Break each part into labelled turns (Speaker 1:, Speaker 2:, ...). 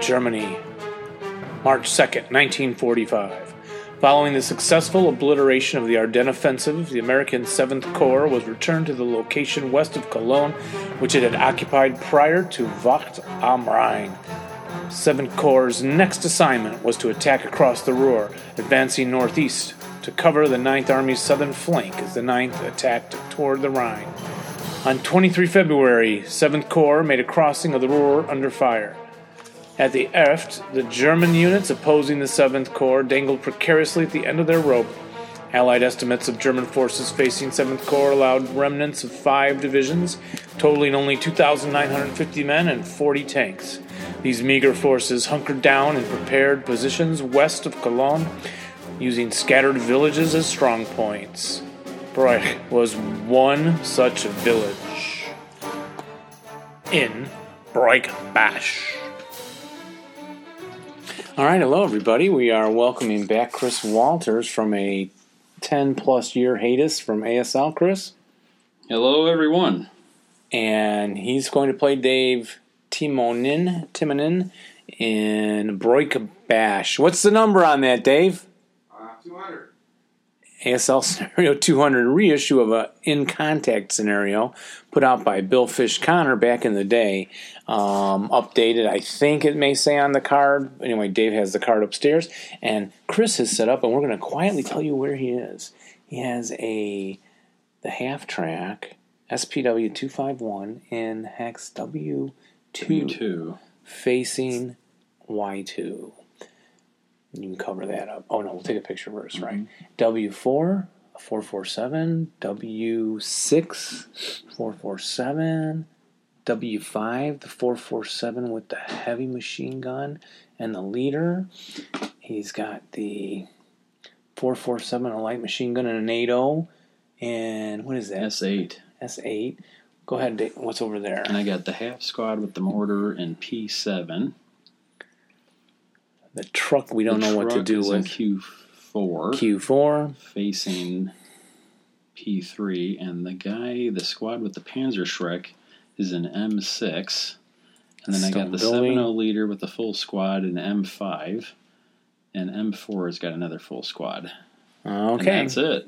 Speaker 1: Germany, March 2nd, 1945. Following the successful obliteration of the Ardennes offensive, the American 7th Corps was returned to the location west of Cologne, which it had occupied prior to Wacht am Rhein. 7th Corps' next assignment was to attack across the Ruhr, advancing northeast to cover the 9th Army's southern flank as the 9th attacked toward the Rhine. On 23 February, 7th Corps made a crossing of the Ruhr under fire. At the Erft, the German units opposing the 7th Corps dangled precariously at the end of their rope. Allied estimates of German forces facing 7th Corps allowed remnants of five divisions, totaling only 2,950 men and 40 tanks. These meager forces hunkered down in prepared positions west of Cologne, using scattered villages as strong points. Breuch was one such village. In Breuch Bash. All right, hello everybody. We are welcoming back Chris Walters from a 10 plus year hiatus from ASL, Chris.
Speaker 2: Hello, everyone.
Speaker 1: And he's going to play Dave Timonin, Timonin in Broik Bash. What's the number on that, Dave?
Speaker 3: Uh, 200.
Speaker 1: ASL Scenario 200 reissue of a In Contact scenario put out by Bill Fish Connor back in the day. Um, updated, I think it may say on the card. Anyway, Dave has the card upstairs, and Chris has set up, and we're going to quietly tell you where he is. He has a the half track SPW 251 in hex W2
Speaker 2: Two.
Speaker 1: facing Y2. You can cover that up. Oh no, we'll take a picture 1st right? W4, 447, W6, 447, W5, the 447 with the heavy machine gun and the leader. He's got the 447, a light machine gun, and an 80. And what is that?
Speaker 2: S8.
Speaker 1: S8. Go ahead, Dave. What's over there?
Speaker 2: And I got the half squad with the mortar and P7.
Speaker 1: The truck we don't
Speaker 2: The
Speaker 1: know what to
Speaker 2: truck
Speaker 1: do
Speaker 2: is a
Speaker 1: with.
Speaker 2: Q4
Speaker 1: Q4.
Speaker 2: facing P3. And the guy, the squad with the Panzer Shrek, is an M6. And then I got
Speaker 1: Stone
Speaker 2: the
Speaker 1: building.
Speaker 2: 70 leader with the full squad in M5. And M4 has got another full squad. And
Speaker 1: Okay.
Speaker 2: that's it.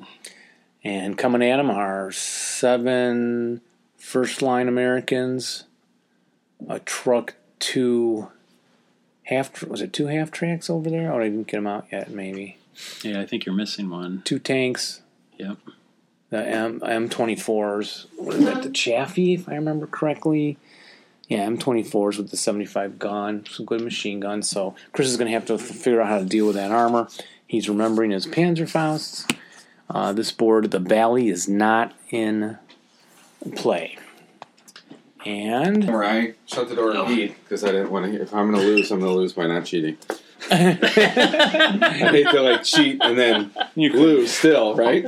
Speaker 1: And coming at them are seven first line Americans, a truck, two half tr- was it two half tracks over there? Oh, I didn't get them out yet. Maybe
Speaker 2: Yeah, I think you're missing one.
Speaker 1: two tanks,
Speaker 2: Yep.
Speaker 1: the M M twenty fours. Was that the Chaffee, if I remember correctly? Yeah, M twenty fours with the seventy five gun, some good machine gun. So Chris is going to have to f- figure out how to deal with that armor. He's remembering his Panzerfausts. Uh, this board, the Bally, is not in play. And
Speaker 3: Where I shut the door and eat because I didn't want to. If I'm going to lose, I'm going to lose by not cheating. I hate to like cheat and then you lose still, right?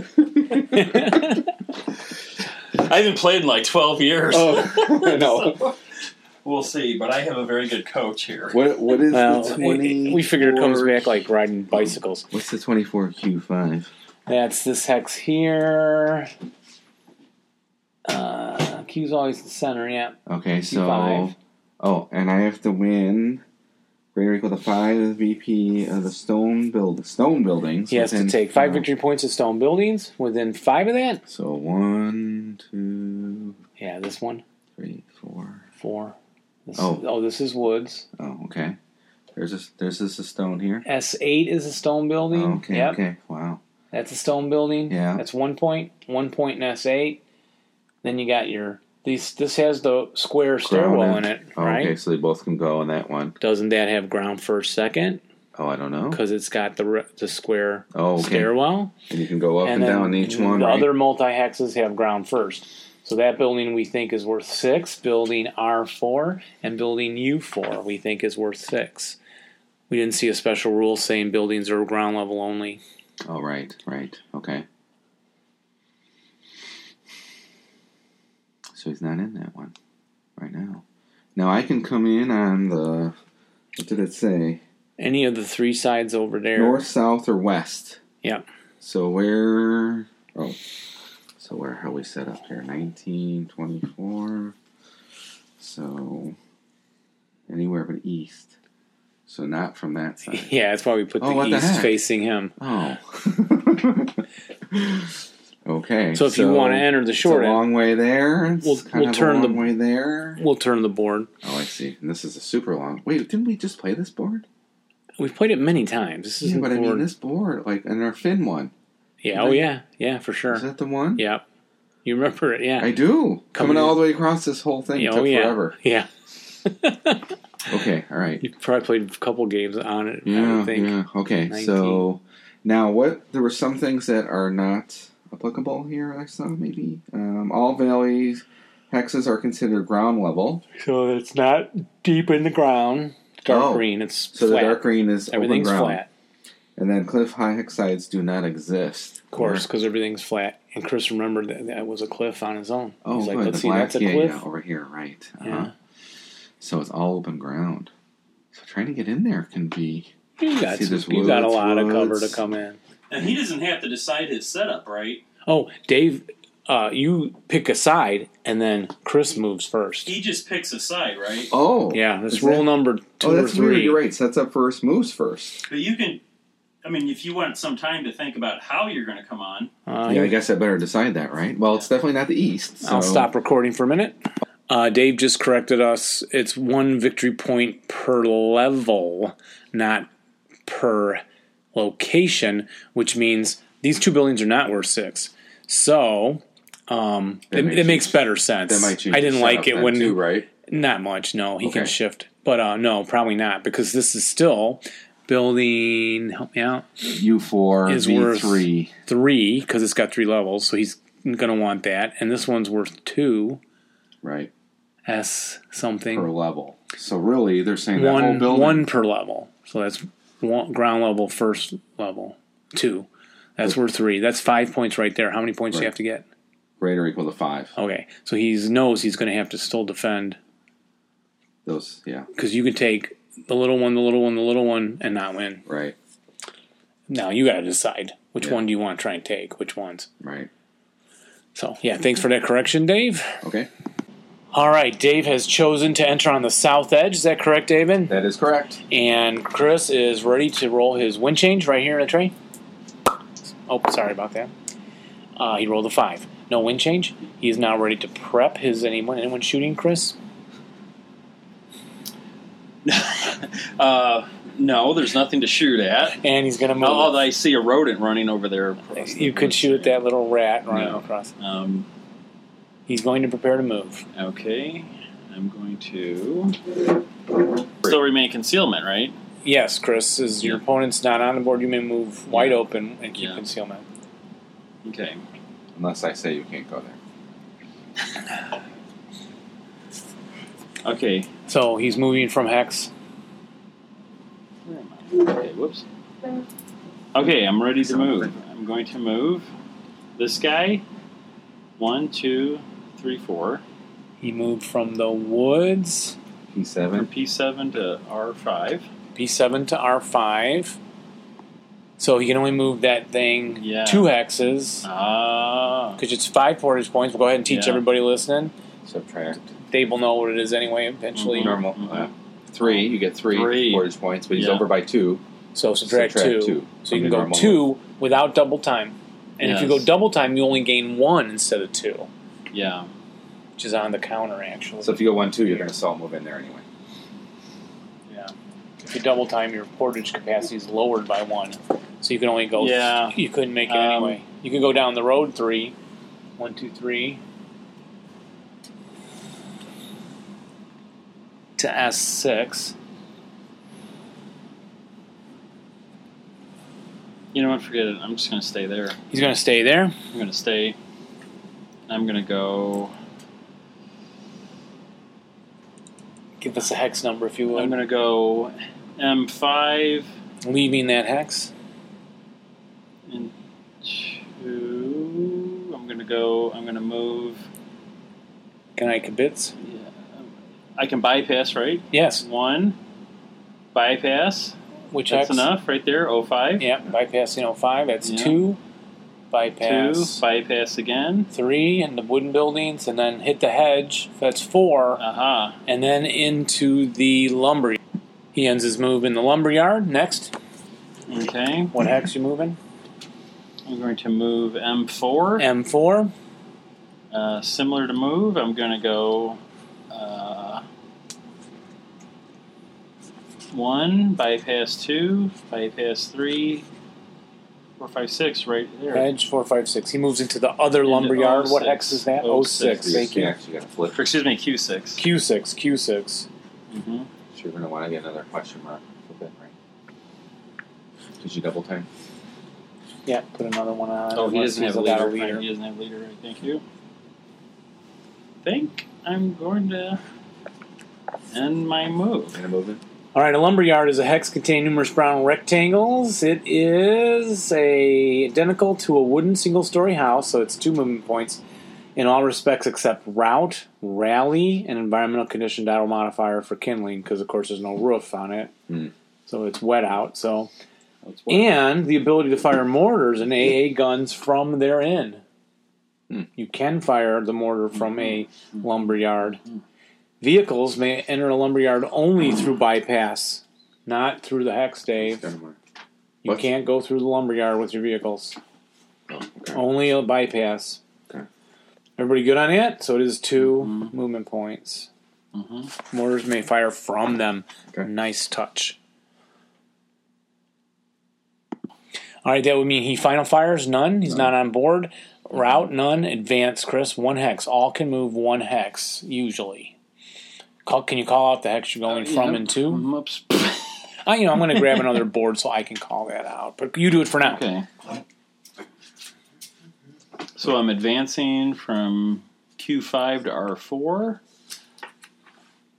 Speaker 4: I haven't played in like 12 years.
Speaker 3: Oh, I know.
Speaker 4: We'll see, but I have a very good coach here.
Speaker 5: What what is
Speaker 1: well,
Speaker 5: the
Speaker 1: it-
Speaker 5: twenty?
Speaker 1: it- we figure it comes back like riding bicycles.
Speaker 5: What's the twenty four Q five?
Speaker 1: That's this hex here. Uh, Q's always the center, yeah.
Speaker 5: Okay, so
Speaker 1: Q5.
Speaker 5: oh, and I have to win. Greater equal to five of the VP of the stone build stone buildings.
Speaker 1: He has to
Speaker 5: within-
Speaker 1: take five
Speaker 5: uh,
Speaker 1: victory points of stone buildings within five of that.
Speaker 5: So one, two,
Speaker 1: Yeah, this one,
Speaker 5: three, four.
Speaker 1: four. This, oh.
Speaker 5: Oh.
Speaker 1: this is woods.
Speaker 5: Oh, okay. There's this there's this a stone here.
Speaker 1: S eight is a stone building.
Speaker 5: Oh, okay,
Speaker 1: yep,
Speaker 5: okay. Wow.
Speaker 1: that's a stone building.
Speaker 5: Yeah.
Speaker 1: that's one point. One point in S eight. Then you got your these. This has the square stairwell
Speaker 5: Crown
Speaker 1: in
Speaker 5: and-
Speaker 1: it,
Speaker 5: Oh,
Speaker 1: right?
Speaker 5: Okay, so they both can go on that one.
Speaker 1: Doesn't that have ground first, second?
Speaker 5: Oh, I don't know.
Speaker 1: Because it's got the re- the square
Speaker 5: Oh, okay.
Speaker 1: stairwell.
Speaker 5: And you can go up and,
Speaker 1: then
Speaker 5: down each one.
Speaker 1: The
Speaker 5: right?
Speaker 1: other multi hexes have ground first. So that building we think is worth six. Building R four and building U four we think is worth six. We didn't see a special rule saying buildings are ground level only.
Speaker 5: Oh, right, right. Okay. So he's not in that one right now. Now I can come in on the. What did it say?
Speaker 1: Any of the three sides over there.
Speaker 5: North, south, or west?
Speaker 1: Yep.
Speaker 5: So where. Oh. So where how we set up here? 19, 24. So. Anywhere but east. So not from that side.
Speaker 1: Yeah, that's why we put
Speaker 5: Oh, what
Speaker 1: the
Speaker 5: the
Speaker 1: east
Speaker 5: heck?
Speaker 1: facing him.
Speaker 5: Oh. okay.
Speaker 1: So if you want to enter the short
Speaker 5: it's a
Speaker 1: end,
Speaker 5: long way there. It's
Speaker 1: We'll-
Speaker 5: kind
Speaker 1: we'll
Speaker 5: of a
Speaker 1: turn the-
Speaker 5: long way there.
Speaker 1: we'll turn the board.
Speaker 5: Oh, I see. And this is a super long. Wait, didn't we just play this board?
Speaker 1: We've played it many times. This is
Speaker 5: Yeah, but
Speaker 1: board.
Speaker 5: I mean this board, like in our Finn one.
Speaker 1: yeah, oh yeah, yeah, for sure.
Speaker 5: Is that the one?
Speaker 1: yeah, you remember it? Yeah.
Speaker 5: I do. Coming,
Speaker 1: Coming in.
Speaker 5: all the way across this whole thing
Speaker 1: yeah,
Speaker 5: took
Speaker 1: oh yeah,
Speaker 5: forever.
Speaker 1: yeah.
Speaker 5: Okay, all right.
Speaker 1: You probably played a couple games on it. I
Speaker 5: Yeah,
Speaker 1: would think.
Speaker 5: yeah. Okay,
Speaker 1: 19.
Speaker 5: so now what? There were some things that are not applicable here. I saw maybe um, all valleys hexes are considered ground level,
Speaker 1: So it's not deep in the ground. Dark
Speaker 5: Oh.
Speaker 1: green. It's
Speaker 5: so
Speaker 1: flat.
Speaker 5: the dark green is open
Speaker 1: everything's
Speaker 5: ground,
Speaker 1: flat,
Speaker 5: and then cliff high hex sides do not exist.
Speaker 1: of course, because everything's flat. And Chris remembered that that was a cliff on his own.
Speaker 5: Oh,
Speaker 1: He's like,
Speaker 5: good.
Speaker 1: let's
Speaker 5: the
Speaker 1: see,
Speaker 5: black-
Speaker 1: that's a
Speaker 5: yeah,
Speaker 1: cliff.
Speaker 5: yeah, over here, right? Uh-huh.
Speaker 1: Yeah.
Speaker 5: So it's all open ground. So trying to get in there can be
Speaker 1: You got
Speaker 5: See
Speaker 1: some-
Speaker 5: this
Speaker 1: you got a
Speaker 5: woods,
Speaker 1: lot of cover to
Speaker 5: woods.
Speaker 1: come in.
Speaker 4: And he doesn't have to decide his setup, right?
Speaker 1: Oh, Dave, uh, you pick a side, and then Chris moves first.
Speaker 4: He just picks a side, right?
Speaker 5: oh
Speaker 1: Yeah, that's
Speaker 5: is
Speaker 1: rule
Speaker 5: that-
Speaker 1: number two
Speaker 5: Oh,
Speaker 1: or
Speaker 5: that's weird.
Speaker 1: three.
Speaker 5: You're right. Sets up first, moves first.
Speaker 4: But you can, I mean, if you want some time to think about how you're going to come on,
Speaker 1: Uh,
Speaker 5: yeah, I guess I better decide that, right? Well, it's definitely not the east. So.
Speaker 1: I'll stop recording for a minute. Uh, Dave just corrected us. It's one victory point per level, not per location, which means these two buildings are not worth six. So um,
Speaker 5: That
Speaker 1: it,
Speaker 5: makes
Speaker 1: it makes better sense.
Speaker 5: That might change.
Speaker 1: I didn't
Speaker 5: the
Speaker 1: like
Speaker 5: setup
Speaker 1: it
Speaker 5: then
Speaker 1: when
Speaker 5: too, right?
Speaker 1: Not much, no. He can
Speaker 5: Okay.
Speaker 1: shift. But uh no, probably not, because this is still building help me out.
Speaker 5: U four
Speaker 1: Is
Speaker 5: V
Speaker 1: worth-
Speaker 5: three.
Speaker 1: Three, because it's got three levels, so he's gonna want that. And this one's worth two
Speaker 5: Right.
Speaker 1: S
Speaker 5: Per
Speaker 1: something.
Speaker 5: level. So really they're saying that whole
Speaker 1: One
Speaker 5: building
Speaker 1: one per level. So that's one, ground level, first level, two. That's worth three. That's five points right there. How many points do you
Speaker 5: Right.
Speaker 1: have to get?
Speaker 5: greater or equal to five.
Speaker 1: Okay. So he knows he's gonna have to still defend
Speaker 5: Those yeah,
Speaker 1: because you can take the little one, the little one, the little one, and not win.
Speaker 5: right,
Speaker 1: Now you got to decide which
Speaker 5: Yeah.
Speaker 1: one do you want to try and take, which ones.
Speaker 5: right.
Speaker 1: So, yeah, thanks for that correction, Dave.
Speaker 5: Okay.
Speaker 1: All right, Dave has chosen to enter on the south edge. Is that correct, David?
Speaker 5: That is correct.
Speaker 1: And Chris is ready to roll his wind change right here in the tray. Oh, sorry about that. Uh, he rolled a five. No wind change. He is now ready to prep his anyone anyone shooting Chris.
Speaker 2: Uh, no, there's nothing to shoot at.
Speaker 1: And he's gonna move.
Speaker 2: Although I see a rodent running over there. across the
Speaker 1: you could
Speaker 2: woods.
Speaker 1: shoot at that little rat running
Speaker 2: No.
Speaker 1: across.
Speaker 2: Um,
Speaker 1: He's going to prepare to move.
Speaker 2: okay, I'm going to still remain concealment, right?
Speaker 1: Yes, Chris, is your
Speaker 2: Yeah.
Speaker 1: opponent's not on the board, you may move wide
Speaker 2: Yeah.
Speaker 1: open and keep
Speaker 2: Yeah.
Speaker 1: concealment.
Speaker 2: Okay.
Speaker 5: Unless I say you can't go there.
Speaker 2: Okay.
Speaker 1: So he's moving from Hex.
Speaker 2: Where am I? Okay, whoops. Okay, I'm ready to move. I'm going to move this guy. One, two, three, four.
Speaker 1: He moved from the woods,
Speaker 5: P
Speaker 2: From
Speaker 5: seven.
Speaker 2: P7 to R5.
Speaker 1: B7 to R5. So he can only move that thing
Speaker 2: Yeah.
Speaker 1: two hexes,
Speaker 2: Ah.
Speaker 1: because it's five portage points. We'll go ahead and teach
Speaker 2: Yeah.
Speaker 1: everybody listening.
Speaker 5: Subtract
Speaker 1: Dave will know what it is anyway, eventually.
Speaker 2: Mhm.
Speaker 5: normal. Uh, three. You get three,
Speaker 2: Three.
Speaker 5: portage points, but he's
Speaker 2: Yeah.
Speaker 5: over by two.
Speaker 1: So subtract,
Speaker 5: Subtract
Speaker 1: two.
Speaker 5: two
Speaker 1: So you
Speaker 5: from
Speaker 1: can
Speaker 5: the
Speaker 1: go
Speaker 5: normal
Speaker 1: two without double time. And if you go
Speaker 2: Yes.
Speaker 1: double time, you only gain one instead of two,
Speaker 2: Yeah.
Speaker 1: which is on the counter, actually.
Speaker 5: So if you go one two, you're going to saw move in there anyway.
Speaker 1: Yeah. If you double time, your portage capacity is lowered by one. So you can only go.
Speaker 2: Yeah.
Speaker 1: you couldn't make it
Speaker 2: Um,
Speaker 1: anyway. You can go down the road three. One, two, three. To S6.
Speaker 2: You know what? Forget it. I'm just going to stay there.
Speaker 1: He's going to stay there.
Speaker 2: I'm going to stay. And I'm going to go.
Speaker 1: Give us a hex number if you
Speaker 2: I'm
Speaker 1: would.
Speaker 2: going to go M5
Speaker 1: Leaving that hex.
Speaker 2: and two. I'm going to go. I'm going to move.
Speaker 1: Can I kibitz?
Speaker 2: Yeah. I can bypass, right?
Speaker 1: Yes.
Speaker 2: One. Bypass.
Speaker 1: Which
Speaker 2: That's
Speaker 1: hex?
Speaker 2: enough right there. 05.
Speaker 1: Yeah. Bypassing 05. That's
Speaker 2: Yeah.
Speaker 1: two.
Speaker 2: Two.
Speaker 1: Bypass
Speaker 2: Bypass again.
Speaker 1: three and the wooden buildings, and then hit the hedge. That's four.
Speaker 2: Aha.
Speaker 1: and then into the lumber. He ends his move in the lumberyard. Next,
Speaker 2: Okay.
Speaker 1: what hex you moving?
Speaker 2: I'm going to move M4.
Speaker 1: M4.
Speaker 2: Uh, similar to move, I'm going to go uh, 1, bypass 2, bypass 3, 4, 5, 6, right there.
Speaker 1: Edge four five six. He moves into the other
Speaker 2: Into
Speaker 1: lumberyard. What
Speaker 2: 06.
Speaker 1: hex is that?
Speaker 2: 06.
Speaker 1: 06. Thank you.
Speaker 6: actually got to flip.
Speaker 2: Or, excuse me, Q6.
Speaker 1: Q six. Q six.
Speaker 2: Mm-hmm.
Speaker 6: You're going to want to get another question mark for that, right? Did you double time?
Speaker 1: Yeah. Put another one on.
Speaker 2: Oh, he
Speaker 1: unless
Speaker 2: doesn't
Speaker 1: he's
Speaker 2: have a
Speaker 1: got
Speaker 2: leader. Right, He doesn't have a leader. Right. Thank you. Think I'm going to end my move.
Speaker 6: In a movement?
Speaker 1: All right, a lumberyard is a hex containing numerous brown rectangles. It is a identical to a wooden single-story house, so it's two movement points in all respects except route, rally, and environmental condition data modifier for kindling because, of course, there's no roof on it,
Speaker 6: Hmm.
Speaker 1: so it's wet out. So,
Speaker 6: That's
Speaker 1: and the ability to fire mortars and AA guns from their inn.
Speaker 6: Hmm.
Speaker 1: You can fire the mortar from a lumberyard. Vehicles may enter a lumberyard only through bypass, not through the hex, Dave. You
Speaker 6: What? Oh,
Speaker 1: can't go through the lumberyard with your vehicles.
Speaker 6: okay.
Speaker 1: Only a bypass.
Speaker 6: Okay. Mm-hmm.
Speaker 1: Everybody good on it? So it is 2 movement points.
Speaker 2: Mhm.
Speaker 1: Mortars may fire from them.
Speaker 6: Okay.
Speaker 1: Nice touch. All right, that would mean he final fires none. He's not on board. Route none. Advance, Chris. One hex. All can move one hex usually. Call, can you call out the hex you're
Speaker 6: Uh,
Speaker 1: going from and to?
Speaker 6: Mm-hmm.
Speaker 2: I'm ups-
Speaker 1: I, you know, I'm going to grab another board so I can call that out. But you do it for now.
Speaker 2: okay. So I'm advancing from Q5 to R4.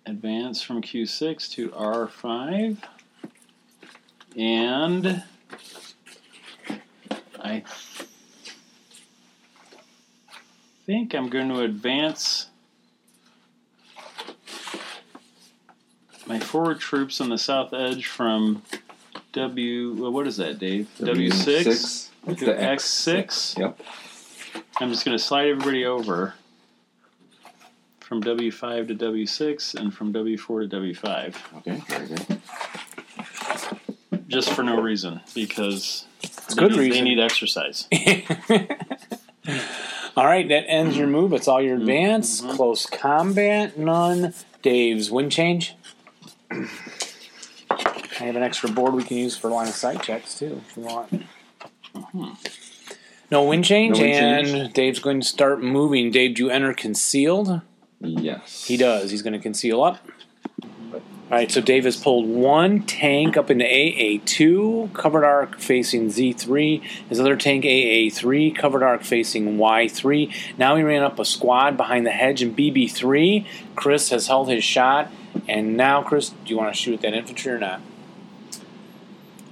Speaker 2: Advance from Q6 to R5. And I think I'm going to advance my forward troops on the south edge from W. well, What is that, Dave? W6,
Speaker 6: It's
Speaker 2: to
Speaker 6: the X.
Speaker 2: X6.
Speaker 6: Yep.
Speaker 2: I'm just going to slide everybody over from W5 to W6 and from W4 to W5
Speaker 6: Okay, very good.
Speaker 2: just for no reason because
Speaker 1: It's
Speaker 2: they
Speaker 1: good
Speaker 2: need-
Speaker 1: reason.
Speaker 2: they need exercise.
Speaker 1: all right, that ends your move. It's all your
Speaker 6: Mm-hmm.
Speaker 1: advance. Close combat, none. Dave's wind change. I have an extra board we can use for line of sight checks too, if you want. No wind change,
Speaker 6: Mm-hmm. No wind
Speaker 1: and
Speaker 6: change.
Speaker 1: Dave's going to start moving. Dave, do you enter concealed?
Speaker 6: Yes.
Speaker 1: He does. He's going to conceal up. All right, so Dave has pulled one tank up into AA2, covered arc facing Z3, his other tank AA3, covered arc facing Y3. Now he ran up a squad behind the hedge in BB3. Chris has held his shot, and now, Chris, do you want to shoot at that infantry or not?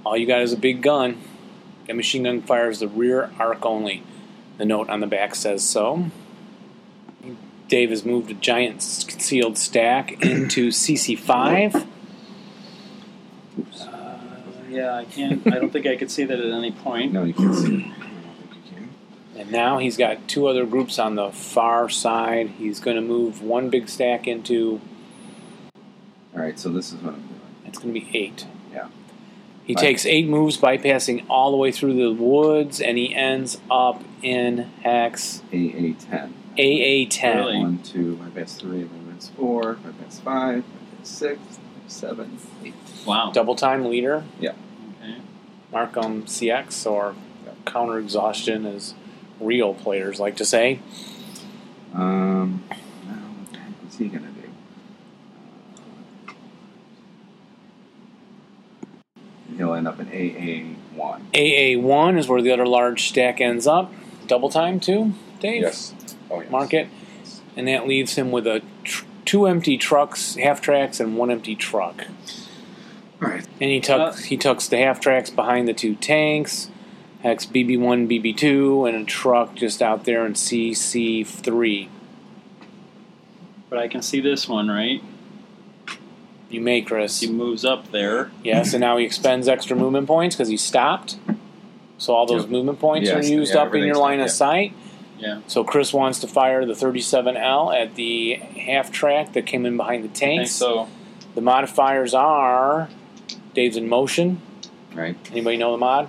Speaker 1: All you got is a big gun. That machine gun fires the rear arc only. The note on the back says so. Dave has moved a giant s- concealed stack into CC5.
Speaker 2: Yeah, I can't. I don't think I could see that at any point.
Speaker 6: No, you can't see. it. I don't think you can.
Speaker 1: And now he's got two other groups on the far side. He's going to move one big stack into.
Speaker 6: All right, so this is what I'm doing.
Speaker 1: It's going to be eight.
Speaker 6: Yeah.
Speaker 1: He
Speaker 6: Right.
Speaker 1: takes eight moves, bypassing all the way through the woods, and he ends up in hex
Speaker 6: AA10.
Speaker 1: AA10.
Speaker 2: Really?
Speaker 6: One, two, my best three, my best four, my best five, my best six, my best seven, eight.
Speaker 2: Wow.
Speaker 1: Double time leader,
Speaker 2: Okay.
Speaker 1: Markham CX, or counter exhaustion, as real players like to say.
Speaker 6: Um, now what the heck is he gonna do? He'll end up in AA one.
Speaker 1: AA1 is where the other large stack ends up. Double time, too, Dave?
Speaker 3: Yes. Oh, yes.
Speaker 1: Mark it. And that leaves him with a tr- two empty trucks, half tracks, and one empty truck.
Speaker 6: All right.
Speaker 1: And he
Speaker 3: Uh.
Speaker 1: tucks he tucks the half tracks behind the two tanks, hex BB1, BB2, and a truck just out there in CC3.
Speaker 2: But I can see this one, right?
Speaker 1: You may, Chris.
Speaker 2: He moves up there.
Speaker 1: Yes, and now he expends extra movement points because he stopped. So all those
Speaker 6: Yep.
Speaker 1: movement points
Speaker 6: Yeah,
Speaker 1: are used
Speaker 6: yeah,
Speaker 1: up in your
Speaker 6: everything's
Speaker 1: line
Speaker 6: done,
Speaker 1: of
Speaker 6: yeah.
Speaker 1: sight.
Speaker 2: Yeah.
Speaker 1: So Chris wants to fire the 37L at the half track that came in behind the
Speaker 2: I think
Speaker 1: tanks.
Speaker 2: so.
Speaker 1: The modifiers are Dave's in motion.
Speaker 5: Right.
Speaker 1: Anybody know the mod?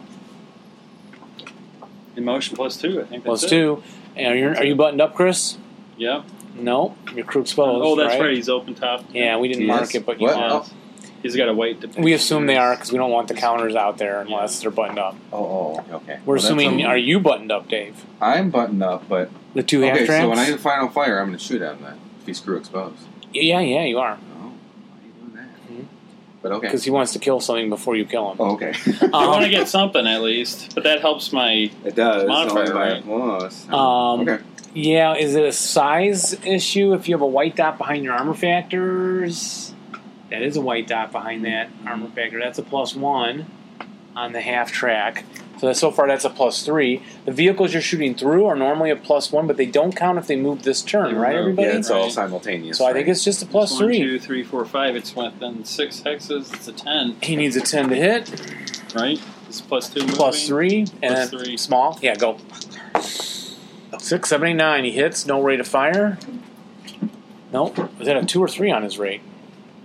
Speaker 2: Emotion plus two, I think that's
Speaker 1: Plus
Speaker 2: it.
Speaker 1: two. And are you, are you buttoned up, Chris?
Speaker 2: Yep.
Speaker 1: No, you're crook exposed.
Speaker 2: Oh, that's
Speaker 1: right.
Speaker 2: right. He's open top.
Speaker 1: Yeah, we didn't
Speaker 5: Yes.
Speaker 1: mark it, but you
Speaker 5: What?
Speaker 1: are.
Speaker 5: Oh.
Speaker 2: He's got to wait. To
Speaker 1: We assume they are because we don't want the counters out there unless they're buttoned up.
Speaker 5: Oh, oh, okay.
Speaker 1: We're
Speaker 5: Well, that's
Speaker 1: assuming.
Speaker 5: a-
Speaker 1: Are you buttoned up, Dave?
Speaker 5: I'm buttoned up, but
Speaker 1: The two half
Speaker 5: okay.
Speaker 1: traps.
Speaker 5: So when I hit final fire, I'm going to shoot at him then. If he's screw exposed.
Speaker 1: yeah, yeah, you are
Speaker 5: Oh, why are you doing that?
Speaker 1: Mhm.
Speaker 5: But okay.
Speaker 1: because he wants to kill something before you kill him.
Speaker 5: Oh, okay.
Speaker 2: I want to
Speaker 1: Um,
Speaker 2: get something at least, but that helps my.
Speaker 6: It does.
Speaker 2: Modifier,
Speaker 6: only by
Speaker 2: right?
Speaker 6: plus.
Speaker 1: um,
Speaker 5: Oh, okay.
Speaker 1: Yeah, is it a size issue if you have a white dot behind your armor factors? That is a white dot behind that armor factor. That's a plus one on the half track. So that, so far that's a plus three. The vehicles you're shooting through are normally a plus one, but they don't count if they move this turn, right,
Speaker 2: move,
Speaker 1: everybody?
Speaker 5: Yeah, it's all
Speaker 2: Right.
Speaker 5: simultaneous.
Speaker 1: so I think
Speaker 5: right?
Speaker 1: it's just a plus
Speaker 2: It's one,
Speaker 1: three.
Speaker 2: two, three, four, five. It's within six hexes. It's a ten,
Speaker 1: He needs a ten to hit,
Speaker 2: right? It's plus two.
Speaker 1: plus
Speaker 2: moving.
Speaker 1: three, and
Speaker 2: Plus
Speaker 1: then
Speaker 2: three.
Speaker 1: small. Yeah, go. Six, seven, eight, nine. He hits. No rate of fire. Nope. Was that a two or three on his rate?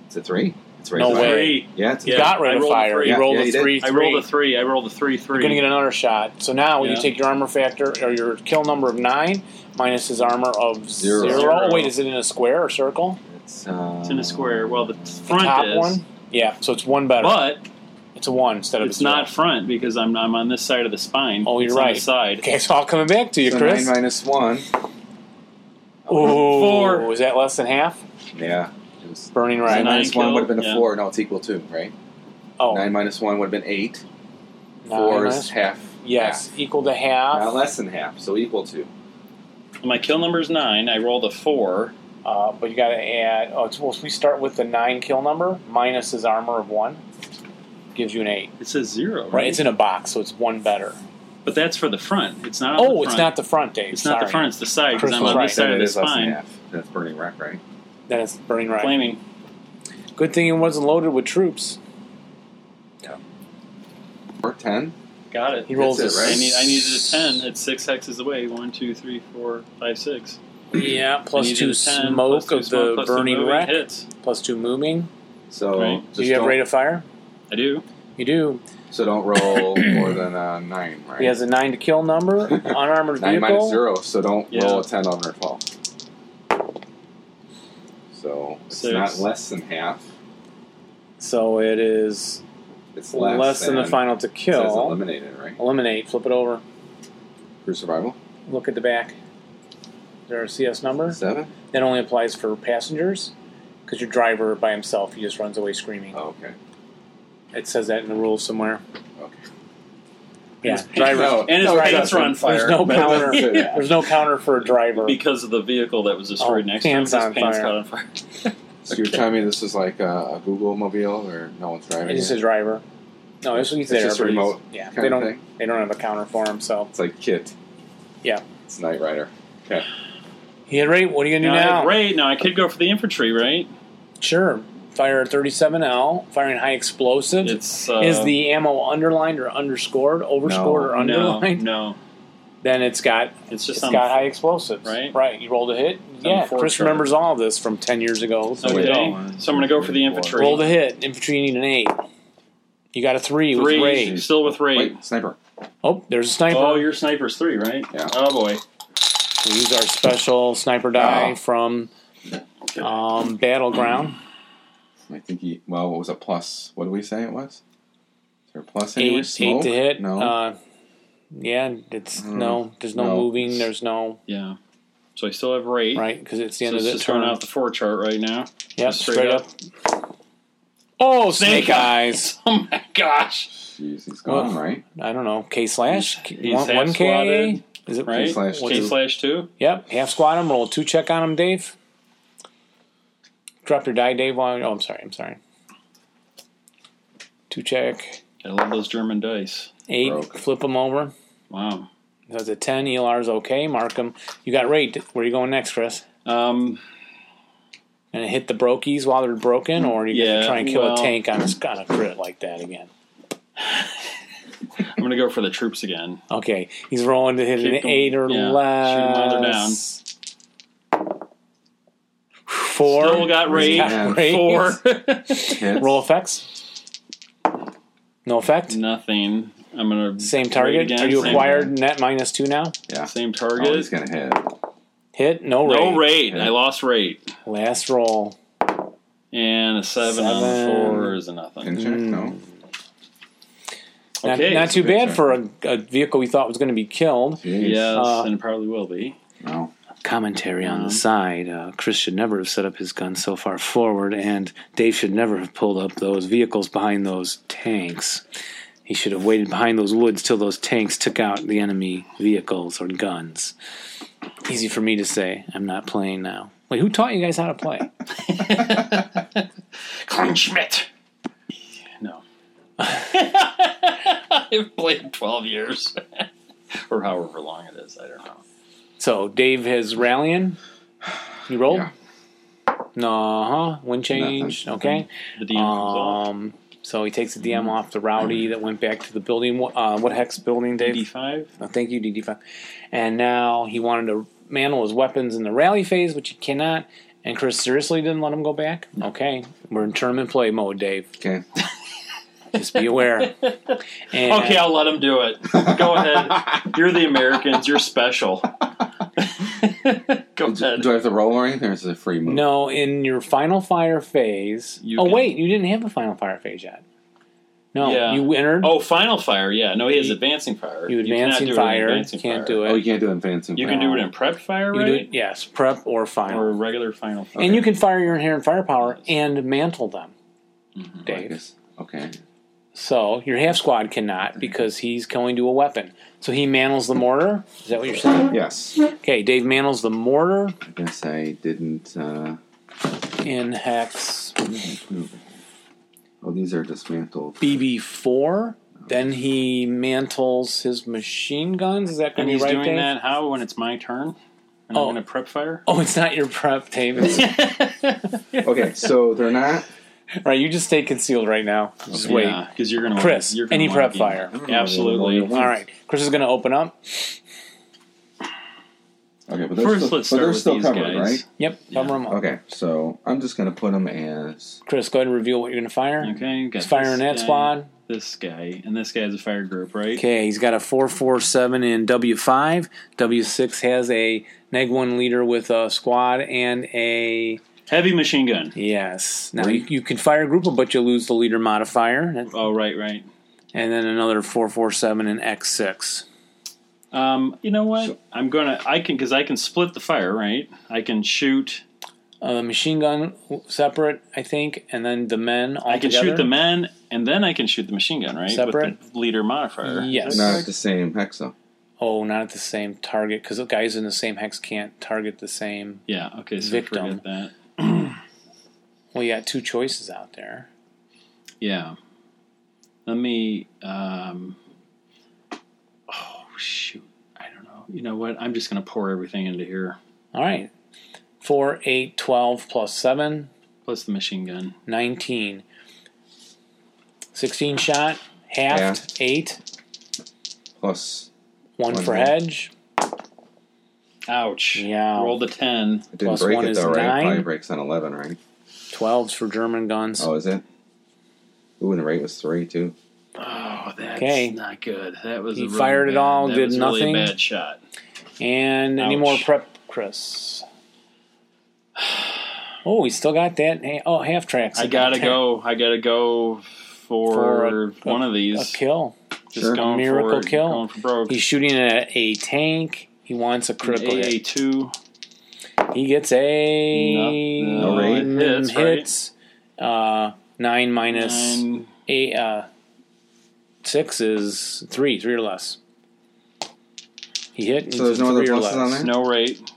Speaker 5: it's a three. It's right
Speaker 1: No
Speaker 5: there.
Speaker 1: way.
Speaker 2: Three.
Speaker 5: Yeah, it's
Speaker 1: He
Speaker 2: Yeah,
Speaker 1: got
Speaker 2: I
Speaker 1: rid of
Speaker 2: rolled a
Speaker 1: fire.
Speaker 2: three.
Speaker 1: He rolled
Speaker 5: Yeah,
Speaker 1: a
Speaker 5: he did.
Speaker 1: three.
Speaker 2: I
Speaker 1: three.
Speaker 2: rolled a three. I rolled a three,
Speaker 1: You're
Speaker 2: three.
Speaker 1: gonna get another shot. So now
Speaker 2: Yeah.
Speaker 1: you take your armor factor or your kill number of nine minus his armor of
Speaker 5: Zero.
Speaker 1: zero. Oh,
Speaker 2: Zero.
Speaker 1: Wait, is it in a square or circle?
Speaker 5: It's, uh,
Speaker 2: it's in a square. Well, the
Speaker 1: The
Speaker 2: front
Speaker 1: top
Speaker 2: is,
Speaker 1: one. Yeah, so it's one better.
Speaker 2: but
Speaker 1: it's a one instead of a
Speaker 2: it's
Speaker 1: zero.
Speaker 2: not front because I'm I'm on this side of the spine.
Speaker 1: Oh, you're
Speaker 2: It's on the
Speaker 1: right.
Speaker 2: side.
Speaker 1: Okay, it's all coming back to you,
Speaker 5: so
Speaker 1: Chris.
Speaker 5: nine minus one.
Speaker 1: Ooh,
Speaker 2: Four.
Speaker 1: was that less than half?
Speaker 5: Yeah. It was
Speaker 1: Burning
Speaker 5: Nine
Speaker 1: right.
Speaker 2: Nine
Speaker 5: minus one
Speaker 2: kill?
Speaker 5: would have been a
Speaker 2: Yeah.
Speaker 5: four. No, it's equal to right.
Speaker 1: Oh,
Speaker 5: Nine minus one would have been eight.
Speaker 1: nine
Speaker 5: four
Speaker 1: minus-
Speaker 5: is half.
Speaker 1: Yes, equal to
Speaker 5: half.
Speaker 1: half.
Speaker 5: Not less than half, so equal to.
Speaker 2: My kill number is nine. I rolled a four.
Speaker 1: Uh, but you got to add. Oh, it's, well, we start with the nine kill number minus his armor of one, gives you an eight.
Speaker 2: It says zero, right?
Speaker 1: Right, it's in a box, so it's one better.
Speaker 2: but that's for the front. It's not. on the
Speaker 1: Oh, it's
Speaker 2: front.
Speaker 1: not the front, Dave.
Speaker 2: It's not the
Speaker 1: sorry.
Speaker 2: front. It's the side because I'm
Speaker 1: Crystal's
Speaker 2: on
Speaker 1: right.
Speaker 2: this side
Speaker 5: Then
Speaker 2: of
Speaker 5: it
Speaker 2: the
Speaker 5: is less than
Speaker 2: spine.
Speaker 5: half. That's burning rock, right?
Speaker 1: Then it's burning right.
Speaker 2: Flaming.
Speaker 1: Good thing it wasn't loaded with troops.
Speaker 5: Or ten.
Speaker 2: Got it.
Speaker 1: He rolls
Speaker 5: That's it,
Speaker 1: a
Speaker 5: right?
Speaker 2: I need. I needed a ten. It's six hexes away. One, two, three, four, five, six.
Speaker 1: Yeah, plus
Speaker 2: I needed
Speaker 1: two
Speaker 2: a 10,
Speaker 1: smoke
Speaker 2: plus two
Speaker 1: of
Speaker 2: smoke,
Speaker 1: the
Speaker 2: plus two
Speaker 1: burning
Speaker 2: moving
Speaker 1: wreck,
Speaker 2: Hits.
Speaker 1: plus two moving.
Speaker 5: So
Speaker 2: Right.
Speaker 5: just
Speaker 1: Do you have
Speaker 5: don't,
Speaker 1: rate of fire?
Speaker 2: I do.
Speaker 1: You do.
Speaker 5: so don't roll more than a nine, right?
Speaker 1: He has a nine to kill number, unarmored
Speaker 5: nine minus
Speaker 1: vehicle.
Speaker 5: zero, so don't
Speaker 2: Yeah.
Speaker 5: roll a ten on her fall. So it's
Speaker 2: Six.
Speaker 5: not less than half.
Speaker 1: So it is
Speaker 5: It's
Speaker 1: less,
Speaker 5: less,
Speaker 1: than the final to
Speaker 5: It says
Speaker 1: kill.
Speaker 5: eliminated, right?
Speaker 1: Eliminate. Flip it over.
Speaker 5: For survival,
Speaker 1: Look at the back. Is there a CS number?
Speaker 5: seven.
Speaker 1: That only applies for passengers, because your driver by himself, he just runs away screaming.
Speaker 5: Oh, okay,
Speaker 1: It says that in the rules somewhere.
Speaker 5: okay.
Speaker 1: Yeah,
Speaker 2: His pants-
Speaker 1: driver.
Speaker 5: No,
Speaker 2: And his
Speaker 1: no, it
Speaker 2: pants are on
Speaker 5: doesn't.
Speaker 2: fire.
Speaker 1: There's no
Speaker 2: But-
Speaker 1: counter.
Speaker 5: say that.
Speaker 1: There's no counter for a driver.
Speaker 2: because of the vehicle that was destroyed
Speaker 1: Oh,
Speaker 2: next to him.
Speaker 1: pants
Speaker 2: His
Speaker 1: on
Speaker 2: pants
Speaker 1: fire.
Speaker 2: caught on fire.
Speaker 5: So you're telling me this is like a, a Google mobile, or no one's driving
Speaker 1: It is
Speaker 5: it?
Speaker 1: a driver. No, this one's
Speaker 5: It's
Speaker 1: there.
Speaker 5: just
Speaker 1: but he's-
Speaker 5: remote
Speaker 1: Yeah,
Speaker 5: kind
Speaker 1: they
Speaker 5: of
Speaker 1: don't.
Speaker 5: thing?
Speaker 1: They don't have a counter for him. So
Speaker 5: It's like Kit.
Speaker 1: Yeah.
Speaker 5: It's Knight Rider.
Speaker 1: he had rate. What are you gonna do
Speaker 2: Now, I
Speaker 1: now?
Speaker 2: have raid. Now I could go for the infantry, right?
Speaker 1: Sure, fire thirty-seven L. Firing high explosive.
Speaker 2: It's uh,
Speaker 1: is the ammo underlined or underscored, overscored or
Speaker 2: no,
Speaker 1: underlined?
Speaker 2: no.
Speaker 1: Then it's got
Speaker 2: It's
Speaker 1: it's
Speaker 2: just on
Speaker 1: got high explosives.
Speaker 2: right?
Speaker 1: right. You rolled a hit. yeah,
Speaker 2: four Oh,
Speaker 1: Chris
Speaker 2: chart.
Speaker 1: remembers all of this from ten years ago. So
Speaker 2: Okay,
Speaker 5: Wait,
Speaker 2: so I'm going to go for the infantry.
Speaker 1: roll the hit. Infantry you need an eight. You got a three,
Speaker 2: three,
Speaker 1: with rage.
Speaker 2: still with raid.
Speaker 5: Wait, sniper.
Speaker 1: Oh, there's a sniper.
Speaker 2: Oh, your sniper's three, right?
Speaker 5: Yeah.
Speaker 2: Oh boy.
Speaker 1: We use our special sniper die
Speaker 5: Oh.
Speaker 1: from um, Battleground.
Speaker 5: I think he. Well, what was a plus? What did we say it was? Is there a plus anywhere?
Speaker 1: Eight, eight
Speaker 5: Smoke?
Speaker 1: to hit.
Speaker 5: No.
Speaker 1: Uh, yeah, it's
Speaker 5: Mm,
Speaker 1: no. There's no,
Speaker 5: no.
Speaker 1: moving. There's no
Speaker 2: Yeah. So I still have raid.
Speaker 1: right because it's the
Speaker 2: So
Speaker 1: end
Speaker 2: it's
Speaker 1: of the
Speaker 2: just throwing
Speaker 1: turn.
Speaker 2: out the four chart right now.
Speaker 1: yep,
Speaker 2: straight
Speaker 1: straight, up. Oh, snake,
Speaker 2: Snake
Speaker 1: eyes.
Speaker 2: Oh my gosh.
Speaker 5: Jeez, he's gone,
Speaker 1: Well,
Speaker 5: right?
Speaker 1: I don't know. K slash
Speaker 2: he's
Speaker 1: one,
Speaker 2: half
Speaker 1: one K.
Speaker 2: squatted,
Speaker 1: Is it
Speaker 2: Right?
Speaker 5: slash
Speaker 2: K
Speaker 5: two.
Speaker 2: slash two.
Speaker 1: Yep, half squat him. Roll a two check on him, Dave. Drop your die, Dave. While oh, I'm sorry. I'm sorry. Two check
Speaker 2: I love those German dice.
Speaker 1: eight.
Speaker 5: Broke.
Speaker 1: Flip him over.
Speaker 2: Wow.
Speaker 1: That's a 10. ELR's okay. Mark them. You got rate. Where are you going next, Chris?
Speaker 2: Um,
Speaker 1: And hit the brokies while they're broken, or are you going
Speaker 2: Yeah,
Speaker 1: to try and kill
Speaker 2: well-
Speaker 1: a tank on a, on a crit like that again?
Speaker 2: I'm going to go for the troops again.
Speaker 1: Okay, he's rolling to hit
Speaker 2: Keep
Speaker 1: an
Speaker 2: them-
Speaker 1: 8 or
Speaker 2: yeah, shoot 'em while they're
Speaker 1: less. Four.
Speaker 2: Still got rage.
Speaker 1: Got rage.
Speaker 2: Four.
Speaker 5: Hits.
Speaker 1: Roll effects. No effect.
Speaker 2: Nothing. I'm gonna
Speaker 1: Same
Speaker 2: rate
Speaker 1: target.
Speaker 2: Again.
Speaker 1: Are you
Speaker 2: Same-
Speaker 1: acquired net minus two now?
Speaker 5: Yeah.
Speaker 2: Same
Speaker 5: Oh, he's
Speaker 2: target.
Speaker 5: gonna hit.
Speaker 1: Hit. No rate.
Speaker 2: no rate.
Speaker 5: Yeah.
Speaker 2: I lost rate.
Speaker 1: Last roll.
Speaker 2: And a seven, on
Speaker 1: Seven.
Speaker 2: the four is a nothing.
Speaker 5: Pinch check? No.
Speaker 1: Not,
Speaker 2: Okay.
Speaker 1: not too
Speaker 5: Good
Speaker 1: bad
Speaker 5: check.
Speaker 1: for a, a vehicle we thought was going to be killed.
Speaker 5: Jeez.
Speaker 2: Yes,
Speaker 1: Uh,
Speaker 2: and it probably will be.
Speaker 5: No.
Speaker 1: commentary on
Speaker 2: Um,
Speaker 1: the
Speaker 5: Mm-hmm.
Speaker 1: side. Uh, Chris should never have set up his gun so far forward, and Dave should never have pulled up those vehicles behind those tanks. He should have waited behind those woods till those tanks took out the enemy vehicles or guns. Easy for me to say. I'm not playing now. Wait, who taught you guys how to play?
Speaker 2: Kleinschmidt. No. I've played 12 years. or however long it is. I don't know.
Speaker 1: So Dave has rallying. You rolled.
Speaker 5: Yeah.
Speaker 1: No, huh? Wind change.
Speaker 5: Nothing.
Speaker 1: Okay.
Speaker 2: The DM comes off.
Speaker 1: Um, so he takes the DM off the
Speaker 5: Mm-hmm.
Speaker 1: rowdy that went back to the building. What, uh, what hex building, Dave?
Speaker 2: D5.
Speaker 1: No, thank you, DD5. And now he wanted to mantle his weapons in the rally phase, which he cannot. And Chris seriously didn't let him go back? Okay. We're in tournament play mode, Dave.
Speaker 5: Okay.
Speaker 1: Just be aware. And
Speaker 2: Okay, I'll let him do it. Go ahead. You're the Americans. You're special. Go
Speaker 5: Do,
Speaker 2: ahead.
Speaker 5: do I have to roll or anything, or is it a free move?
Speaker 1: No, in your final fire phase.
Speaker 2: You
Speaker 1: oh,
Speaker 2: can-
Speaker 1: wait. You didn't have a final fire phase yet. No.
Speaker 2: Yeah.
Speaker 1: You entered.
Speaker 2: Oh, final fire. Yeah, no, he has advancing fire.
Speaker 1: you
Speaker 2: cannot
Speaker 1: advancing
Speaker 2: do it in
Speaker 1: fire.
Speaker 2: advancing
Speaker 1: can't
Speaker 2: fire.
Speaker 1: do it.
Speaker 5: Oh, you can't do advancing.
Speaker 2: You can do it in prep fire,
Speaker 1: You can do
Speaker 2: right?
Speaker 1: it- yes. Prep or final.
Speaker 2: Or regular final fire.
Speaker 1: And you can fire your inherent firepower and mantle them,
Speaker 2: Mm-hmm.
Speaker 5: I
Speaker 1: Dave.
Speaker 5: guess. Okay.
Speaker 1: So your half squad cannot because he's going to a weapon. So he mantles the mortar. Is that what you're saying?
Speaker 5: Yes.
Speaker 1: Okay, Dave mantles the mortar
Speaker 5: I guess I didn't. Uh,
Speaker 1: in hex
Speaker 5: oh, these are dismantled.
Speaker 1: BB4. Then he mantles his machine guns. Is that
Speaker 2: And
Speaker 1: going to
Speaker 2: he's
Speaker 1: be right,
Speaker 2: doing
Speaker 1: Dave?
Speaker 2: that how when it's my turn? And
Speaker 1: Oh.
Speaker 2: I'm going to prep fire?
Speaker 1: Oh, it's not your prep, Dave. It's-
Speaker 5: Okay, so they're not.
Speaker 1: right, you just stay concealed right now. Just wait.
Speaker 2: because you're going to
Speaker 1: Chris,
Speaker 2: You're gonna
Speaker 1: any
Speaker 2: wanna
Speaker 1: prep
Speaker 2: be-
Speaker 1: fire?
Speaker 2: Absolutely.
Speaker 1: All right, Chris is going to open up.
Speaker 5: Okay, but they're
Speaker 2: First,
Speaker 5: still,
Speaker 2: let's
Speaker 5: but
Speaker 2: start
Speaker 5: they're
Speaker 2: with
Speaker 5: still
Speaker 2: these
Speaker 5: covered,
Speaker 2: guys.
Speaker 5: right?
Speaker 1: Yep, cover him up.
Speaker 5: Okay, so I'm just gonna put them as
Speaker 1: Chris, go ahead and reveal what you're going to fire.
Speaker 2: Okay, you got
Speaker 1: He's firing
Speaker 2: this
Speaker 1: that
Speaker 2: guy,
Speaker 1: squad.
Speaker 2: This guy and this guy's a fire group, right?
Speaker 1: Okay, he's got a 447 in W5. W6 has a neg 1 leader with a squad and a.
Speaker 2: Heavy machine gun.
Speaker 1: Yes. Now you, you can fire a group, but you lose the leader modifier.
Speaker 2: Oh, right, right.
Speaker 1: And then another 447 and X6.
Speaker 2: Um, you know what? I'm gonna. I can because I can split the fire, right? I can shoot.
Speaker 1: Uh, machine gun separate, I think, and then the men all
Speaker 2: I can shoot the men, and then I can shoot the machine gun, right? With
Speaker 1: Separate?
Speaker 2: the leader modifier.
Speaker 1: Yes.
Speaker 5: not at the same hexa.
Speaker 1: Oh, not at the same target, because the guys in the same hex can't target the same.
Speaker 2: Yeah. Okay. So
Speaker 1: Victim.
Speaker 2: forget that.
Speaker 1: Well, you got two choices out there.
Speaker 2: Yeah. Let me. Um, oh shoot! I don't know. You know what? I'm just gonna pour everything into here,
Speaker 1: All right. 4, 8, 12 plus 7,
Speaker 2: plus the machine gun.
Speaker 1: 19. 16 shot, half, 8,
Speaker 5: Plus,
Speaker 1: 1
Speaker 5: One
Speaker 1: for
Speaker 5: hit.
Speaker 1: hedge.
Speaker 2: Ouch.
Speaker 1: Yeah.
Speaker 2: Roll the ten.
Speaker 5: I didn't
Speaker 1: Plus
Speaker 5: break
Speaker 1: one
Speaker 5: it
Speaker 1: is
Speaker 5: though, right?
Speaker 1: nine.
Speaker 5: Probably breaks on eleven, right?
Speaker 1: 12s for German guns.
Speaker 5: Oh, is it? Ooh, and the rate was three too.
Speaker 2: Oh, that's
Speaker 1: Okay.
Speaker 2: not good. That was
Speaker 1: He
Speaker 2: a really
Speaker 1: fired it
Speaker 2: bad-
Speaker 1: all,
Speaker 2: that
Speaker 1: did
Speaker 2: was
Speaker 1: nothing.
Speaker 2: Really a bad shot.
Speaker 1: And any
Speaker 2: Ouch.
Speaker 1: more prep, Chris? Oh, he still got that. ha- Oh, half tracks.
Speaker 2: I gotta go. I gotta go for,
Speaker 1: For a-
Speaker 2: one of
Speaker 1: A
Speaker 2: these.
Speaker 1: kill.
Speaker 2: Just
Speaker 5: Sure.
Speaker 2: going
Speaker 1: Miracle
Speaker 2: for it,
Speaker 1: kill.
Speaker 2: Going for broke.
Speaker 1: He's shooting at a tank. He wants a critical
Speaker 2: AA
Speaker 1: hit.
Speaker 2: two.
Speaker 1: He gets a
Speaker 2: No, no,
Speaker 5: it
Speaker 1: Mm,
Speaker 2: hits, right?
Speaker 1: hits. Uh, nine minus
Speaker 2: nine.
Speaker 1: eight. Uh, six is three, three or less. He hit. and
Speaker 5: So there's
Speaker 1: it's
Speaker 5: no other
Speaker 1: three or
Speaker 5: pluses on
Speaker 1: less.
Speaker 2: No rate.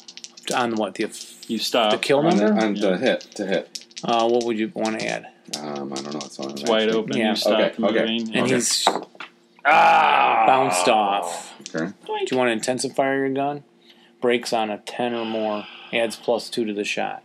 Speaker 1: On what the, the
Speaker 2: You stop.
Speaker 1: kill
Speaker 5: On, the,
Speaker 1: number?
Speaker 5: on the hit to hit.
Speaker 1: Uh, what would you want to add?
Speaker 5: Um, I don't know. It's, on
Speaker 2: It's wide open.
Speaker 1: Yeah.
Speaker 2: You stop
Speaker 5: Okay, okay.
Speaker 2: moving.
Speaker 1: And
Speaker 5: Okay.
Speaker 1: he's
Speaker 2: ah,
Speaker 1: bounced off.
Speaker 5: Okay.
Speaker 1: Do you want to intensify your gun? Breaks on a 10 or more, adds plus 2 to the shot.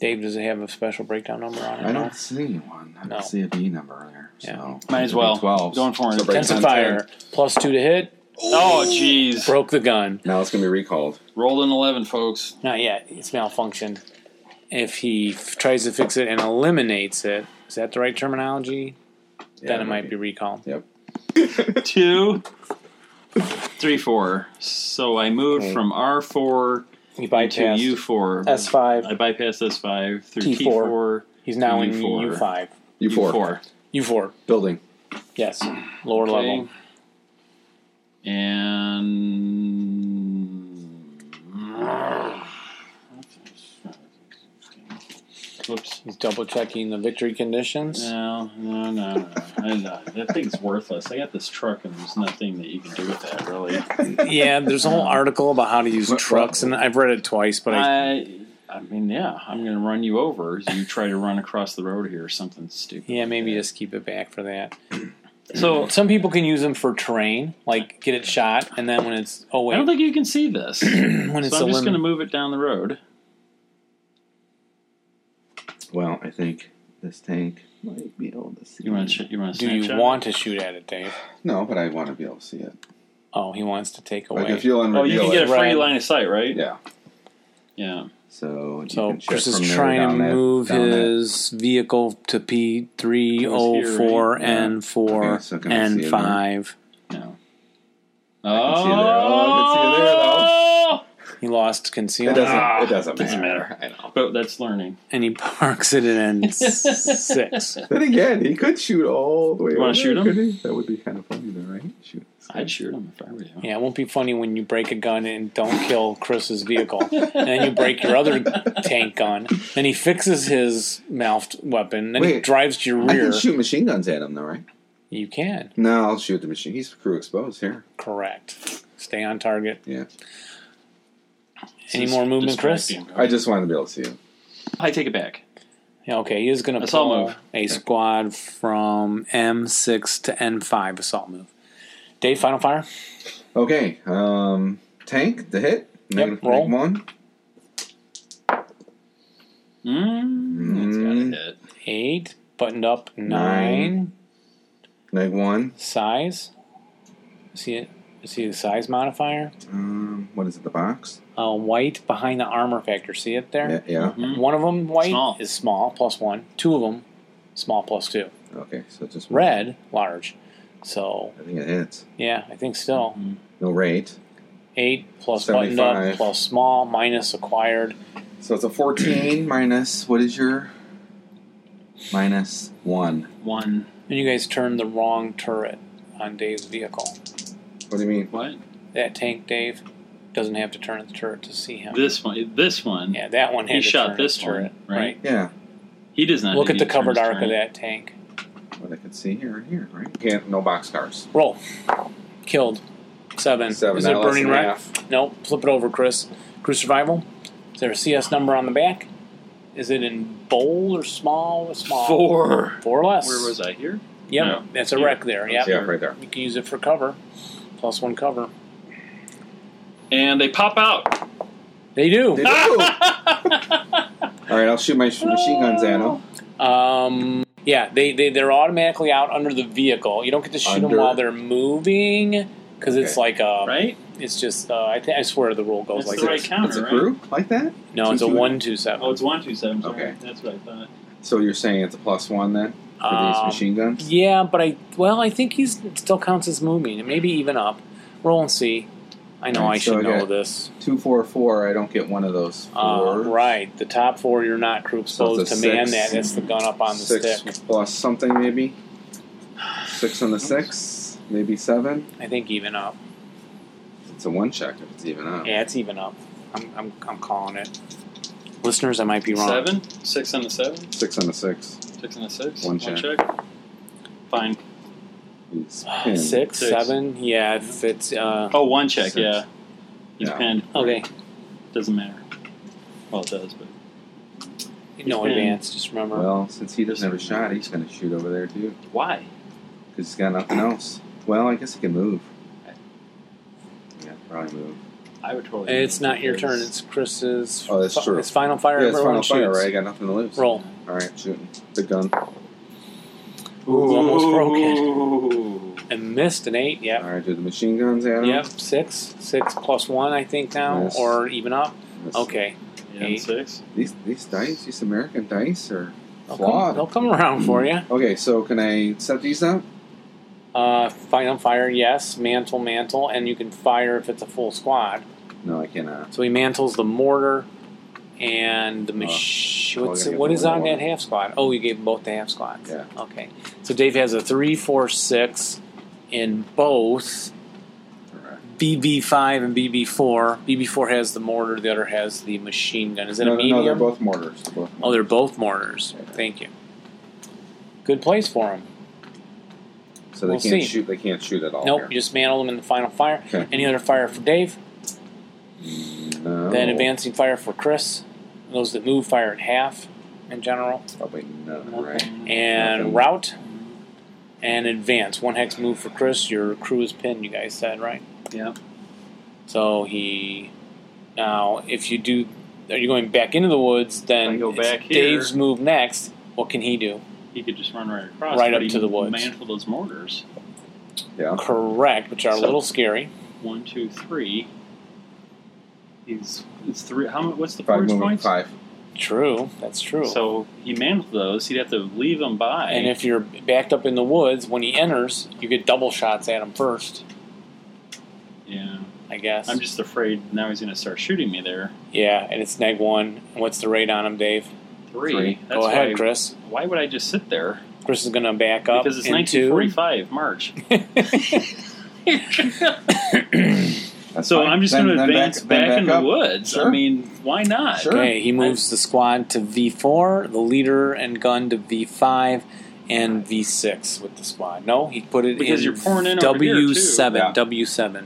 Speaker 1: Dave, does it have a special breakdown number on it?
Speaker 5: I
Speaker 1: No?
Speaker 5: don't see one. I don't
Speaker 1: No.
Speaker 5: see a B number there. So
Speaker 1: Yeah.
Speaker 2: Might as well. Going for it.
Speaker 5: So breaks on
Speaker 1: Intensifier, plus 2 to hit,
Speaker 2: Oh, jeez.
Speaker 1: Broke the gun.
Speaker 3: Now it's gonna be recalled.
Speaker 2: Rolled an 11, folks.
Speaker 1: Not yet. It's malfunctioned. If he f- tries to fix it and eliminates it, is that the right terminology? then it might be recalled.
Speaker 2: Two, three, four. So I moved
Speaker 1: Okay.
Speaker 2: from R4
Speaker 1: He
Speaker 2: to
Speaker 1: bypassed
Speaker 2: U4. I
Speaker 1: S5.
Speaker 2: bypassed S5 through
Speaker 1: T4.
Speaker 2: T4.
Speaker 1: He's now in
Speaker 2: U4.
Speaker 1: U5.
Speaker 3: You
Speaker 2: U4.
Speaker 3: four.
Speaker 1: U4.
Speaker 3: Building.
Speaker 1: Yes. Lower
Speaker 2: Okay.
Speaker 1: level.
Speaker 2: And. Whoops.
Speaker 1: He's double checking the victory conditions.
Speaker 2: No, no, no, no. I know. That thing's worthless. I got this truck, and there's nothing that you can do with that, really.
Speaker 1: yeah, there's a whole article about how to use
Speaker 5: What-
Speaker 1: trucks, and I've read it twice, but I,
Speaker 2: I, I mean, yeah, I'm going to run you over as you try to run across the road here or something stupid.
Speaker 1: yeah, maybe just keep it back for that.
Speaker 2: So
Speaker 1: Some people can use them for terrain, like get it shot, and then when it's oh
Speaker 2: I don't
Speaker 1: wait,
Speaker 2: think you can see this. so
Speaker 1: when it's
Speaker 2: I'm just
Speaker 1: elim-
Speaker 2: going to move it down the road.
Speaker 5: Well, I think this tank might be able to see.
Speaker 2: You want to? You want to?
Speaker 1: do you want to shoot at it, Dave?
Speaker 5: No, but I want to be able to see it.
Speaker 1: Oh, he wants to take away.
Speaker 5: Like if you'll
Speaker 2: Oh, you
Speaker 5: unreveal
Speaker 2: can get a
Speaker 5: it.
Speaker 2: free
Speaker 1: Right.
Speaker 2: line of sight, right?
Speaker 5: Yeah.
Speaker 2: Yeah.
Speaker 5: So you
Speaker 1: so
Speaker 5: can check
Speaker 1: Chris is
Speaker 5: from there
Speaker 1: trying to
Speaker 5: down that-
Speaker 1: move
Speaker 5: down that-
Speaker 1: his vehicle to P three oh four
Speaker 2: right?
Speaker 1: and four
Speaker 5: Okay, so can I see
Speaker 1: and
Speaker 5: it now?
Speaker 1: five.
Speaker 2: No.
Speaker 5: can see it there. Oh,
Speaker 2: Oh,
Speaker 1: He lost
Speaker 5: It
Speaker 1: concealment,
Speaker 5: doesn't.
Speaker 2: Ah,
Speaker 5: it doesn't,
Speaker 2: doesn't
Speaker 5: matter.
Speaker 2: matter. I know, but that's learning.
Speaker 1: and he parks it at end six.
Speaker 5: Then again, he could shoot all the way.
Speaker 2: You wanna
Speaker 5: over
Speaker 2: shoot
Speaker 5: there,
Speaker 2: him?
Speaker 5: couldn't he? That would be kind of funny, though, right? Shoot.
Speaker 2: I'd shoot him if I were you.
Speaker 1: Yeah, it won't be funny when you break a gun and don't kill Chris's vehicle, and then you break your other tank gun. Then he fixes his mouthed weapon, then he
Speaker 5: Wait,
Speaker 1: drives to your
Speaker 5: I
Speaker 1: rear.
Speaker 5: can shoot machine guns at him, though, right?
Speaker 1: You can,
Speaker 5: No, I'll shoot the machine. He's crew exposed here.
Speaker 1: correct. Stay on target.
Speaker 5: Yeah,
Speaker 1: Any
Speaker 2: Just-
Speaker 1: more movement,
Speaker 2: just
Speaker 1: Chris?
Speaker 2: back in.
Speaker 5: I just wanted to be able to see him.
Speaker 2: I take it back.
Speaker 1: Yeah, Okay, he is going to
Speaker 2: Assault
Speaker 1: pull
Speaker 2: move.
Speaker 1: a squad from M6 to N5 assault move. Dave, final fire.
Speaker 5: Okay, um, tank the hit. Negative
Speaker 1: roll.
Speaker 5: one.
Speaker 2: Mm,
Speaker 5: Mm.
Speaker 2: that's got to hit.
Speaker 1: Eight, buttoned up nine.
Speaker 5: Neg one.
Speaker 1: Size. Is he? Is he a size modifier?
Speaker 5: Um, what is it? The box.
Speaker 1: Uh, white behind the armor factor. See it there?
Speaker 5: Yeah. yeah.
Speaker 2: Mhm.
Speaker 1: One of them white
Speaker 2: Small.
Speaker 1: is small plus one. Two of them small plus two.
Speaker 5: Okay, so just
Speaker 1: Red large. So
Speaker 5: I think it hits.
Speaker 1: yeah, I think still
Speaker 2: Mm-hmm.
Speaker 5: No rate.
Speaker 1: eight plus buttoned up
Speaker 5: 75.
Speaker 1: plus small minus acquired.
Speaker 5: So it's a fourteen minus. What is your minus one?
Speaker 2: One.
Speaker 1: And you guys turned the wrong turret on Dave's vehicle.
Speaker 5: What do you mean?
Speaker 2: What?
Speaker 1: That tank, Dave, doesn't have to turn the turret to see him.
Speaker 2: This one. This one.
Speaker 1: yeah, that one. Had
Speaker 2: He
Speaker 1: to
Speaker 2: shot
Speaker 1: turn
Speaker 2: this
Speaker 1: its turret.
Speaker 2: one, right?
Speaker 5: Yeah,
Speaker 2: He does not.
Speaker 1: Look at
Speaker 2: need
Speaker 1: the
Speaker 2: to turn
Speaker 1: covered
Speaker 2: his
Speaker 1: arc of
Speaker 2: turn.
Speaker 1: that tank.
Speaker 5: what I could see here and here, right? Can't no box cars.
Speaker 1: Roll. Killed. Seven.
Speaker 5: Seven.
Speaker 1: Is it
Speaker 5: not less
Speaker 1: burning
Speaker 5: than
Speaker 1: wreck?
Speaker 5: half.
Speaker 1: No, flip it over, Chris. Crew survival. Is there a CS number on the back? Is it in bold or small? Small.
Speaker 2: Four.
Speaker 1: Four or less.
Speaker 2: Where was I here?
Speaker 1: Yep,
Speaker 2: No.
Speaker 1: that's a
Speaker 2: Here.
Speaker 1: wreck there. Yep.
Speaker 5: Yeah, right there.
Speaker 1: You can use it for cover. Plus one cover.
Speaker 2: And they pop out.
Speaker 1: They do.
Speaker 5: All right, I'll shoot my sh- machine guns at him.
Speaker 1: Um, yeah, they, they, they're automatically out under the vehicle. You don't get to shoot them
Speaker 5: Under.
Speaker 1: while they're moving because it's
Speaker 5: Okay.
Speaker 1: like a.
Speaker 2: Right.
Speaker 1: It's just, uh, I, th- I swear the rule goes
Speaker 2: It's
Speaker 1: like
Speaker 2: the right
Speaker 1: this.
Speaker 2: counter,
Speaker 5: It's a
Speaker 2: right?
Speaker 5: crew like that.
Speaker 1: No, it's a
Speaker 5: two-
Speaker 1: one, two, seven.
Speaker 2: Oh, it's one two seven. Sorry.
Speaker 5: Okay.
Speaker 2: That's what I thought.
Speaker 5: So you're saying it's a plus one then for these
Speaker 1: Um,
Speaker 5: machine guns?
Speaker 1: Yeah, but I well, I think he's it still counts as moving, and maybe even up. Roll and see. I know
Speaker 5: Alright,
Speaker 1: I
Speaker 5: so
Speaker 1: should
Speaker 5: I
Speaker 1: know
Speaker 5: got
Speaker 1: this.
Speaker 5: Two, four, four. I don't get one of those.
Speaker 1: Uh,
Speaker 5: Four,
Speaker 1: right, the top four you're not crew
Speaker 5: So
Speaker 1: exposed
Speaker 5: it's
Speaker 1: to
Speaker 5: a
Speaker 1: man
Speaker 5: six.
Speaker 1: that. That's the gun up on the
Speaker 5: six
Speaker 1: stick.
Speaker 5: plus something maybe. Six on the six, maybe seven.
Speaker 1: I think even up.
Speaker 5: It's a one check if it's even up.
Speaker 1: Yeah, it's even up. I'm I'm, I'm calling it. Listeners, I might be wrong.
Speaker 2: Seven. Six on the seven.
Speaker 5: Six on the six.
Speaker 2: Six on the six.
Speaker 5: One
Speaker 2: check.
Speaker 5: check.
Speaker 2: Fine.
Speaker 5: He's
Speaker 1: Hmm. Six,
Speaker 5: pinned.
Speaker 2: Six.
Speaker 1: seven. Yeah, if it's uh
Speaker 2: Oh, one check.
Speaker 5: Six.
Speaker 2: Yeah. He's
Speaker 5: Yeah.
Speaker 2: pinned.
Speaker 1: okay.
Speaker 2: Doesn't matter. Well, it does, but
Speaker 1: No
Speaker 2: He's been-
Speaker 1: advance. Just remember.
Speaker 5: Well, since he doesn't have a shot, he's going to shoot over there too
Speaker 2: why?
Speaker 5: because he's got nothing else. Well, I guess he can move. Yeah, probably move.
Speaker 2: I would totally.
Speaker 1: it's
Speaker 2: move
Speaker 1: not your turn.
Speaker 2: because-
Speaker 1: It's Chris's.
Speaker 5: Oh, that's
Speaker 1: fi-
Speaker 5: true.
Speaker 1: It's final fire.
Speaker 5: Yeah, it's
Speaker 1: everyone
Speaker 5: final fire,
Speaker 1: shoots.
Speaker 5: right? I got nothing to lose.
Speaker 1: Roll.
Speaker 5: All right, shooting. Big gun.
Speaker 1: Ooh, almost broke it.
Speaker 2: Ooh.
Speaker 1: and missed an eight. Yep.
Speaker 5: All right, do the machine guns at him.
Speaker 1: Yep. Six. Six plus one, I think now,
Speaker 5: Yes.
Speaker 1: or even up.
Speaker 5: Let's-
Speaker 1: Okay.
Speaker 2: Yeah,
Speaker 1: Eight.
Speaker 2: six.
Speaker 5: These these dice, these American dice are
Speaker 1: They'll Oh, come,
Speaker 5: flawed. Hmm.
Speaker 1: they'll come around for you.
Speaker 5: Okay, so can I set these up?
Speaker 1: Uh, fight on fire, yes. Mantle, mantle, and you can fire if it's a full squad.
Speaker 5: No, I cannot.
Speaker 1: So he mantles the mortar and the mach-
Speaker 5: Oh, I
Speaker 1: what's
Speaker 5: gotta
Speaker 1: it-
Speaker 5: get
Speaker 1: What is
Speaker 5: the
Speaker 1: on
Speaker 5: little
Speaker 1: that half squad? Oh, you gave both the half squads.
Speaker 5: Yeah.
Speaker 1: Okay. So Dave has a three, four, six in both
Speaker 5: Alright.
Speaker 1: BB five and BB four. BB four has the mortar. The other has the machine gun. Is it
Speaker 5: no,
Speaker 1: a
Speaker 5: no,
Speaker 1: medium?
Speaker 5: no, they're both mortars. They're both
Speaker 1: oh, they're both mortars.
Speaker 5: Yeah.
Speaker 1: Thank you. Good place for him.
Speaker 5: So they
Speaker 1: We'll see.
Speaker 5: can't shoot. They can't shoot at all.
Speaker 1: nope.
Speaker 5: Oh, here.
Speaker 1: You just mantle them in the final fire.
Speaker 5: Okay.
Speaker 1: Any other fire for Dave?
Speaker 5: No.
Speaker 1: Then advancing fire for Chris. Those that move fire at half in general.
Speaker 5: Probably none, right?
Speaker 1: And
Speaker 5: Okay.
Speaker 1: route. And advance. One hex move for Chris. Your crew is pinned, you guys said, right?
Speaker 2: Yeah.
Speaker 1: So he. Now, if you do. Are you going back into the woods? Then
Speaker 2: I go
Speaker 1: it's
Speaker 2: back here.
Speaker 1: Dave's move next. What can he do?
Speaker 2: He could just run right across.
Speaker 1: Right
Speaker 2: but
Speaker 1: up
Speaker 2: he
Speaker 1: to the woods.
Speaker 2: Mantle those mortars.
Speaker 1: Correct, which are a
Speaker 2: So-
Speaker 1: little scary.
Speaker 2: One, two, three. He's it's three. How much? What's the
Speaker 5: Five
Speaker 2: forage
Speaker 5: movement.
Speaker 2: points?
Speaker 5: Five.
Speaker 1: True, that's true.
Speaker 2: So he mantled those. He'd have to leave them by.
Speaker 1: and if you're backed up in the woods, when he enters, you get double shots at him first,
Speaker 2: yeah,
Speaker 1: I guess.
Speaker 2: I'm just afraid now he's going to start shooting me there.
Speaker 1: Yeah, and it's neg one. And What's the rate on him, Dave?
Speaker 2: Three.
Speaker 5: Three.
Speaker 2: That's
Speaker 1: Go ahead,
Speaker 2: why,
Speaker 1: Chris.
Speaker 2: Why would I just sit there?
Speaker 1: Chris is going to back up
Speaker 2: Because it's
Speaker 1: into.
Speaker 2: 1945 March.
Speaker 5: That's
Speaker 2: So
Speaker 5: fine.
Speaker 2: I'm just
Speaker 5: Then-
Speaker 2: going to
Speaker 5: then
Speaker 2: advance
Speaker 5: back,
Speaker 2: back,
Speaker 5: then back
Speaker 2: in the
Speaker 5: up.
Speaker 2: woods. I
Speaker 5: Sure.
Speaker 2: mean, why not?
Speaker 5: Sure.
Speaker 1: okay, he moves the squad to V4, the leader and gun to V5, and V6 with the squad. No, he put it
Speaker 2: Because
Speaker 1: in,
Speaker 2: you're pouring in over here, too.
Speaker 1: W7.
Speaker 5: Yeah.
Speaker 1: W7.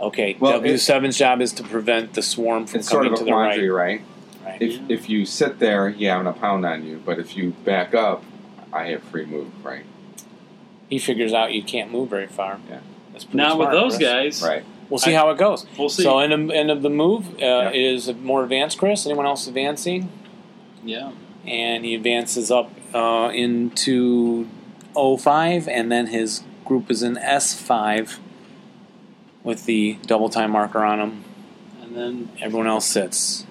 Speaker 1: Okay,
Speaker 5: Well,
Speaker 1: W7's job is to prevent the swarm from
Speaker 5: It's sort
Speaker 1: coming
Speaker 5: of a
Speaker 1: to the right.
Speaker 5: quandary, right?
Speaker 1: Right.
Speaker 5: If if you sit there, yeah, I'm gonna pound on you. But if you back up, I have free move, right?
Speaker 1: He figures out you can't move very far.
Speaker 5: Yeah.
Speaker 1: That's pretty
Speaker 2: Not with
Speaker 1: smart,
Speaker 2: those
Speaker 1: Chris.
Speaker 2: guys.
Speaker 5: Right.
Speaker 1: We'll see
Speaker 2: I-
Speaker 1: how it goes.
Speaker 2: We'll see.
Speaker 1: So end of, end of the move uh,
Speaker 5: Yeah.
Speaker 1: is more advanced, Chris. Anyone else advancing?
Speaker 2: yeah.
Speaker 1: And he advances up uh, into 05, and then his group is in S5 with the double time marker on him.
Speaker 2: And then
Speaker 1: Everyone else sits.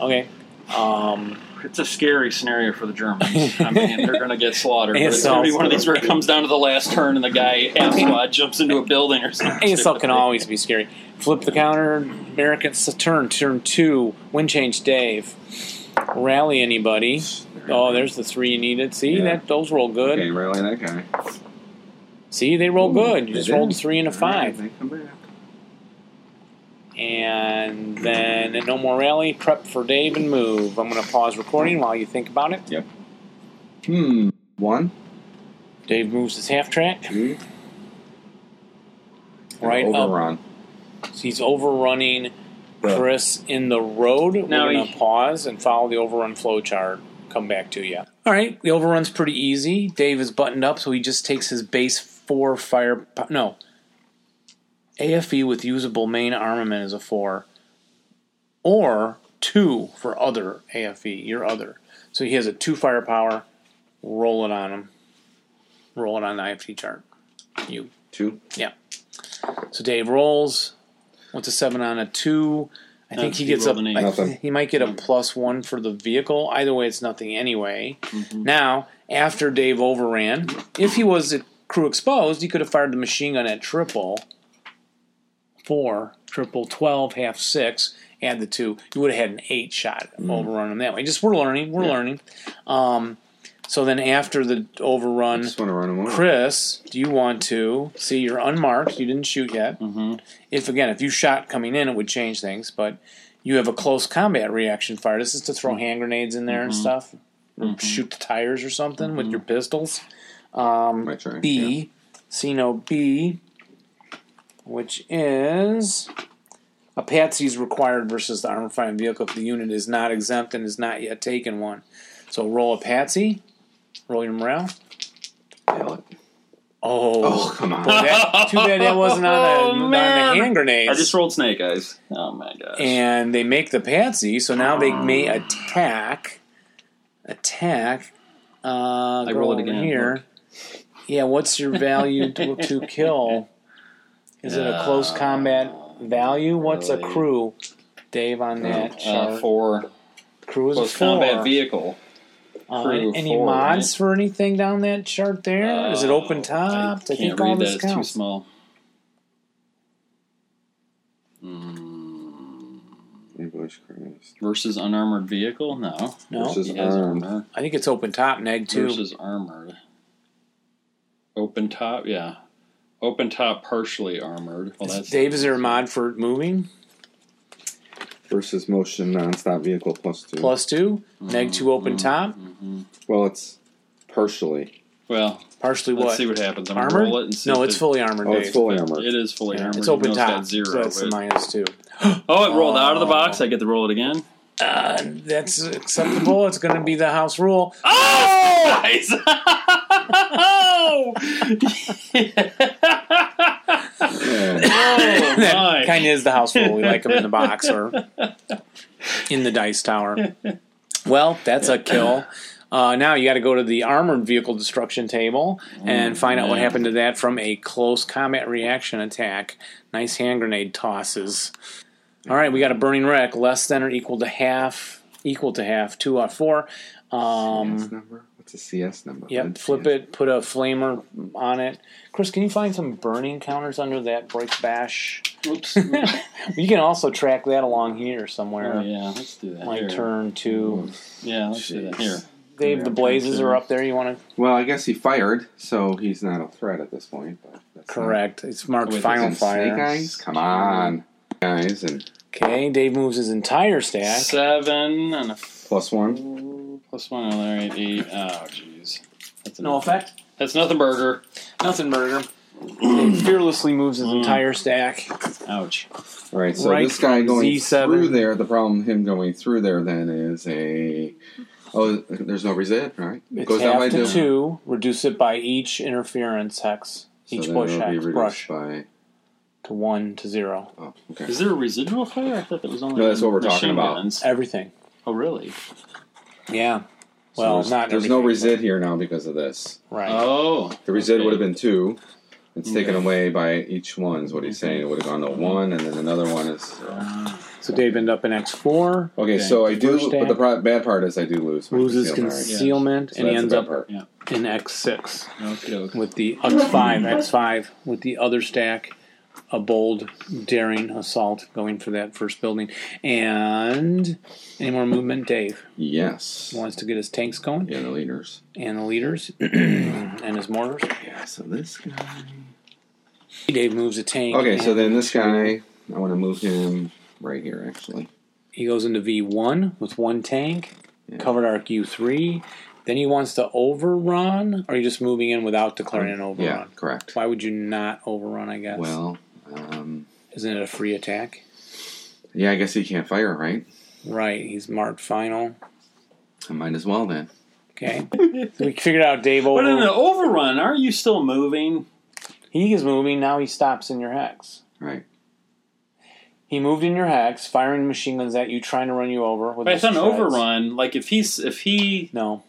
Speaker 1: Okay. Um,
Speaker 2: it's a scary scenario for the Germans. I mean, they're going to get slaughtered. But
Speaker 1: Yeah,
Speaker 2: it's going to be
Speaker 1: so-
Speaker 2: one of these where it comes down to the last turn and the guy half squad jumps into a building or something.
Speaker 1: ASL can always be scary. Flip the counter. American turn. Turn two. Wind change. Dave. Rally anybody. Oh, there's the three you needed. See
Speaker 5: Yeah.
Speaker 1: that those roll good.
Speaker 5: Okay, rally that guy.
Speaker 1: See, they roll
Speaker 5: Ooh,
Speaker 1: good. You
Speaker 5: they
Speaker 1: just rolled a
Speaker 5: did.
Speaker 1: three and a
Speaker 5: Alright,
Speaker 1: five.
Speaker 5: they come back.
Speaker 1: And then at no more rally, prep for Dave and move. I'm going to pause recording while you think about it.
Speaker 5: Hmm. One,
Speaker 1: Dave moves his half track
Speaker 5: two, and
Speaker 1: right uh, up.
Speaker 5: overrun.
Speaker 1: So he's overrunning
Speaker 5: The-
Speaker 1: Chris in the road. We're
Speaker 2: Now
Speaker 1: going to
Speaker 2: he-
Speaker 1: pause and follow the overrun flow chart. Come back to you. All right, the overrun's pretty easy. Dave is buttoned up, so he just takes his base four fire. po- No. AFE with usable main armament is a four, or two for other AFE, your other. So he has a two firepower. Roll it on him. Roll it on the IFT chart. You.
Speaker 5: Two.
Speaker 1: Yeah. So Dave rolls. What's a seven on a two? I think
Speaker 2: Uh,
Speaker 1: he
Speaker 2: he
Speaker 1: gets a.
Speaker 2: rolled an eight. Mm-hmm.
Speaker 1: I-
Speaker 5: Nothing.
Speaker 1: He might get a plus one for the vehicle. Either way, it's nothing anyway.
Speaker 2: Mm-hmm.
Speaker 1: Now, after Dave overran, if he was a crew exposed, he could have fired the machine gun at triple four, triple twelve, half six. Add the two, you would have had an eight shot
Speaker 2: Mm-hmm.
Speaker 1: overrun him that way. Just we're learning, we're learning. Um, so then after the overrun,
Speaker 5: Just want to run him over.
Speaker 1: Chris, do you want to see you're unmarked? You didn't shoot yet.
Speaker 5: Mm-hmm.
Speaker 2: Mhm.
Speaker 1: If again, if you shot coming in, it would change things. But you have a close combat reaction fire. This is to throw hand grenades in there and
Speaker 5: Mm-hmm.
Speaker 1: stuff, or shoot the tires or something with your pistols.
Speaker 5: My turn. Mm-hmm. yeah.
Speaker 1: B, Sino B, which is a patsy is required versus the armor fighting vehicle if the unit is not exempt and has not yet taken one. So roll a patsy, roll your morale.
Speaker 5: Nail it.
Speaker 1: Oh,
Speaker 5: Oh, come on.
Speaker 1: Boy, that, too bad that wasn't on,
Speaker 2: Oh,
Speaker 1: a, on the
Speaker 2: man.
Speaker 1: hand grenades.
Speaker 2: I just rolled snake eyes. Oh my gosh.
Speaker 1: and they make the patsy, so now
Speaker 2: Oh.
Speaker 1: they may attack. Attack. Uh,
Speaker 2: I
Speaker 1: go
Speaker 2: roll
Speaker 1: over
Speaker 2: it again,
Speaker 1: here. Yeah, what's your value to, to kill? Is it a close combat value? What's a
Speaker 2: Uh, really?
Speaker 1: crew, Dave, on that chart?
Speaker 2: Uh, for
Speaker 1: crew is a
Speaker 2: close
Speaker 1: four.
Speaker 2: combat vehicle.
Speaker 1: Uh,
Speaker 2: crew
Speaker 1: any
Speaker 2: four,
Speaker 1: mods
Speaker 2: right?
Speaker 1: for anything down that chart there? Is it open top?
Speaker 2: Uh, I
Speaker 1: I,
Speaker 2: can't
Speaker 1: think
Speaker 2: read
Speaker 1: all
Speaker 2: that.
Speaker 1: this
Speaker 2: It's too
Speaker 1: counts.
Speaker 2: small. Hmm.
Speaker 3: English Christ.
Speaker 2: Versus unarmored vehicle? No.
Speaker 1: No,
Speaker 3: Versus
Speaker 2: He has
Speaker 3: armed.
Speaker 2: armor.
Speaker 1: I think it's open top neg two.
Speaker 2: Versus armored. Open top, yeah. Open top, partially armored. Well,
Speaker 1: Is-
Speaker 2: that's
Speaker 1: Dave, is there a mod for moving?
Speaker 3: Versus motion nonstop vehicle plus two.
Speaker 1: Plus two, neg two open top.
Speaker 3: Well, it's partially.
Speaker 2: Well,
Speaker 1: Partially
Speaker 2: let's
Speaker 1: what?
Speaker 2: see what happens. I'm
Speaker 1: armor?
Speaker 2: gonna roll it and see
Speaker 1: no,
Speaker 2: if
Speaker 1: it's
Speaker 2: it-
Speaker 1: fully armored.
Speaker 3: Oh, it's
Speaker 1: Dave.
Speaker 3: fully armored.
Speaker 2: It is fully
Speaker 1: Yeah,
Speaker 2: armored.
Speaker 1: it's open
Speaker 2: even though
Speaker 1: top.
Speaker 2: got zero.
Speaker 1: so that's the
Speaker 2: but-
Speaker 1: minus two.
Speaker 2: oh, it rolled out of the box. I get to roll it again.
Speaker 1: Uh, that's acceptable. It's going to be the house rule.
Speaker 2: Oh! Nice! oh!
Speaker 3: Yeah.
Speaker 2: Oh, my.
Speaker 1: kind of is the house rule. We like them in the box or in the dice tower. Well, that's a kill. Uh, now you got to go to the armored vehicle destruction table and find out what happened to that from a close combat reaction attack. Nice hand grenade tosses. All right, we got a burning wreck less than or equal to half, equal to half, two out of four. Um,
Speaker 5: CS number? What's a CS number?
Speaker 1: Yep,
Speaker 5: Red
Speaker 1: flip
Speaker 5: CS.
Speaker 1: it, put a flamer on it. Chris, can you find some burning counters under that break bash?
Speaker 2: Oops.
Speaker 1: You can also track that along here somewhere.
Speaker 2: Oh, yeah, let's do that.
Speaker 1: Like
Speaker 2: here.
Speaker 1: turn two.
Speaker 2: Yeah, let's do that.
Speaker 3: Jeez.
Speaker 2: Here.
Speaker 1: Dave, the blazes
Speaker 2: turn
Speaker 1: are up there. You want to
Speaker 5: Well, I guess he fired, so he's not a threat at this point. But that's
Speaker 1: correct? It's marked
Speaker 2: With
Speaker 1: final
Speaker 5: Not, snake
Speaker 1: fire.
Speaker 5: eyes? Come on, guys, and
Speaker 1: Okay, Dave moves his entire stack.
Speaker 2: Seven and a
Speaker 3: plus one.
Speaker 2: four, plus one, another eight, eight. Oh, jeez. That's
Speaker 1: No
Speaker 2: nothing.
Speaker 1: effect.
Speaker 2: That's nothing burger.
Speaker 1: Nothing burger. Dave fearlessly moves his
Speaker 2: Mm.
Speaker 1: entire stack.
Speaker 2: Ouch.
Speaker 5: all right. So
Speaker 1: Right
Speaker 5: this guy going
Speaker 1: Z7.
Speaker 5: through there. The problem with him going through there then is a oh, there's no resist, right? It
Speaker 1: It's
Speaker 5: goes down by
Speaker 1: half
Speaker 5: two.
Speaker 1: to two. Reduce it by each interference hex,
Speaker 5: So
Speaker 1: each
Speaker 5: then
Speaker 1: push
Speaker 5: it'll be
Speaker 1: hex,
Speaker 5: reduced
Speaker 1: brush
Speaker 5: by.
Speaker 1: to one to zero.
Speaker 5: Oh, okay.
Speaker 2: Is there a residual fire? I thought that was only
Speaker 5: No, that's what we're
Speaker 2: machine
Speaker 5: talking about.
Speaker 2: guns.
Speaker 1: Everything.
Speaker 2: Oh, really?
Speaker 1: Yeah.
Speaker 5: So
Speaker 1: Well,
Speaker 5: there's,
Speaker 1: not
Speaker 5: there's no
Speaker 1: everything,
Speaker 5: resid here now because of this.
Speaker 1: but- Right.
Speaker 2: Oh.
Speaker 5: The resid
Speaker 2: Okay.
Speaker 5: would have been two. It's taken
Speaker 2: Okay.
Speaker 5: away by each one. Is what he's saying. It would have gone
Speaker 1: Mm-hmm.
Speaker 5: to one, and then another one is.
Speaker 2: Uh,
Speaker 1: so Dave ended up in X four.
Speaker 5: Okay,
Speaker 2: Okay.
Speaker 5: so I do,
Speaker 1: First
Speaker 5: but the
Speaker 1: down.
Speaker 5: pro- bad part is I do lose. my
Speaker 1: Loses
Speaker 5: concealment, right?
Speaker 1: concealment
Speaker 5: So
Speaker 1: and he
Speaker 5: that's
Speaker 1: ends
Speaker 5: the
Speaker 1: up
Speaker 5: bad part.
Speaker 1: in X six.
Speaker 2: Okey-doke.
Speaker 1: with the X5, X5 with the other stack, a bold, daring assault going for that first building. And any more movement? Dave
Speaker 5: Yes.
Speaker 1: wants to get his tanks going
Speaker 5: Yeah, the leaders.
Speaker 1: and the leaders and his mortars.
Speaker 5: Yeah, so this guy.
Speaker 1: Dave moves a tank.
Speaker 5: Okay, so
Speaker 1: and
Speaker 5: then this guy, I want to move him right here, actually.
Speaker 1: he goes into V1 with one tank, covered arc U3. Then he wants to overrun, or are you just moving in without declaring an overrun?
Speaker 5: Yeah, correct.
Speaker 1: Why would you not overrun? I guess.
Speaker 5: Well, um,
Speaker 1: isn't it a free attack?
Speaker 5: yeah, I guess he can't fire, right?
Speaker 1: Right. He's marked final.
Speaker 5: I might as well then.
Speaker 1: Okay. So we figured out Dave
Speaker 2: But in
Speaker 1: over.
Speaker 2: the overrun, aren't you still moving?
Speaker 1: He is moving, now he stops in your hex.
Speaker 5: Right.
Speaker 1: He moved in your hex, firing machine guns at you, trying to run you over. With
Speaker 2: But it's
Speaker 1: his
Speaker 2: an
Speaker 1: treads.
Speaker 2: overrun. Like if he's if he
Speaker 1: No.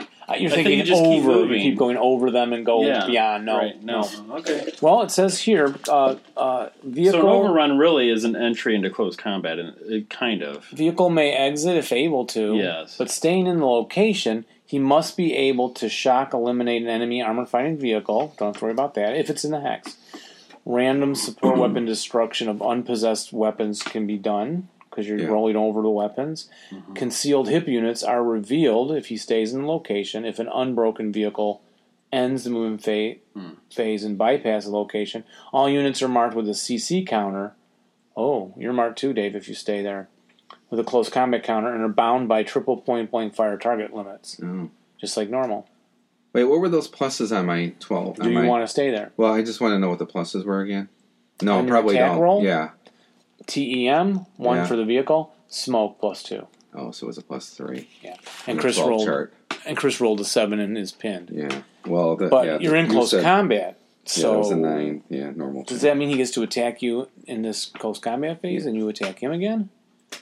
Speaker 1: Uh, You're
Speaker 2: I think
Speaker 1: thinking
Speaker 2: you just keep
Speaker 1: over.
Speaker 2: moving.
Speaker 1: you keep going over them and go
Speaker 2: yeah
Speaker 1: beyond. Oh, No,
Speaker 2: right, no okay.
Speaker 1: Well, it says here, uh, uh,
Speaker 2: So
Speaker 1: vehicle
Speaker 2: an overrun really is an entry into close combat, and it kind of.
Speaker 1: vehicle may exit if able to.
Speaker 2: Yes.
Speaker 1: But staying in the location, he must be able to shock, eliminate an enemy armored fighting vehicle. Don't have to worry about that if it's in the hex. Random support weapon destruction of unpossessed weapons can be done because you're
Speaker 5: Yeah.
Speaker 1: rolling over the weapons. Concealed hip units are revealed if he stays in the location. If an unbroken vehicle ends the movement fa- phase and bypasses the location, all units are marked with a CC counter. Oh, you're marked too, Dave, if you stay there. With a close combat counter and are bound by triple point blank fire target limits,
Speaker 5: Oh.
Speaker 1: just like normal.
Speaker 5: Wait, what were those pluses on my 12?
Speaker 1: Do you want to stay there?
Speaker 5: Well, I just want to know what the pluses were again. No,
Speaker 1: On your
Speaker 5: probably
Speaker 1: attack
Speaker 5: don't.
Speaker 1: roll?
Speaker 5: Yeah.
Speaker 1: TEM, E one
Speaker 5: Yeah.
Speaker 1: for the vehicle, smoke plus two.
Speaker 5: Oh, so it's a plus three.
Speaker 1: Yeah.
Speaker 5: On
Speaker 1: And
Speaker 5: the
Speaker 1: Chris
Speaker 5: 12
Speaker 1: rolled
Speaker 5: chart.
Speaker 1: and Chris rolled a seven and is pinned.
Speaker 5: Yeah. Well, the,
Speaker 1: But
Speaker 5: yeah,
Speaker 1: you're in
Speaker 5: you
Speaker 1: close
Speaker 5: said-
Speaker 1: combat.
Speaker 5: Yeah, that was a
Speaker 1: So
Speaker 5: nine. Yeah, normal.
Speaker 1: does
Speaker 5: chart.
Speaker 1: that mean he gets to attack you in this close combat phase and you attack him again?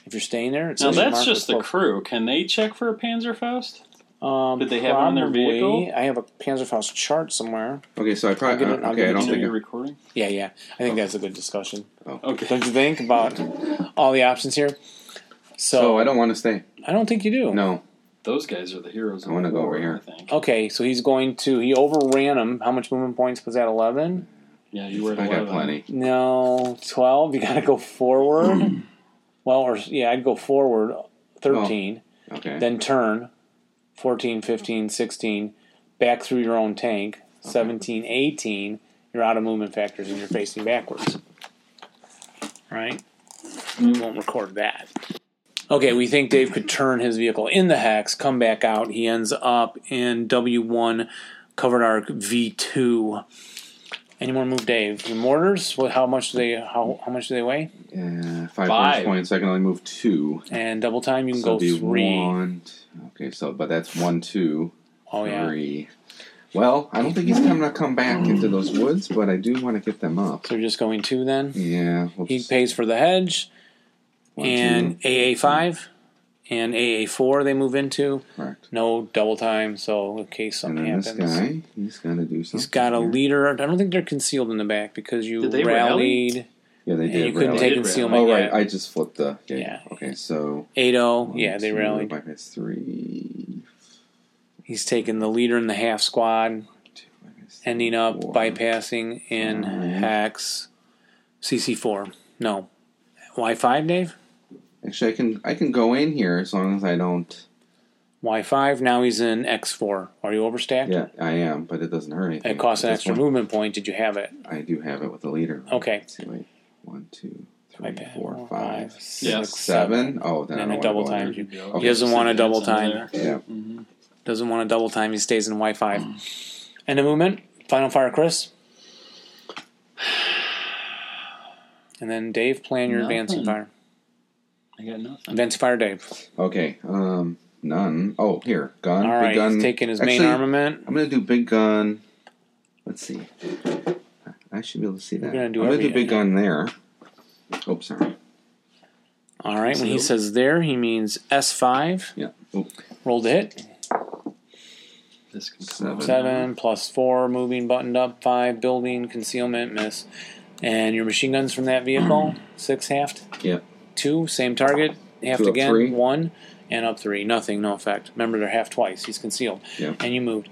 Speaker 1: If you're staying there, it's
Speaker 2: Now that's just the crew. Can they check for a Panzerfaust?
Speaker 1: Um,
Speaker 2: Did they have one in their
Speaker 1: probably-
Speaker 2: vehicle?
Speaker 1: I have a Panzerfaust chart somewhere.
Speaker 5: Okay, so I
Speaker 1: I'll
Speaker 5: probably
Speaker 1: get it- I'll
Speaker 5: okay.
Speaker 1: get
Speaker 5: I
Speaker 1: it
Speaker 5: don't
Speaker 2: You know
Speaker 5: think.
Speaker 2: you're
Speaker 5: I-
Speaker 2: recording?
Speaker 1: Yeah, yeah. I think that's a good discussion.
Speaker 2: Okay.
Speaker 1: Don't you think about all the options here? So,
Speaker 5: So
Speaker 1: I,
Speaker 5: I
Speaker 1: don't,
Speaker 5: don't want to stay.
Speaker 1: think you do.
Speaker 5: No,
Speaker 2: Those guys are the heroes.
Speaker 5: I
Speaker 2: of
Speaker 5: wanna
Speaker 2: the
Speaker 5: go
Speaker 2: war,
Speaker 5: over here.
Speaker 2: I think.
Speaker 1: Okay, so he's going to. He overran him. How much movement points was that? Eleven?
Speaker 2: Yeah, you were. at
Speaker 5: I got
Speaker 2: 11.
Speaker 5: plenty.
Speaker 1: No, twelve. You got to go forward. well, or yeah, I'd go forward. Thirteen.
Speaker 5: Okay.
Speaker 1: then turn 14 15 16 back through your own tank 17 18 you're out of movement factors and you're facing backwards right we won't record that okay we think dave could turn his vehicle in the hex come back out he ends up in w1 covered arc v2 any more move dave the mortars what, how much do they how, how much do they weigh
Speaker 5: Uh, five,
Speaker 2: Five.
Speaker 5: bonus points. I can only move two.
Speaker 1: and double time you can
Speaker 5: So
Speaker 1: go
Speaker 5: it'd be
Speaker 1: three. Oh
Speaker 5: one. Okay, so but that's one, two,
Speaker 1: yeah
Speaker 5: three. Well, I don't think he's coming to come back into those woods, but I do want to get them up.
Speaker 1: so you're just going two then
Speaker 5: Yeah. we'll
Speaker 1: He
Speaker 5: just-
Speaker 1: pays for the hedge
Speaker 5: one,
Speaker 1: and AA five and AA four they move into.
Speaker 5: two, correct.
Speaker 1: No double time, so in case
Speaker 5: And
Speaker 1: something
Speaker 5: then this
Speaker 1: happens.
Speaker 5: guy, he's got to do something.
Speaker 1: He's got a
Speaker 5: here.
Speaker 1: leader. I don't think they're concealed in the back because you
Speaker 2: Did they rally?
Speaker 1: rallied
Speaker 5: Yeah, they
Speaker 1: and
Speaker 5: did.
Speaker 1: you couldn't
Speaker 5: rally.
Speaker 1: take
Speaker 2: They did
Speaker 1: concealment
Speaker 5: Oh right,
Speaker 1: yet.
Speaker 5: I just flipped the. Yeah.
Speaker 1: Yeah.
Speaker 5: Okay, so.
Speaker 1: 8
Speaker 5: one,
Speaker 1: yeah, they
Speaker 5: two,
Speaker 1: rallied.
Speaker 5: Minus three.
Speaker 1: He's taking the leader in the half squad,
Speaker 5: Two, minus
Speaker 1: ending up
Speaker 5: Four.
Speaker 1: bypassing in
Speaker 5: Nine.
Speaker 1: Hex CC four. No. Y five, Dave?
Speaker 5: Actually, I can I can go in here as long as I don't.
Speaker 1: Y five, now he's in X four. Are you overstacked?
Speaker 5: Yeah, I am, but it doesn't hurt anything.
Speaker 1: It costs an
Speaker 5: This
Speaker 1: extra
Speaker 5: one-
Speaker 1: movement point. Did you have it?
Speaker 5: I do have it with the leader.
Speaker 1: Okay.
Speaker 5: Let's see, wait. One, two,
Speaker 1: My
Speaker 5: three,
Speaker 1: bad.
Speaker 5: four,
Speaker 1: Four,
Speaker 5: five,
Speaker 1: five,
Speaker 5: six,
Speaker 2: yes.
Speaker 5: seven. Oh, then
Speaker 1: And
Speaker 5: I
Speaker 1: then it
Speaker 5: don't
Speaker 1: double
Speaker 5: wanna go in
Speaker 1: times
Speaker 5: there.
Speaker 1: you.
Speaker 2: Okay.
Speaker 1: He doesn't want to
Speaker 2: Send
Speaker 1: double
Speaker 2: hands under
Speaker 1: time.
Speaker 2: there.
Speaker 5: Yeah.
Speaker 1: Doesn't want to double time. He stays in Y five.
Speaker 5: Hmm.
Speaker 1: And the movement. Final fire, Chris. And then Dave, plan your advancing
Speaker 2: Nothing.
Speaker 1: fire.
Speaker 2: I got nothing.
Speaker 1: Advancing fire, Dave.
Speaker 5: Okay. Um, none. Oh, here, gun.
Speaker 1: All
Speaker 5: big
Speaker 1: right,
Speaker 5: gun.
Speaker 1: he's taking his main
Speaker 5: Actually,
Speaker 1: armament.
Speaker 5: I'm gonna do big gun. Let's see. I should be able to see that.
Speaker 1: gonna do
Speaker 5: I'm gonna do
Speaker 1: every-
Speaker 5: big gun there. Oops, sorry.
Speaker 1: All right, when he
Speaker 2: So-
Speaker 1: says there, he means S five.
Speaker 5: Yeah. Oop.
Speaker 1: Roll the hit.
Speaker 2: This can come
Speaker 5: Seven.
Speaker 2: out.
Speaker 1: Seven plus four, moving, buttoned up. Five, building, concealment, miss. And your machine guns from that vehicle, six halved.
Speaker 5: Yeah.
Speaker 1: two, same target, half
Speaker 5: Two up
Speaker 1: again,
Speaker 5: three.
Speaker 1: one, and up three. Nothing, no effect. Remember, they're half twice. He's concealed.
Speaker 5: Yeah.
Speaker 1: And you moved.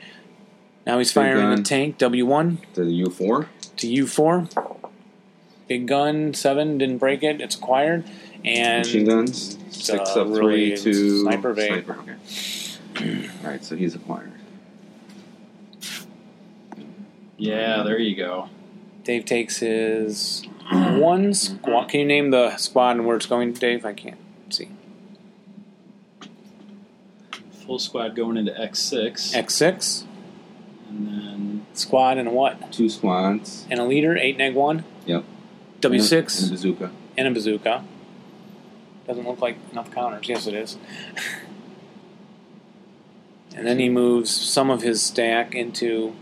Speaker 1: Now he's
Speaker 5: Big
Speaker 1: firing the
Speaker 5: gun.
Speaker 1: tank, W1
Speaker 5: To the U4.
Speaker 1: to U4. Big gun, 7, didn't break it, it's acquired. And
Speaker 5: Machine guns. Six
Speaker 1: uh,
Speaker 5: up
Speaker 1: really
Speaker 5: three two.
Speaker 1: sniper bay.
Speaker 5: Sniper. Okay. All right, so he's acquired.
Speaker 2: Yeah, there you go.
Speaker 1: Dave takes his one squad. Can you name the squad and where it's going, Dave? I can't see.
Speaker 2: Full squad going into X6.
Speaker 1: X6,
Speaker 2: And then
Speaker 1: squad and a what?
Speaker 5: Two squads.
Speaker 1: And a leader, 8 neg 1.
Speaker 5: Yep.
Speaker 1: W6.
Speaker 5: And a bazooka.
Speaker 1: and a bazooka. Doesn't look like enough counters. Yes, it is. and then he moves some of his stack into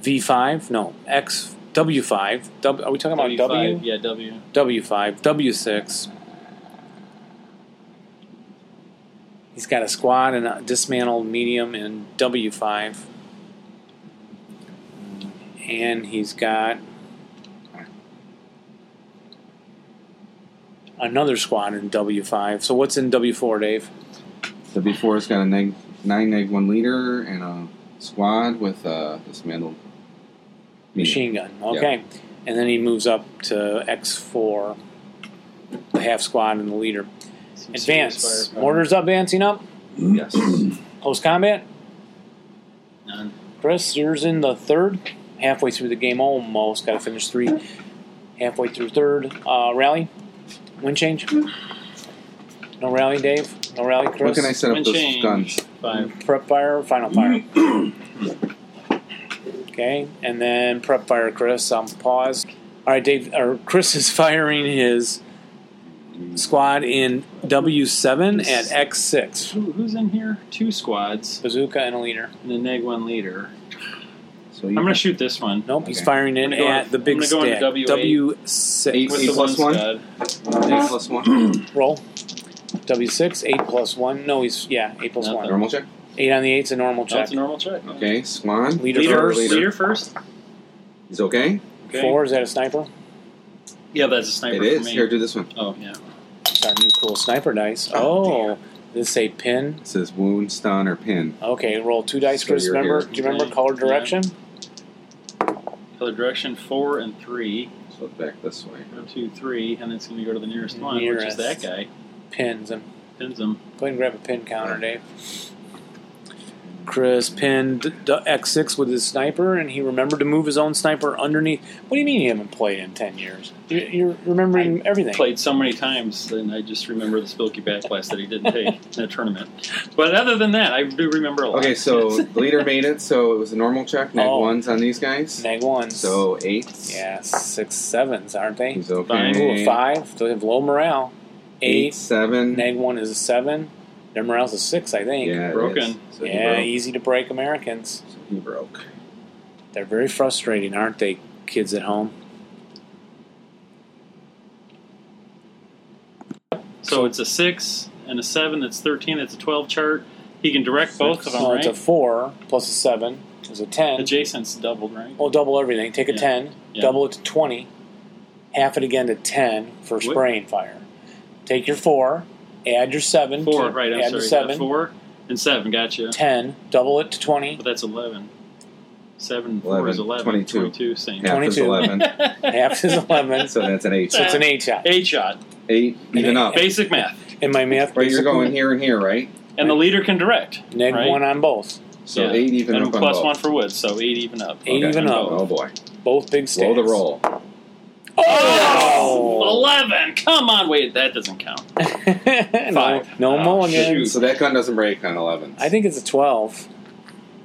Speaker 1: V5. No, X W5. W, are we talking about
Speaker 2: W5,
Speaker 1: W?
Speaker 2: Yeah, W.
Speaker 1: W5, W6. He's got a squad and a dismantled medium in W5. And he's got another squad in W5. So what's in W4, Dave?
Speaker 5: The B4's got a neg, nine neg one leader and a squad with uh, a dismantled
Speaker 1: Machine gun. Okay. And then he moves up to X4, the half squad and the leader.
Speaker 2: Some serious
Speaker 1: Advance.
Speaker 2: firepower.
Speaker 1: Mortars advancing up.
Speaker 5: Yes.
Speaker 1: Close combat.
Speaker 2: None.
Speaker 1: Chris, yours in the third, halfway through the game almost. Got to finish three, halfway through third. Uh, rally, wind change. No rally, Dave. No rally, Chris.
Speaker 5: What can I set up
Speaker 2: Wind
Speaker 5: those
Speaker 2: change.
Speaker 5: guns?
Speaker 2: Five.
Speaker 1: Prep fire, final fire. okay, and then prep fire, Chris. Um, pause. All right, Dave. Or Chris is firing his squad in W7 at X6.
Speaker 2: Who, who's in here? Two squads
Speaker 1: Bazooka and a leader.
Speaker 2: and a neg one leader.
Speaker 5: So you
Speaker 2: I'm gonna shoot this one.
Speaker 1: Nope, he's
Speaker 5: Okay.
Speaker 1: firing
Speaker 2: I'm
Speaker 1: it
Speaker 2: gonna go
Speaker 1: at
Speaker 2: in-
Speaker 1: the
Speaker 2: I'm
Speaker 1: big
Speaker 2: gonna go into
Speaker 1: stack.
Speaker 2: W8.
Speaker 1: W6.
Speaker 5: Eight
Speaker 2: With the
Speaker 5: plus
Speaker 2: one
Speaker 5: one?
Speaker 2: squad.
Speaker 5: Eight plus one.
Speaker 1: Roll. W6, 8 plus 1. No, he's, yeah, 8 plus 1.
Speaker 5: Normal check.
Speaker 1: 8 on the 8's a normal
Speaker 2: No,
Speaker 1: check.
Speaker 2: it's a normal check.
Speaker 5: Okay, Swan.
Speaker 1: Leader,
Speaker 2: Leader
Speaker 1: first.
Speaker 2: first. Leader first.
Speaker 5: He's okay.
Speaker 2: Okay.
Speaker 1: 4, is that a sniper?
Speaker 2: Yeah, that's a sniper
Speaker 5: It
Speaker 2: for
Speaker 5: is.
Speaker 2: me.
Speaker 5: Here, do this one.
Speaker 2: oh, yeah.
Speaker 1: It's our new cool sniper dice.
Speaker 5: Oh,
Speaker 1: Oh, this a pin.
Speaker 5: It says wound, stun, or pin.
Speaker 1: Okay, roll two dice,
Speaker 5: So
Speaker 1: Chris.
Speaker 5: you're
Speaker 1: Remember,
Speaker 5: here.
Speaker 1: do you remember
Speaker 2: Okay.
Speaker 1: color
Speaker 2: Yeah.
Speaker 1: direction?
Speaker 2: Color direction four and three.
Speaker 5: So back this way.
Speaker 2: One, two, three, and it's going to go to the nearest one, which
Speaker 1: Nearest.
Speaker 2: is that guy.
Speaker 1: Pins and
Speaker 2: Pins him.
Speaker 1: Go ahead and grab a pin counter, Dave. Chris pinned d- d- X6 with his sniper, and he remembered to move his own sniper underneath. What do you mean you haven't played in 10 years? You're, you're remembering everything.
Speaker 2: Played so many times, and I just remember the Spilky Backblast that he didn't take in a tournament. But other than that, I do remember a lot.
Speaker 5: Okay, so the leader made it, so it was a normal check. Neg
Speaker 1: Oh.
Speaker 5: ones on these guys.
Speaker 1: Neg 1s.
Speaker 5: So eight.
Speaker 1: yeah, 6 7s, aren't they?
Speaker 5: He's okay.
Speaker 2: Fine.
Speaker 1: Ooh, a 5. They have low morale. 8.
Speaker 5: Eight, seven.
Speaker 1: Neg 1 is a 7. Their morale's a 6, I think.
Speaker 5: Yeah, it
Speaker 2: Broken.
Speaker 5: is. So he
Speaker 1: Yeah,
Speaker 5: broke.
Speaker 1: easy to break Americans.
Speaker 5: So he broke.
Speaker 1: They're very frustrating, aren't they, kids at home?
Speaker 2: So it's a six and a seven. That's thirteen. That's a twelve chart. He can direct both of them,
Speaker 1: So
Speaker 2: right?
Speaker 1: Oh, it's a 4 plus a 7 is a 10.
Speaker 2: Adjacent's doubled, right?
Speaker 1: Well, double everything. Take a
Speaker 2: Yeah.
Speaker 1: 10,
Speaker 2: Yeah.
Speaker 1: double it to 20, half it again to 10 for
Speaker 2: What?
Speaker 1: spraying fire. Take your 4, add your 7.
Speaker 2: Four,
Speaker 1: to,
Speaker 2: right? I'm
Speaker 1: add
Speaker 2: sorry.
Speaker 1: your
Speaker 2: Yeah,
Speaker 1: 7,
Speaker 2: four and seven. Gotcha.
Speaker 1: 10, double it to 20,
Speaker 2: But that's eleven. Seven and four is
Speaker 5: Eleven.
Speaker 2: eleven.
Speaker 5: 22.
Speaker 2: Twenty-two. Same.
Speaker 5: Half is
Speaker 1: 22.
Speaker 5: eleven.
Speaker 1: half is 11.
Speaker 5: so that's an eight.
Speaker 1: So it's an 8 shot.
Speaker 2: Eight shot.
Speaker 5: Eight, even up.
Speaker 2: Basic math.
Speaker 1: In my math,
Speaker 5: Right, you're
Speaker 1: basically,
Speaker 5: going here and here, right?
Speaker 2: And the leader can direct.
Speaker 1: neg
Speaker 2: right?
Speaker 1: 1 on both.
Speaker 5: So
Speaker 2: Yeah.
Speaker 5: eight even
Speaker 2: and
Speaker 5: up
Speaker 2: plus
Speaker 5: on both.
Speaker 2: one for Woods, so eight even up.
Speaker 1: Eight even
Speaker 2: on
Speaker 1: up.
Speaker 2: both.
Speaker 5: Oh boy.
Speaker 1: Both big
Speaker 5: Roll
Speaker 1: stands.
Speaker 5: the roll.
Speaker 2: Oh,
Speaker 1: Oh!
Speaker 2: 11. Come on, wait, that doesn't count.
Speaker 1: no,
Speaker 2: Five.
Speaker 1: no
Speaker 5: Ah,
Speaker 2: Oh,
Speaker 1: mulligans.
Speaker 5: So that gun doesn't break on eleven.
Speaker 1: I think it's a 12,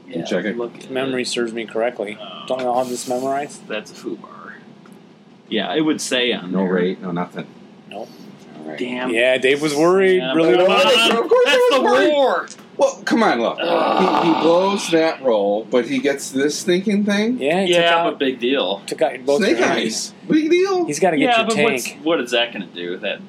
Speaker 5: You check it.
Speaker 2: Look at
Speaker 1: if memory serves me correctly.
Speaker 2: Uh,
Speaker 1: Don't we all have this memorized?
Speaker 2: That's a foo bar. Yeah, it would say on
Speaker 5: No
Speaker 2: there.
Speaker 5: rate, no nothing.
Speaker 1: Nope.
Speaker 5: All right.
Speaker 2: Damn.
Speaker 1: Yeah, Dave was worried.
Speaker 2: Yeah,
Speaker 1: really
Speaker 2: come
Speaker 1: was.
Speaker 2: on.
Speaker 5: Of course I
Speaker 2: That's
Speaker 5: was
Speaker 2: the
Speaker 5: worried.
Speaker 2: war.
Speaker 5: Well, come on, look.
Speaker 2: Ah.
Speaker 5: He, he blows that roll, but he gets this thinking thing.
Speaker 1: Yeah, he took
Speaker 2: Yeah,
Speaker 1: out
Speaker 2: but big deal.
Speaker 1: Took out both
Speaker 5: Snake
Speaker 1: your
Speaker 5: eyes. Big deal.
Speaker 1: He's got to get
Speaker 2: Yeah,
Speaker 1: your
Speaker 2: but what's,
Speaker 1: tank.
Speaker 2: what is that going to do? That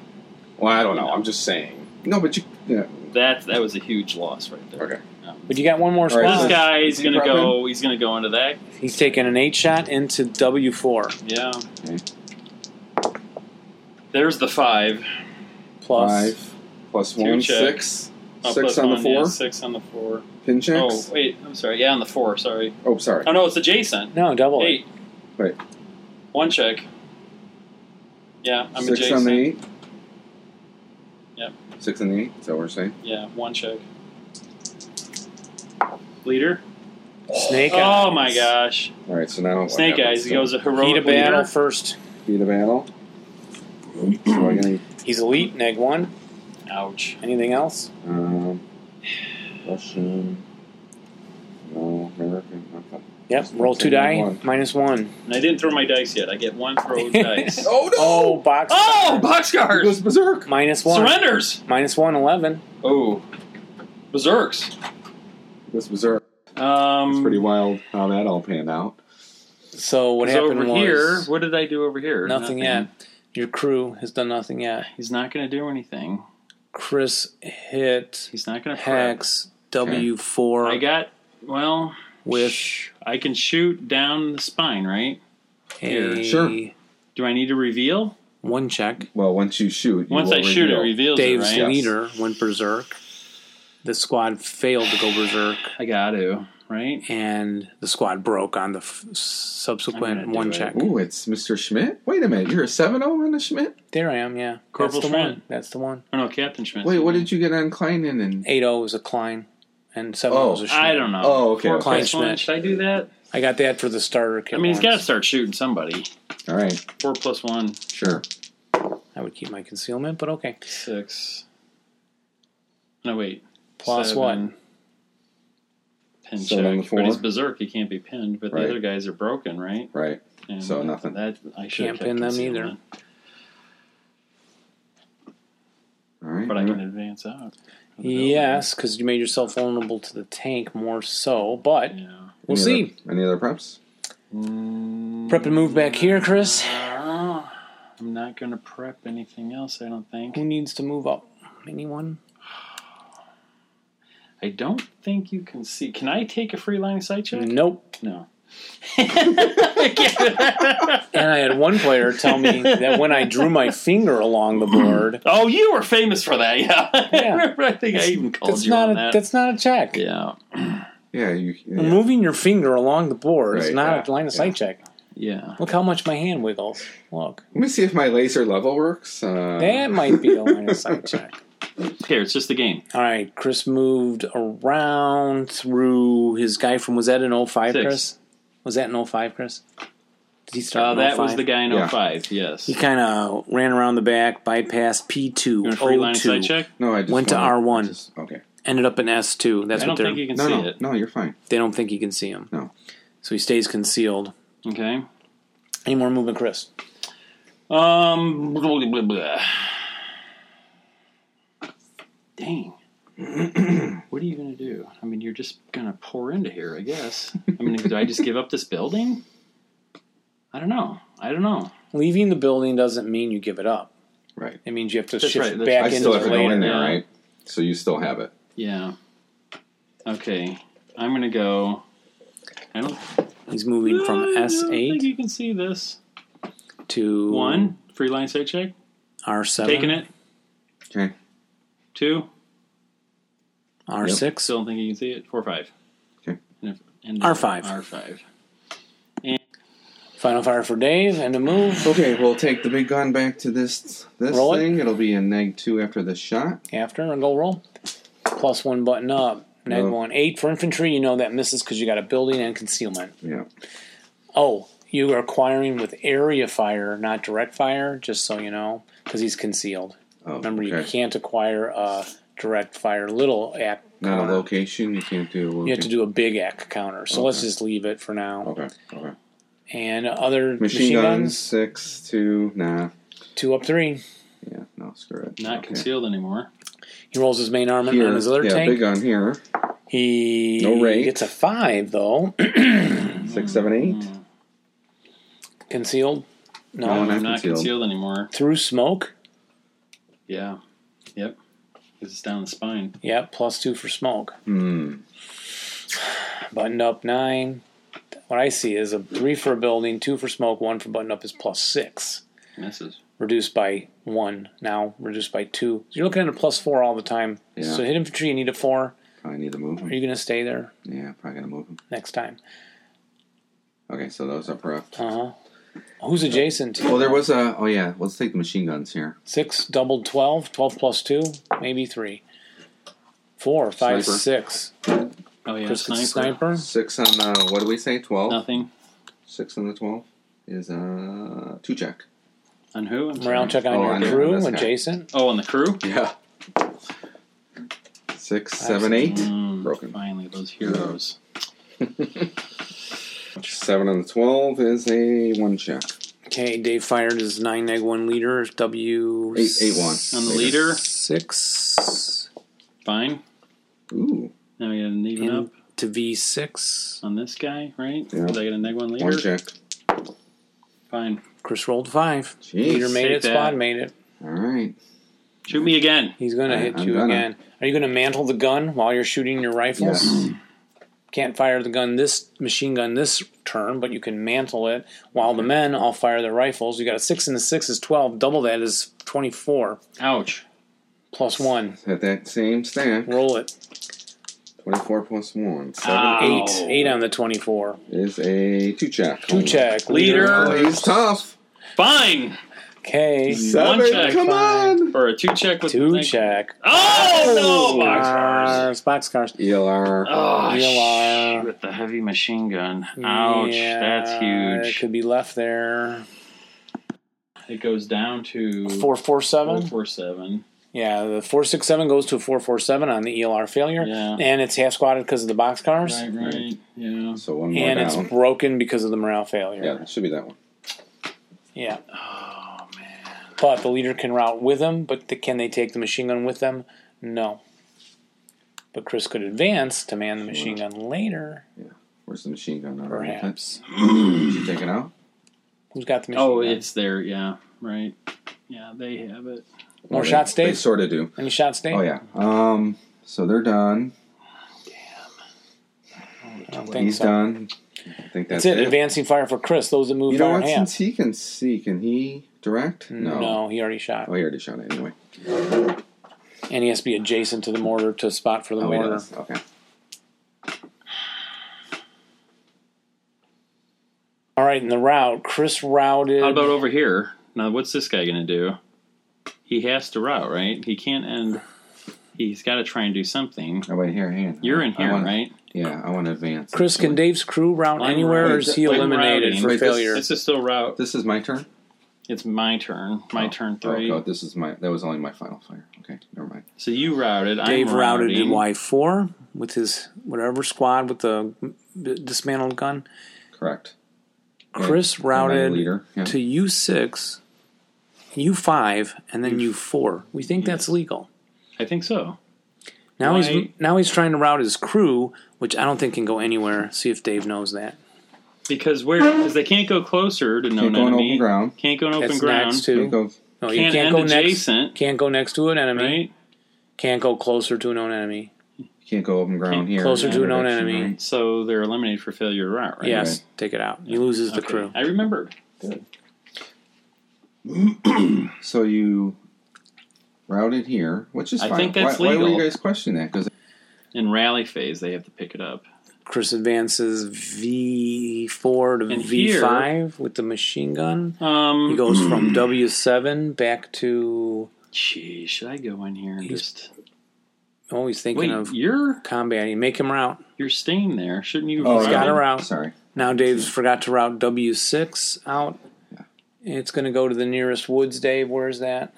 Speaker 5: Well, I don't know. I'm just saying. No, but you. Yeah.
Speaker 2: that that was a huge loss right there. Um,
Speaker 5: Okay.
Speaker 1: But you got one more
Speaker 5: All right,
Speaker 1: spot.
Speaker 2: This guy
Speaker 5: Is
Speaker 2: is
Speaker 5: he
Speaker 2: going to
Speaker 5: prepping?
Speaker 2: go. He's going to go into that.
Speaker 1: He's taking an eight shot into W four
Speaker 2: Yeah.
Speaker 5: Okay.
Speaker 2: There's the five.
Speaker 1: plus.
Speaker 5: Five plus
Speaker 2: Two
Speaker 5: one,
Speaker 2: check.
Speaker 5: six.
Speaker 2: Oh,
Speaker 5: Six
Speaker 2: plus
Speaker 5: on the
Speaker 2: one,
Speaker 5: four.
Speaker 2: yeah, six on the four.
Speaker 5: Pin
Speaker 2: Oh
Speaker 5: checks.
Speaker 2: wait, I'm sorry. Yeah, on the four. Sorry.
Speaker 5: Oh, sorry.
Speaker 2: Oh no, it's adjacent.
Speaker 1: No, double it.
Speaker 2: Eight.
Speaker 5: Right.
Speaker 2: One check. Yeah, I'm
Speaker 5: six
Speaker 2: adjacent.
Speaker 5: on the eight.
Speaker 2: Yep.
Speaker 5: Six on the eight. Is that what we're saying?
Speaker 2: Yeah, one check. Leader.
Speaker 1: Snake eyes.
Speaker 2: Oh my gosh.
Speaker 5: All right. So now what
Speaker 2: Snake
Speaker 5: happens?
Speaker 2: eyes. He
Speaker 5: So
Speaker 2: goes a heroic
Speaker 1: Heat a battle
Speaker 2: leader.
Speaker 1: first.
Speaker 5: Heat of battle. so I gotta,
Speaker 1: He's elite. Neg one.
Speaker 2: Ouch.
Speaker 1: Anything else?
Speaker 5: um, Russian. No, American. Okay.
Speaker 1: Yep. Roll two die.
Speaker 5: One.
Speaker 1: Minus one.
Speaker 2: And I didn't throw my dice yet. I get one throw dice.
Speaker 5: Oh no!
Speaker 1: Oh, box.
Speaker 2: Oh,
Speaker 5: He goes
Speaker 2: boxcars!
Speaker 5: berserk.
Speaker 1: Minus one.
Speaker 2: Surrenders!
Speaker 1: Minus one. Eleven.
Speaker 2: Oh. Berserks.
Speaker 5: He goes berserk.
Speaker 2: Um,
Speaker 5: It's pretty wild how that all panned out.
Speaker 1: So what
Speaker 2: so
Speaker 1: happened
Speaker 2: over
Speaker 1: was
Speaker 2: here, what did I do over here?
Speaker 1: nothing yet. Your crew has done nothing yet.
Speaker 2: He's not going to do anything.
Speaker 1: Chris hit
Speaker 2: He's not going to
Speaker 1: hex W four
Speaker 2: I got, well,
Speaker 1: with
Speaker 2: I can shoot down the spine, right?
Speaker 1: a
Speaker 5: Sure.
Speaker 2: Do I need to reveal?
Speaker 1: one check.
Speaker 5: Well, once you shoot, you
Speaker 2: Once
Speaker 5: will
Speaker 2: I shoot, it
Speaker 5: reveal.
Speaker 2: reveals
Speaker 1: Dave's
Speaker 2: it, right?
Speaker 1: leader went berserk. The squad failed to go berserk,
Speaker 2: I got to, right?
Speaker 1: and the squad broke on the f-
Speaker 2: I'm
Speaker 1: subsequent
Speaker 2: gonna
Speaker 1: one
Speaker 2: do it.
Speaker 1: check.
Speaker 5: Ooh, it's Mr. Schmidt. Wait a minute, you're a 7 0 on the Schmidt?
Speaker 1: There I am, yeah.
Speaker 2: Corporal
Speaker 1: That's the
Speaker 2: Schmidt.
Speaker 1: one. That's the one.
Speaker 2: Oh, no, Captain Schmidt.
Speaker 5: Wait, what did you get on Kleinen and.
Speaker 1: Eight O is a Klein, and seven O
Speaker 5: Oh,
Speaker 1: is a Schmidt.
Speaker 2: I don't know.
Speaker 5: Oh, okay,
Speaker 2: Four
Speaker 5: okay.
Speaker 1: Klein
Speaker 2: plus one.
Speaker 1: Schmidt.
Speaker 2: Should I do that?
Speaker 1: I got that for the starter kit.
Speaker 2: I mean, he's got to
Speaker 1: Lawrence.
Speaker 2: start shooting somebody.
Speaker 5: All right,
Speaker 2: Four plus one,
Speaker 5: sure.
Speaker 1: I would keep my concealment, but okay.
Speaker 2: six. No, wait.
Speaker 1: Plus
Speaker 2: Seven. Pin
Speaker 5: Seven and
Speaker 2: check.
Speaker 5: four.
Speaker 2: But he's berserk. He can't be pinned. But
Speaker 5: Right.
Speaker 2: the other guys are broken, right?
Speaker 5: Right.
Speaker 2: And uh,
Speaker 5: So nothing.
Speaker 2: That I should
Speaker 1: Can't pin them either.
Speaker 5: All right.
Speaker 2: But I can advance out.
Speaker 1: Yes, because you made yourself vulnerable to the tank more so, but
Speaker 2: Yeah. Mm,
Speaker 1: we'll
Speaker 5: Any
Speaker 1: see.
Speaker 5: Other, any other preps?
Speaker 1: Prep and move back here, Chris.
Speaker 2: Ah, I'm not going to prep anything else. I don't think.
Speaker 1: Who needs to move up? anyone?
Speaker 2: I don't think you can see. Can I take a free line of sight check?
Speaker 1: Nope.
Speaker 2: No. I can't.
Speaker 1: And I had one player tell me that when I drew my finger along the board,
Speaker 2: oh, you were famous for that, yeah.
Speaker 1: Yeah.
Speaker 2: I remember. I think I even called
Speaker 1: that's
Speaker 2: you
Speaker 1: not a
Speaker 2: on that.
Speaker 1: that's not a check.
Speaker 2: yeah,
Speaker 5: Yeah, you. yeah.
Speaker 1: Moving your finger along the board is
Speaker 5: Right,
Speaker 1: not a
Speaker 5: yeah,
Speaker 1: line of sight check.
Speaker 2: yeah.
Speaker 1: Look how much my hand wiggles. Look,
Speaker 5: Let me see if my laser level works. Uh,
Speaker 1: that might be a line of sight check.
Speaker 2: Here, it's just the game.
Speaker 1: All right, Chris moved around through his guy from was that an 05,
Speaker 2: Six.
Speaker 1: Chris? Was that an 05, Chris? Did he start?
Speaker 2: Uh,
Speaker 1: in
Speaker 2: that
Speaker 1: 05?
Speaker 2: was the guy in
Speaker 5: Yeah.
Speaker 2: 05, yes.
Speaker 1: He kind of ran around the back, bypassed P
Speaker 2: You want a free line
Speaker 1: two,
Speaker 2: of sight
Speaker 1: Oh two,
Speaker 2: check?
Speaker 5: No, I just
Speaker 1: Went to
Speaker 5: wanna-
Speaker 1: R1.
Speaker 5: just- okay.
Speaker 1: ended up in S two. That's
Speaker 2: I
Speaker 1: what
Speaker 2: don't
Speaker 1: they're.
Speaker 2: think you can
Speaker 5: No,
Speaker 2: see
Speaker 5: no,
Speaker 2: it.
Speaker 5: no. You're fine.
Speaker 1: They don't think he can see him.
Speaker 5: No.
Speaker 1: So he stays concealed.
Speaker 2: Okay.
Speaker 1: Any more movement, Chris?
Speaker 2: Um. Blah, blah, blah, blah. Dang. what are you gonna do? I mean, you're just gonna pour into here, I guess. I mean, do I just give up this building? I don't know. I don't know.
Speaker 1: Leaving the building doesn't mean you give it up.
Speaker 5: Right.
Speaker 1: It means you have to
Speaker 2: That's
Speaker 1: shift
Speaker 2: right, that's
Speaker 1: back
Speaker 5: I still
Speaker 1: into
Speaker 5: have
Speaker 1: it
Speaker 5: to go in
Speaker 1: later.
Speaker 5: there,
Speaker 2: yeah.
Speaker 5: right? So you still have it.
Speaker 2: Yeah. Okay. I'm gonna go. I don't.
Speaker 1: He's moving
Speaker 2: I
Speaker 1: from
Speaker 2: don't
Speaker 1: S
Speaker 2: think
Speaker 1: eight
Speaker 2: you can see this.
Speaker 1: to
Speaker 2: One free line sight check.
Speaker 1: R seven.
Speaker 2: Taking it.
Speaker 5: Okay.
Speaker 2: Two.
Speaker 1: R six.
Speaker 2: Still don't think you can see it. Four five.
Speaker 5: Okay.
Speaker 2: And if- and-
Speaker 1: R5.
Speaker 2: R five.
Speaker 1: Final fire for Dave and a move.
Speaker 5: Okay, we'll take the big gun back to this this
Speaker 1: Roll it.
Speaker 5: thing. It. will be a neg two after this shot.
Speaker 1: After and go roll. Plus one button up. Neg
Speaker 5: No.
Speaker 1: one eight for infantry. You know that misses because you got a building and concealment.
Speaker 5: Yeah.
Speaker 1: Oh, you are acquiring with area fire, not direct fire. Just so you know, because he's concealed.
Speaker 5: Oh,
Speaker 1: Remember, you
Speaker 5: okay.
Speaker 1: can't acquire a direct fire little act.
Speaker 5: Not
Speaker 1: counter.
Speaker 5: a location. You can't do a location.
Speaker 1: You have to do a big act counter. So let's just leave it for now.
Speaker 5: Okay. Okay.
Speaker 1: And other
Speaker 5: Oh. Machine, guns, six two. Nah.
Speaker 1: two up three.
Speaker 5: Yeah. No. Screw it.
Speaker 2: Not
Speaker 5: Okay.
Speaker 2: concealed anymore.
Speaker 1: He rolls his main armament
Speaker 5: Here,
Speaker 1: on his other
Speaker 5: yeah,
Speaker 1: tank.
Speaker 5: big gun here.
Speaker 1: He
Speaker 5: No rate.
Speaker 1: gets a five though,
Speaker 5: Six, seven, eight.
Speaker 1: concealed. No,
Speaker 5: No,
Speaker 2: I'm
Speaker 5: not
Speaker 2: not
Speaker 5: concealed.
Speaker 2: concealed. anymore.
Speaker 1: through smoke.
Speaker 2: Yeah. Yep. 'Cause it's down the spine.
Speaker 1: Yep, plus two for smoke.
Speaker 5: Hmm.
Speaker 1: Button up nine. What I see is a three for a building, two for smoke, one for button up is plus six.
Speaker 2: Misses.
Speaker 1: reduced by one now reduced by two so you're looking at a plus four all the time
Speaker 5: Yeah.
Speaker 1: so hit infantry you need a four
Speaker 5: Probably need to move
Speaker 1: are
Speaker 5: him.
Speaker 1: you going to stay there
Speaker 5: Yeah. Probably gonna move him.
Speaker 1: next time
Speaker 5: Okay. So those are rough.
Speaker 1: uh-huh who's adjacent to you?
Speaker 5: Well, there was a. Oh yeah. Let's take the machine guns here.
Speaker 1: six doubled 12 12 plus two maybe three four five
Speaker 5: Sniper.
Speaker 1: six
Speaker 2: Oh yeah.
Speaker 1: Chris
Speaker 2: Sniper.
Speaker 1: gets sniper.
Speaker 5: Six on uh, what do we say? Twelve.
Speaker 2: Nothing.
Speaker 5: Six on the twelve is uh two check.
Speaker 2: On who? I'm
Speaker 1: morale
Speaker 2: sorry.
Speaker 1: check on
Speaker 5: Oh, I
Speaker 1: your
Speaker 5: know,
Speaker 1: crew
Speaker 5: this guy.
Speaker 1: adjacent
Speaker 2: Oh, on the crew.
Speaker 5: Yeah. Six,
Speaker 1: six,
Speaker 5: seven, eight.
Speaker 2: Mm,
Speaker 5: Broken.
Speaker 2: Finally, those heroes.
Speaker 5: Seven on the twelve is a one check.
Speaker 1: okay dave fired his nine neg one leader w
Speaker 5: Eight, eight, one.
Speaker 2: On the leader.
Speaker 1: six
Speaker 2: Fine.
Speaker 5: Ooh,
Speaker 2: Now we got an even
Speaker 1: In-
Speaker 2: up
Speaker 1: to v6
Speaker 2: on this guy, right?
Speaker 5: Yeah.
Speaker 2: Did I get a neg one
Speaker 5: one
Speaker 2: later?
Speaker 5: check.
Speaker 2: Fine.
Speaker 1: chris rolled five
Speaker 5: Jeez.
Speaker 1: leader made
Speaker 2: Take
Speaker 1: it
Speaker 2: that.
Speaker 1: squad made it
Speaker 5: All right.
Speaker 2: Shoot me again.
Speaker 1: He's going to
Speaker 5: I-
Speaker 1: hit
Speaker 5: I'm
Speaker 1: you
Speaker 5: gonna.
Speaker 1: again. Are you going to mantle the gun while you're shooting your rifles?
Speaker 5: Yes.
Speaker 2: Mm.
Speaker 1: Can't fire the gun this machine gun this turn, but you can mantle it while the men all fire their rifles. You got a six and a six is twelve. Double that is twenty-four
Speaker 2: Ouch.
Speaker 1: plus one.
Speaker 5: At that same stack,
Speaker 1: Roll Ah. it.
Speaker 5: twenty-four plus one. Seven
Speaker 2: Ow.
Speaker 1: Eight. Eight on the twenty-four.
Speaker 5: is a two check.
Speaker 1: Two check.
Speaker 2: Leader.
Speaker 5: Oh, he's tough.
Speaker 2: Fine.
Speaker 1: Okay.
Speaker 5: Seven.
Speaker 2: check.
Speaker 5: Come on.
Speaker 2: For a two check with the
Speaker 1: Two
Speaker 2: neg-
Speaker 1: check.
Speaker 2: Oh no! Boxcars.
Speaker 1: Cars, box cars.
Speaker 5: E ELR.
Speaker 2: Oh,
Speaker 1: VLR.
Speaker 2: sh- with the heavy machine gun. Ouch, that's
Speaker 1: Yeah, It
Speaker 2: huge.
Speaker 1: could be left there.
Speaker 2: It goes down to
Speaker 1: Four four
Speaker 2: four,
Speaker 1: seven.
Speaker 2: four, seven.
Speaker 1: Yeah, the four six seven goes to a four four seven on the ELR failure,
Speaker 2: Yeah.
Speaker 1: and it's half squatted because of the box cars,
Speaker 2: Right, right. Yeah.
Speaker 5: So one more
Speaker 1: and it's
Speaker 5: down.
Speaker 1: broken because of the morale
Speaker 5: yeah,
Speaker 1: failure.
Speaker 5: it should be that one.
Speaker 1: Yeah.
Speaker 2: Oh man.
Speaker 1: but the leader can route with them, but th- can they take the machine gun with them? No. But Chris could advance to man the machine gun later,
Speaker 5: Where's the machine gun? Not right.
Speaker 1: perhaps.
Speaker 5: Did you take it out?
Speaker 1: Who's got the machine
Speaker 2: Oh,
Speaker 1: gun?
Speaker 2: it's there. Yeah. Right. Yeah, they have it.
Speaker 5: Well,
Speaker 1: More
Speaker 5: they-
Speaker 1: shots,
Speaker 5: They
Speaker 1: Dave?
Speaker 5: sort of do.
Speaker 1: Any shots, Dave?
Speaker 5: Oh yeah. Um. So they're done.
Speaker 1: I don't think
Speaker 5: He's
Speaker 1: so.
Speaker 5: done. I think that's,
Speaker 1: That's it. Advancing fire for Chris. Those that move
Speaker 5: You know
Speaker 1: fire
Speaker 5: what?
Speaker 1: hand.
Speaker 5: Since he can see, can he direct?
Speaker 1: Mm, No. he already shot.
Speaker 5: Oh, he already shot it anyway.
Speaker 1: And he has to be adjacent to the mortar to spot for the
Speaker 5: Oh, he
Speaker 1: mortar.
Speaker 5: does. Okay.
Speaker 1: All right, and the route. Chris routed.
Speaker 2: How about over here? Now, what's this guy going to do? He has to route, right? He can't end. He's got to try and do something.
Speaker 5: Oh wait, here, hang on.
Speaker 2: You're in
Speaker 5: I
Speaker 2: here,
Speaker 5: wanna-
Speaker 2: right?
Speaker 5: Yeah, I want to advance.
Speaker 1: Chris, can Dave's crew route
Speaker 2: Line
Speaker 1: anywhere, or is he
Speaker 2: routing.
Speaker 1: eliminated for
Speaker 5: Wait, this-
Speaker 1: failure?
Speaker 2: This is still route.
Speaker 5: This is my turn.
Speaker 2: It's my turn. My
Speaker 5: Oh.
Speaker 2: turn three.
Speaker 5: Oh god, this is my. That was only my final fire. Okay, never mind.
Speaker 2: So you routed.
Speaker 1: Dave
Speaker 2: I'm
Speaker 1: routed
Speaker 2: routing.
Speaker 1: in Y four with his whatever squad with the dismantled gun.
Speaker 5: Correct.
Speaker 1: Chris
Speaker 5: And I'm
Speaker 1: routed
Speaker 5: leader. Yeah.
Speaker 1: to U six, U five, and then U four. We think that's legal.
Speaker 2: I think so.
Speaker 1: Now he's
Speaker 2: Why-
Speaker 1: now he's trying to route his crew, which I don't think can go anywhere. See if Dave knows that.
Speaker 2: Because where? Because they can't go closer to known
Speaker 5: Can't go on
Speaker 2: enemy.
Speaker 5: open ground.
Speaker 2: Can't go on open
Speaker 1: That's
Speaker 2: ground.
Speaker 1: next
Speaker 5: Can't
Speaker 1: to
Speaker 5: go.
Speaker 1: no, you
Speaker 2: Can't
Speaker 1: can't go
Speaker 2: end
Speaker 1: next.
Speaker 2: adjacent,
Speaker 1: Can't go next to an enemy.
Speaker 2: right?
Speaker 1: Can't go closer to a known enemy.
Speaker 5: Can't go open ground
Speaker 2: Can't-
Speaker 5: here.
Speaker 1: closer
Speaker 5: in
Speaker 1: to a
Speaker 5: that
Speaker 1: known
Speaker 5: direction,
Speaker 1: enemy.
Speaker 5: right?
Speaker 2: So they're eliminated for failure to route, right?
Speaker 1: Yes, take it out. He loses the
Speaker 2: Okay.
Speaker 1: crew.
Speaker 2: I remember.
Speaker 5: So you routed here, which is
Speaker 2: I
Speaker 5: fine.
Speaker 2: think that's
Speaker 5: why, Why
Speaker 2: legal.
Speaker 5: were you guys questioning that? Because
Speaker 2: In rally phase, they have to pick it up.
Speaker 1: Chris advances V four to
Speaker 2: And
Speaker 1: V five with the machine gun.
Speaker 2: Um,
Speaker 1: He goes from W seven back to.
Speaker 2: Gee, should I go in here and
Speaker 1: He's
Speaker 2: just
Speaker 1: Oh, he's thinking
Speaker 2: wait?
Speaker 1: of
Speaker 2: You're
Speaker 1: combat. You make him route.
Speaker 2: you're staying there. Shouldn't you?
Speaker 5: Oh,
Speaker 2: have
Speaker 1: He's got a
Speaker 2: routed?
Speaker 1: route.
Speaker 5: sorry,
Speaker 1: Now Dave's forgot to route W six out. It's going to go to the nearest woods. Dave, where's that?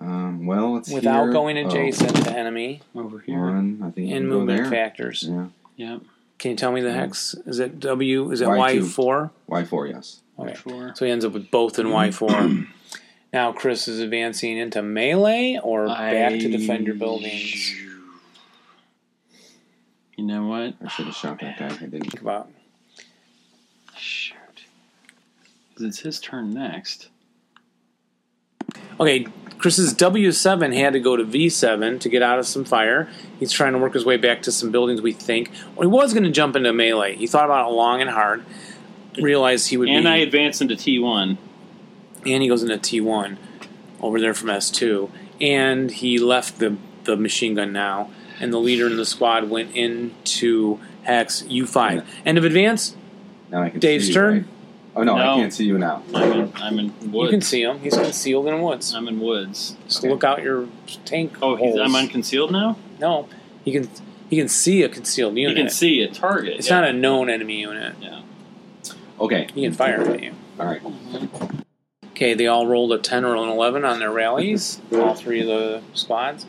Speaker 5: um, well, it's
Speaker 1: Without
Speaker 5: here.
Speaker 1: going
Speaker 5: Oh,
Speaker 1: adjacent to enemy
Speaker 2: over here.
Speaker 5: One, I think you
Speaker 1: and
Speaker 5: can go
Speaker 1: movement
Speaker 5: there.
Speaker 1: factors.
Speaker 5: Yeah,
Speaker 2: Yeah,
Speaker 1: Can you tell me the hex? Is it W? Is it Y
Speaker 5: Y2.
Speaker 1: four?
Speaker 5: Y four, yes.
Speaker 1: Okay.
Speaker 2: sure.
Speaker 1: So he ends up with both in Y4. now Chris is advancing into melee or back to defend your buildings.
Speaker 2: You know what?
Speaker 5: I should have shot that guy. I didn't.
Speaker 1: Think about
Speaker 2: Shoot, 'Cause it's his turn next.
Speaker 1: okay. Chris's W7 had to go to V7 to get out of some fire. He's trying to work his way back to some buildings. We think, or he was going to jump into melee. He thought about it long and hard, realized he would
Speaker 2: And
Speaker 1: be,
Speaker 2: I advance into T one.
Speaker 1: and he goes into T1 over there from S2, and he left the the machine gun now, and the leader in the squad went into Hex U5. End of advance.
Speaker 5: Now I can.
Speaker 1: Dave's
Speaker 5: see you,
Speaker 1: turn?
Speaker 5: right? Oh no,
Speaker 2: No.
Speaker 5: I can't see you now.
Speaker 2: I'm in, I'm in woods.
Speaker 1: You can see him. He's concealed in woods.
Speaker 2: I'm in woods.
Speaker 1: Just
Speaker 5: okay.
Speaker 1: look out your tank.
Speaker 2: Oh, he's,
Speaker 1: holes.
Speaker 2: I'm unconcealed now.
Speaker 1: No, he can. He can see a concealed
Speaker 2: You
Speaker 1: unit.
Speaker 2: can see a target.
Speaker 1: it's
Speaker 2: yeah.
Speaker 1: not a known enemy unit.
Speaker 5: Okay,
Speaker 1: He can fire at you.
Speaker 5: all right.
Speaker 1: Okay, they all rolled a ten or an eleven on their rallies. all three of the squads,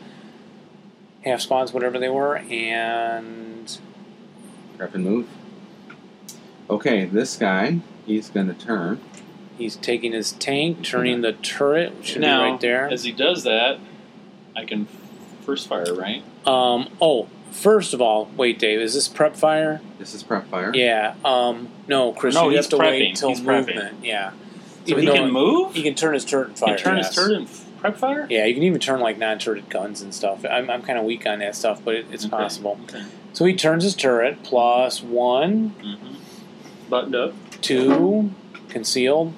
Speaker 1: half squads, whatever they were, and
Speaker 5: Prep and move. Okay, this guy, he's gonna turn.
Speaker 1: he's taking his tank, turning the turret, which should
Speaker 2: now,
Speaker 1: be right there.
Speaker 2: As he does that, I can first fire, right?
Speaker 1: Um. Oh, first of all, wait, Dave, is this prep fire?
Speaker 5: This is prep fire.
Speaker 1: Yeah. Um. No, Chris,
Speaker 2: No,
Speaker 1: you
Speaker 2: he's
Speaker 1: have to wait
Speaker 2: prepping.
Speaker 1: till
Speaker 2: He's prepping.
Speaker 1: movement. Yeah.
Speaker 2: So
Speaker 1: Even
Speaker 2: he
Speaker 1: though
Speaker 2: can move.
Speaker 1: He can turn his turret and fire.
Speaker 2: He can turn
Speaker 1: yes.
Speaker 2: his turret and f- prep fire.
Speaker 1: Yeah, you can even turn like non-turreted guns and stuff. I'm, I'm kind of weak on that stuff, but it, it's
Speaker 2: Okay.
Speaker 1: possible.
Speaker 2: Okay.
Speaker 1: So he turns his turret plus one,
Speaker 2: hmm Buttoned up.
Speaker 1: two, concealed,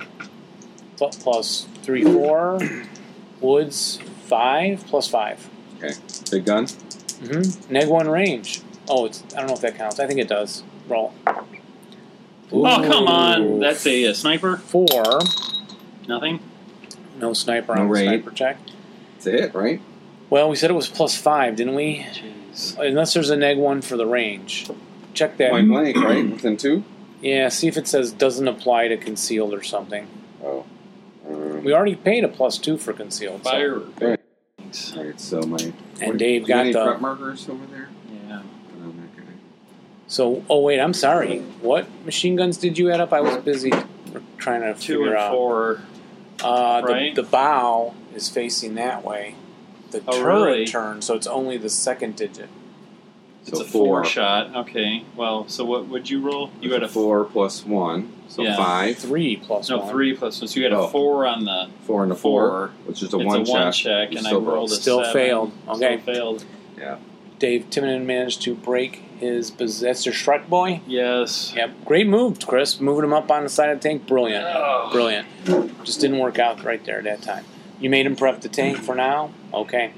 Speaker 1: pl- plus three, four, woods five, plus five.
Speaker 5: Big gun.
Speaker 1: Mm-hmm. Neg one range. Oh, it's I don't know if that counts. I think it does. Roll
Speaker 2: Oh come
Speaker 1: Ooh.
Speaker 2: on! That's a, uh, sniper.
Speaker 1: four.
Speaker 2: Nothing.
Speaker 1: No sniper
Speaker 5: No
Speaker 1: on the
Speaker 5: rate.
Speaker 1: sniper check.
Speaker 5: It's a hit, right?
Speaker 1: Well, we said it was plus five, didn't we?
Speaker 2: Jeez.
Speaker 1: Unless there's a neg one for the range. Check that.
Speaker 5: Point blank, right? Within two.
Speaker 1: Yeah, see if it says doesn't apply to concealed or something. Uh,
Speaker 5: Oh. Um,
Speaker 1: We already paid a plus two for concealed. so-
Speaker 2: Fire.
Speaker 5: Right.
Speaker 2: Thanks.
Speaker 5: all right, so my
Speaker 1: And Dave
Speaker 5: You
Speaker 1: got
Speaker 5: any
Speaker 1: the-
Speaker 5: prep markers over there.
Speaker 2: Yeah.
Speaker 5: No, not gonna-
Speaker 1: So, oh wait, I'm sorry. What machine guns did you add up? I was busy trying to
Speaker 2: Two
Speaker 1: figure
Speaker 2: and
Speaker 1: out.
Speaker 2: four.
Speaker 1: Uh,
Speaker 2: right?
Speaker 1: the, the bow is facing that way. The
Speaker 2: Oh,
Speaker 1: turret
Speaker 2: really?
Speaker 1: turns, so it's only the second digit.
Speaker 3: So
Speaker 2: it's a four. shot. Okay. Well, so what would you roll? You had a
Speaker 3: four plus one, so
Speaker 2: Yeah.
Speaker 3: five.
Speaker 1: Three plus
Speaker 2: No,
Speaker 1: one.
Speaker 2: three plus one. So you had a
Speaker 3: Oh.
Speaker 2: four on the
Speaker 3: Four and a four,
Speaker 2: four.
Speaker 3: which is
Speaker 2: It's a one check,
Speaker 3: You
Speaker 2: and I
Speaker 3: still roll.
Speaker 2: rolled a
Speaker 1: Still
Speaker 2: seven.
Speaker 1: failed. Okay.
Speaker 2: Still failed.
Speaker 1: Dave Timonen managed to break his possessor Shrek Boy.
Speaker 2: Yes.
Speaker 1: Yep. Great move, Chris. Moving him up on the side of the tank. Brilliant.
Speaker 2: Ugh.
Speaker 1: Brilliant. Just didn't work out right there at that time. You made him prep the tank for now? Okay.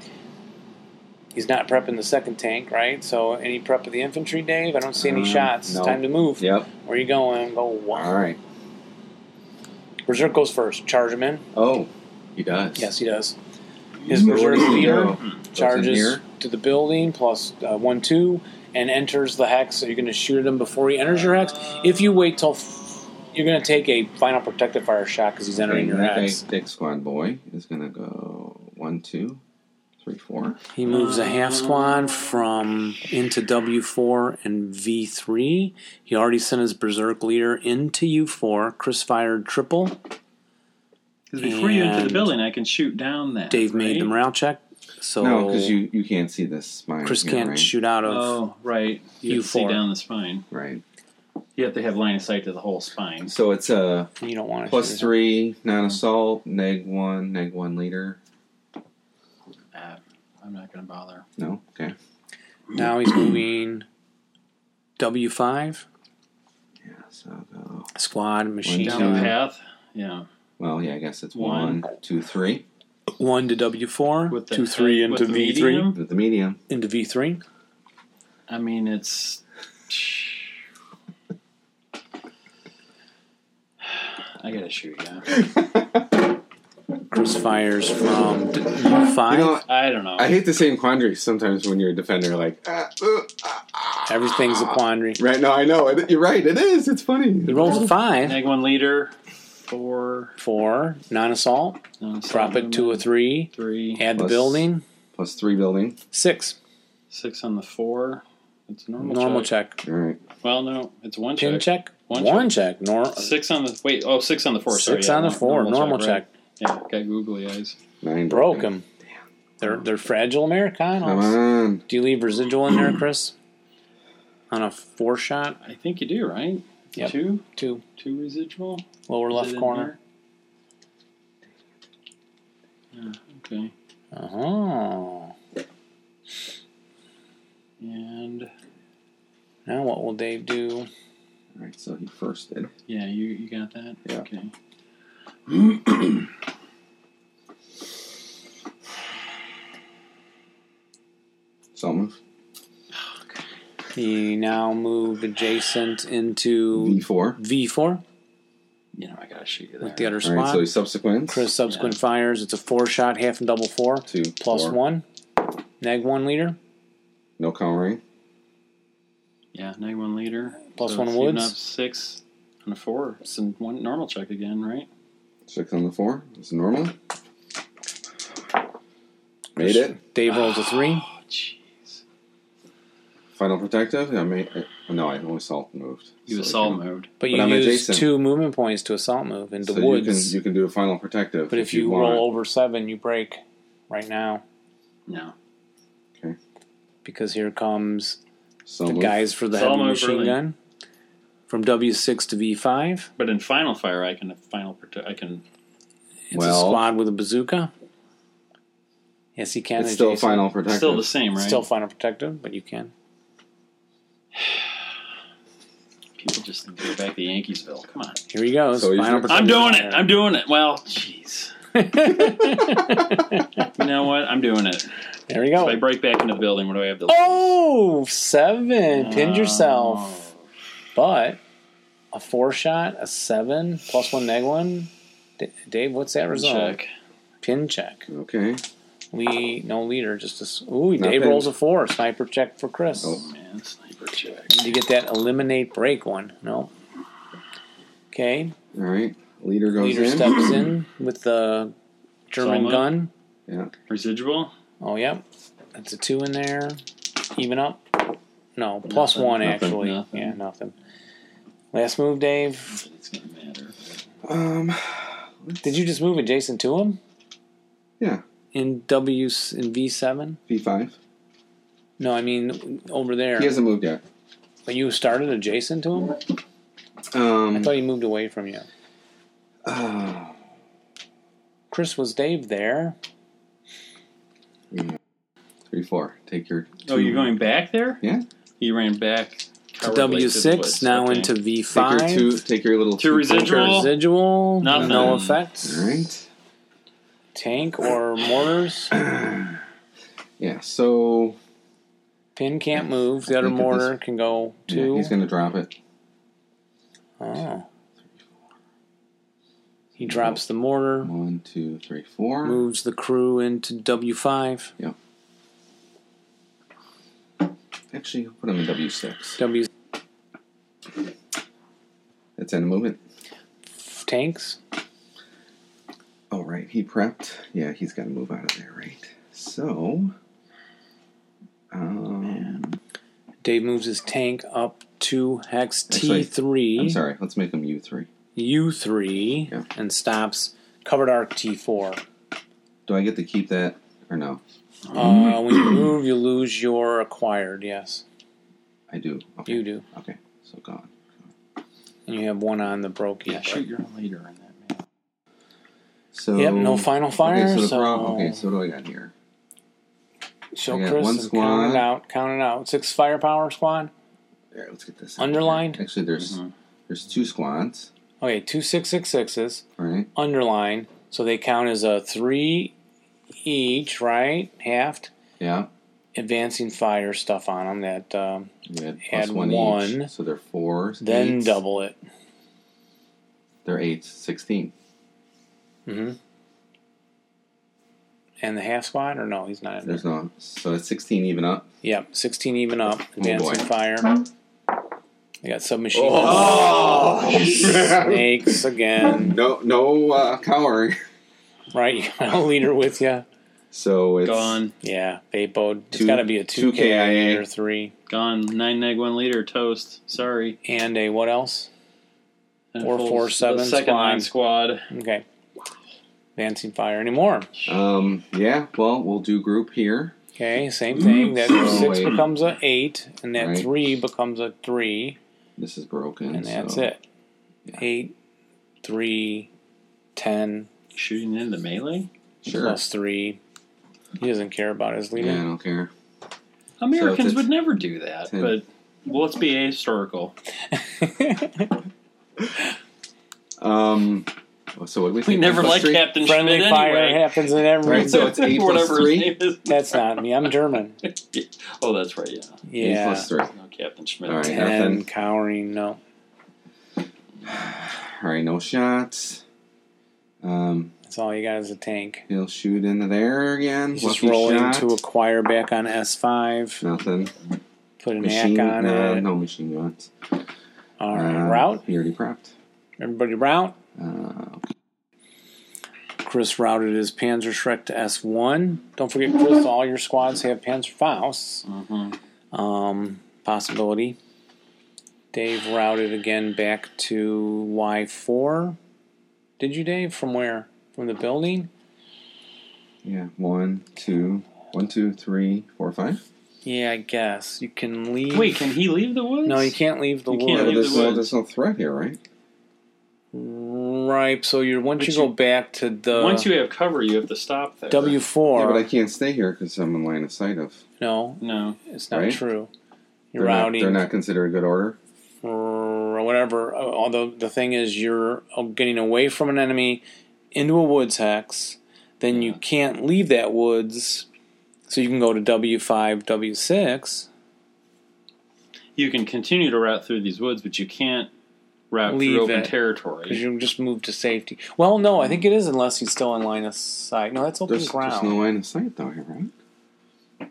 Speaker 1: He's not prepping the second tank, right? So any prep of the infantry, Dave? I don't see any
Speaker 3: Um,
Speaker 1: shots.
Speaker 3: no.
Speaker 1: Time to move.
Speaker 3: Yep.
Speaker 1: Where you going? Go one.
Speaker 5: Uh,
Speaker 3: All right.
Speaker 1: Berserk goes first. Charge him in.
Speaker 3: Oh, he does.
Speaker 1: Yes, he does. His
Speaker 3: Where
Speaker 1: berserk
Speaker 3: do we
Speaker 1: leader
Speaker 3: go? in
Speaker 1: charges
Speaker 3: here?
Speaker 1: to the building plus uh, one two and enters the hex. So you're going to shoot at him before he enters your hex. If you wait till f- you're going to take a final protective fire shot because he's entering
Speaker 3: Okay,
Speaker 1: your
Speaker 3: that
Speaker 1: hex.
Speaker 3: big- Big squad boy is gonna go one, two, three, four.
Speaker 1: He moves a half squad from into W4 and V3. He already sent his berserk leader into U4. Chris fired triple.
Speaker 2: Because before you enter
Speaker 1: And-
Speaker 2: the building, I can shoot down that.
Speaker 1: Dave made
Speaker 2: right?
Speaker 1: the morale check. So
Speaker 5: No, because you, you can't see this spine.
Speaker 1: Chris
Speaker 5: here,
Speaker 1: can't
Speaker 5: right?
Speaker 1: shoot out of.
Speaker 2: Oh, right. You have to see
Speaker 1: U4.
Speaker 2: down the spine.
Speaker 5: Right.
Speaker 2: You have to have line of sight to the whole spine.
Speaker 5: So it's a
Speaker 1: You don't want to.
Speaker 5: plus three non assault, neg one, neg one leader.
Speaker 2: Uh, I'm not going to bother.
Speaker 5: No? Okay.
Speaker 1: Now he's moving W5.
Speaker 5: Yeah, so go.
Speaker 1: Squad machine
Speaker 5: One,
Speaker 2: Down
Speaker 5: two.
Speaker 2: the path. Yeah.
Speaker 5: Well, yeah, I guess it's
Speaker 2: One.
Speaker 5: one, two, three.
Speaker 1: one to W four,
Speaker 2: With the
Speaker 1: two three
Speaker 2: with
Speaker 1: into
Speaker 2: the
Speaker 1: V three,
Speaker 2: medium?
Speaker 5: With the medium.
Speaker 1: into V three.
Speaker 2: I mean, it's. I gotta shoot, yeah.
Speaker 1: Chris fires from D five.
Speaker 3: You know,
Speaker 2: I don't know.
Speaker 3: I hate the same quandaries sometimes when you're a defender. Like, ah, uh, ah, ah.
Speaker 1: Everything's a quandary.
Speaker 3: right? No, I know. It, you're right. It is. It's funny.
Speaker 1: He rolls a five
Speaker 2: Neg one leader, four.
Speaker 1: for non assault.
Speaker 2: No,
Speaker 1: Drop it to a three.
Speaker 2: three.
Speaker 1: Add the
Speaker 5: Plus-
Speaker 1: building
Speaker 5: Plus three building.
Speaker 1: six.
Speaker 2: Six on the four. It's a normal.
Speaker 1: Normal
Speaker 2: check.
Speaker 1: check.
Speaker 5: All right.
Speaker 2: Well, no, it's one
Speaker 1: Pin
Speaker 2: check.
Speaker 1: check.
Speaker 2: One
Speaker 1: One check. Nor
Speaker 2: Six on the wait. Oh, six on the four. sorry,
Speaker 1: six
Speaker 2: yeah,
Speaker 1: on the
Speaker 2: nor-
Speaker 1: four. Normal
Speaker 2: right.
Speaker 1: check.
Speaker 2: Yeah, got googly eyes.
Speaker 5: Nine.
Speaker 1: Broke
Speaker 5: building.
Speaker 1: him. They're they're fragile
Speaker 5: Come
Speaker 1: Americanos.
Speaker 5: on.
Speaker 1: Do you leave residual in there, Chris? On a four shot,
Speaker 2: I think you do right.
Speaker 1: Yep.
Speaker 2: Two,
Speaker 1: two
Speaker 2: two residual. Is
Speaker 1: lower
Speaker 2: it
Speaker 1: left
Speaker 2: in
Speaker 1: corner.
Speaker 2: there? Yeah, okay.
Speaker 1: Oh.
Speaker 2: And
Speaker 1: Now what will Dave do?
Speaker 5: All right, so he first did.
Speaker 2: yeah, you you got that.
Speaker 5: Yeah.
Speaker 2: Okay.
Speaker 5: Something.
Speaker 1: He now moved adjacent into
Speaker 5: V4. All
Speaker 1: V4
Speaker 2: You know I gotta shoot you there.
Speaker 1: with the other
Speaker 5: right,
Speaker 1: spot.
Speaker 5: so he subsequent.
Speaker 1: Chris subsequent fires. It's a four shot, half and double four.
Speaker 5: Two.
Speaker 1: Plus
Speaker 5: four.
Speaker 1: one. Neg one leader.
Speaker 5: No covering.
Speaker 2: Yeah, neg one leader.
Speaker 1: Plus
Speaker 2: So
Speaker 1: one
Speaker 2: it's even
Speaker 1: woods.
Speaker 2: up Six on a four. It's in one normal check again, right?
Speaker 5: Six on the four. It's normal. Made it.
Speaker 1: Dave rolls a three.
Speaker 2: Oh jeez.
Speaker 5: Final protective. I made. It. No, I only salt moved.
Speaker 2: You
Speaker 5: So
Speaker 2: assault
Speaker 5: can-
Speaker 2: moved.
Speaker 1: But
Speaker 5: But
Speaker 1: you
Speaker 5: I'm
Speaker 1: use
Speaker 5: adjacent.
Speaker 1: two movement points to assault move into
Speaker 5: So you can
Speaker 1: woods.
Speaker 5: you can do a final protective.
Speaker 1: but if, you,
Speaker 5: want.
Speaker 1: roll over seven, you break right now
Speaker 2: No.
Speaker 1: because here comes
Speaker 5: so
Speaker 1: the
Speaker 5: move.
Speaker 1: guys for the
Speaker 2: Assault
Speaker 1: heavy
Speaker 2: move
Speaker 1: machine
Speaker 2: early.
Speaker 1: gun from W6 to V5.
Speaker 2: But in Final Fire, I can final protect. I can.
Speaker 1: It's
Speaker 5: Well-
Speaker 1: a squad with a bazooka. Yes, he can.
Speaker 5: It's still
Speaker 1: adjacent.
Speaker 5: final protective.
Speaker 2: Still the same, right?
Speaker 1: Still final protective, but you can.
Speaker 2: People just think we're back to Yankeesville. Come on.
Speaker 1: Here he goes.
Speaker 5: So he's
Speaker 1: final
Speaker 5: gonna-
Speaker 2: I'm
Speaker 1: protective.
Speaker 2: doing it. I'm doing it. Well, jeez. You know what? I'm doing it.
Speaker 1: there we
Speaker 2: If I
Speaker 1: go.
Speaker 2: break back into the building, what do I have to lose?
Speaker 1: Oh, seven. Pinned
Speaker 2: Oh.
Speaker 1: yourself. But a four shot, a seven, plus one neg one. D- Dave, what's that result?
Speaker 2: Check.
Speaker 1: Pin check.
Speaker 5: Okay.
Speaker 1: We no leader. Just a s- ooh.
Speaker 5: Not
Speaker 1: Dave
Speaker 5: pinned.
Speaker 1: rolls a four. Sniper check for Chris.
Speaker 5: Oh.
Speaker 2: Man, sniper check.
Speaker 1: Did you get that eliminate break one? No. Okay.
Speaker 5: All right. Leader goes
Speaker 1: Leader
Speaker 5: in.
Speaker 1: steps in with the German
Speaker 2: Solo.
Speaker 1: gun.
Speaker 5: Yeah.
Speaker 2: Residual.
Speaker 1: Oh, yep. That's a two in there. Even up. No, plus
Speaker 2: Nothing.
Speaker 1: one,
Speaker 5: Nothing.
Speaker 1: actually.
Speaker 2: Nothing.
Speaker 1: Yeah, nothing. Last move, Dave.
Speaker 2: It's gonna matter.
Speaker 5: Um.
Speaker 1: Did you just move adjacent to him?
Speaker 5: Yeah.
Speaker 1: In W in V seven
Speaker 5: V five.
Speaker 1: No, I mean over there.
Speaker 5: He Mm-hmm. hasn't moved yet.
Speaker 1: But you started adjacent to him. I
Speaker 5: Um,
Speaker 1: thought he moved away from you.
Speaker 5: uh,
Speaker 1: Chris was Dave there.
Speaker 5: three, four. Take your.
Speaker 2: Oh, you're going back there?
Speaker 5: Yeah.
Speaker 2: You ran back.
Speaker 1: To
Speaker 2: cowardly
Speaker 1: W
Speaker 2: to the
Speaker 1: six
Speaker 2: woods.
Speaker 1: now
Speaker 2: Okay.
Speaker 1: into V
Speaker 5: Take your two.
Speaker 1: five.
Speaker 5: Take your little
Speaker 2: Two
Speaker 5: two
Speaker 2: residual.
Speaker 1: Oh, Residual,
Speaker 2: Nothing.
Speaker 1: no effects.
Speaker 5: All right.
Speaker 1: Tank or mortars.
Speaker 5: Yeah. So
Speaker 1: Pin can't move. The other
Speaker 5: Look at
Speaker 1: mortar can go
Speaker 5: yeah,
Speaker 1: two.
Speaker 5: he's going to drop it.
Speaker 1: oh. He drops the mortar,
Speaker 5: One, two, three, four.
Speaker 1: moves the crew into W five.
Speaker 5: Actually, put him in W six.
Speaker 1: W
Speaker 5: That's end of movement.
Speaker 1: tanks.
Speaker 5: Oh right, he prepped. Yeah, he's got to move out of there, right? So, um,
Speaker 1: Dave moves his tank up to hex
Speaker 5: Actually,
Speaker 1: T three.
Speaker 5: I'm sorry. Let's make him U three.
Speaker 1: U3
Speaker 5: Yeah.
Speaker 1: and stops covered arc T4.
Speaker 5: Do I get to keep that or no?
Speaker 1: Uh,
Speaker 5: Mm-hmm.
Speaker 1: when you move, you lose your acquired, yes.
Speaker 5: I do. Okay.
Speaker 1: You do.
Speaker 5: Okay. So gone.
Speaker 1: And you have one on the Brokey.
Speaker 2: Yeah, shoot your leader on that man.
Speaker 5: So
Speaker 1: Yep, no final fire,
Speaker 5: Okay, so, the
Speaker 1: so-
Speaker 5: problem, okay, so what do I got here?
Speaker 1: So
Speaker 5: I got
Speaker 1: Chris
Speaker 5: one
Speaker 1: is counting it
Speaker 5: squad.
Speaker 1: out, counting it out. Six firepower squad.
Speaker 5: All right, let's get this
Speaker 1: Underlined? Mm-hmm.
Speaker 5: Out here. Actually, there's
Speaker 2: Mhm.
Speaker 5: there's two squads.
Speaker 1: Okay, two six six sixes.
Speaker 5: All right.
Speaker 1: Underline. So they count as a three each, right? Halved.
Speaker 5: Yeah.
Speaker 1: Advancing fire stuff on them that um,
Speaker 5: You had
Speaker 1: Add
Speaker 5: plus one,
Speaker 1: one.
Speaker 5: each, so they're fours.
Speaker 1: then
Speaker 5: eights.
Speaker 1: double it.
Speaker 5: They're eights, sixteen.
Speaker 1: Mm-hmm. And the half squad, or no, he's not in there.
Speaker 5: There's no so it's sixteen even up.
Speaker 1: Yep, 16 even up, advancing
Speaker 5: Oh, boy.
Speaker 1: fire. They got submachine guns, Oh,
Speaker 5: Oh.
Speaker 1: snakes again,
Speaker 5: no, no uh, cowering.
Speaker 1: right? You got a leader with you.
Speaker 5: So it's
Speaker 2: Gone.
Speaker 1: Yeah, Vapoed. It's
Speaker 5: Two-
Speaker 1: got to be a
Speaker 5: two
Speaker 1: 2K
Speaker 5: KIA.
Speaker 1: or 3.
Speaker 2: Gone. Nine neg one leader. Toast. Sorry.
Speaker 1: And a what else?
Speaker 2: And
Speaker 1: Four,
Speaker 2: full-
Speaker 1: four,
Speaker 2: the
Speaker 1: seven
Speaker 2: Second line squad.
Speaker 1: Okay. Advancing fire anymore.
Speaker 5: Um, yeah. Well, we'll do group here.
Speaker 1: Okay, same thing. That
Speaker 5: Oh,
Speaker 1: 6
Speaker 5: wait.
Speaker 1: becomes a 8, and that
Speaker 5: Right.
Speaker 1: 3 becomes a 3,
Speaker 5: This is broken.
Speaker 1: and that's
Speaker 5: so-
Speaker 1: it. 8, 3, 10,
Speaker 2: Shooting in the melee.
Speaker 5: Sure.
Speaker 1: plus 3. He doesn't care about his leader.
Speaker 5: Yeah, I don't care.
Speaker 2: Americans
Speaker 5: it's-
Speaker 2: would never do that,
Speaker 5: Ten.
Speaker 2: but well, let's be ahistorical.
Speaker 5: Um, so what do we
Speaker 2: We
Speaker 5: think?
Speaker 2: never
Speaker 5: Plus
Speaker 2: liked
Speaker 5: three?
Speaker 2: Captain
Speaker 1: Friendly
Speaker 2: Schmidt
Speaker 1: fire
Speaker 2: anyway.
Speaker 1: happens in every.
Speaker 5: Right, so it's eight plus
Speaker 2: Whatever
Speaker 5: three?
Speaker 2: his name
Speaker 1: That's not me. I'm German.
Speaker 2: is. oh, that's right. Yeah.
Speaker 5: Eight
Speaker 1: Yeah.
Speaker 5: plus three. All
Speaker 2: No Captain Schmidt.
Speaker 5: All right.
Speaker 1: Ten
Speaker 5: Nothing.
Speaker 1: cowering. No.
Speaker 5: right, no shots. Um,
Speaker 1: That's all you got is a tank.
Speaker 5: he'll shoot into there again.
Speaker 1: He's just
Speaker 5: Lucky
Speaker 1: rolling
Speaker 5: shot.
Speaker 1: to acquire back on S5.
Speaker 5: Nothing.
Speaker 1: Put an
Speaker 5: Machine.
Speaker 1: hack on
Speaker 5: uh,
Speaker 1: it.
Speaker 5: No machine guns.
Speaker 1: All right.
Speaker 5: Um,
Speaker 1: Route.
Speaker 5: He already prepped.
Speaker 1: Everybody route.
Speaker 5: Uh,
Speaker 1: Chris routed his Panzer Shrek to S1. Don't forget, Chris, all your squads have Panzer Faust.
Speaker 2: Mhm.
Speaker 1: Um, possibility. Dave routed again back to Y4. Did you, Dave? From where? From the building?
Speaker 5: yeah, one, two, one, two, three, four, five.
Speaker 1: Yeah, I guess you can leave.
Speaker 2: Wait, can he leave the woods?
Speaker 1: no, you can't leave the
Speaker 2: You
Speaker 5: Yeah,
Speaker 2: can't
Speaker 5: but
Speaker 2: leave
Speaker 1: woods.
Speaker 5: there's
Speaker 2: the
Speaker 5: no,
Speaker 2: woods.
Speaker 5: there's no threat here, right?
Speaker 1: Right. So you're once
Speaker 2: But
Speaker 1: you,
Speaker 2: you-
Speaker 1: go back to the
Speaker 2: Once you have cover, you have to stop there.
Speaker 1: uh, W
Speaker 5: yeah, but I
Speaker 1: four.
Speaker 5: can't stay here because I'm in line of sight of.
Speaker 1: No,
Speaker 2: No.
Speaker 1: it's not
Speaker 5: Right?
Speaker 1: true. You're
Speaker 5: They're not,
Speaker 1: routing
Speaker 5: they're not considered a good order.
Speaker 1: or whatever. uh, Although the thing is, you're uh, getting away from an enemy into a woods hex. Then you can't leave that woods, so you can go to W five, W six.
Speaker 2: You can continue to route through these woods, but you can't route
Speaker 1: Leave
Speaker 2: through open
Speaker 1: it. Because
Speaker 2: territory.
Speaker 1: you just move to safety. Well, no, I think it is unless he's still in line of sight. No, that's open
Speaker 5: There's,
Speaker 1: ground.
Speaker 5: there's no line of sight though here, right?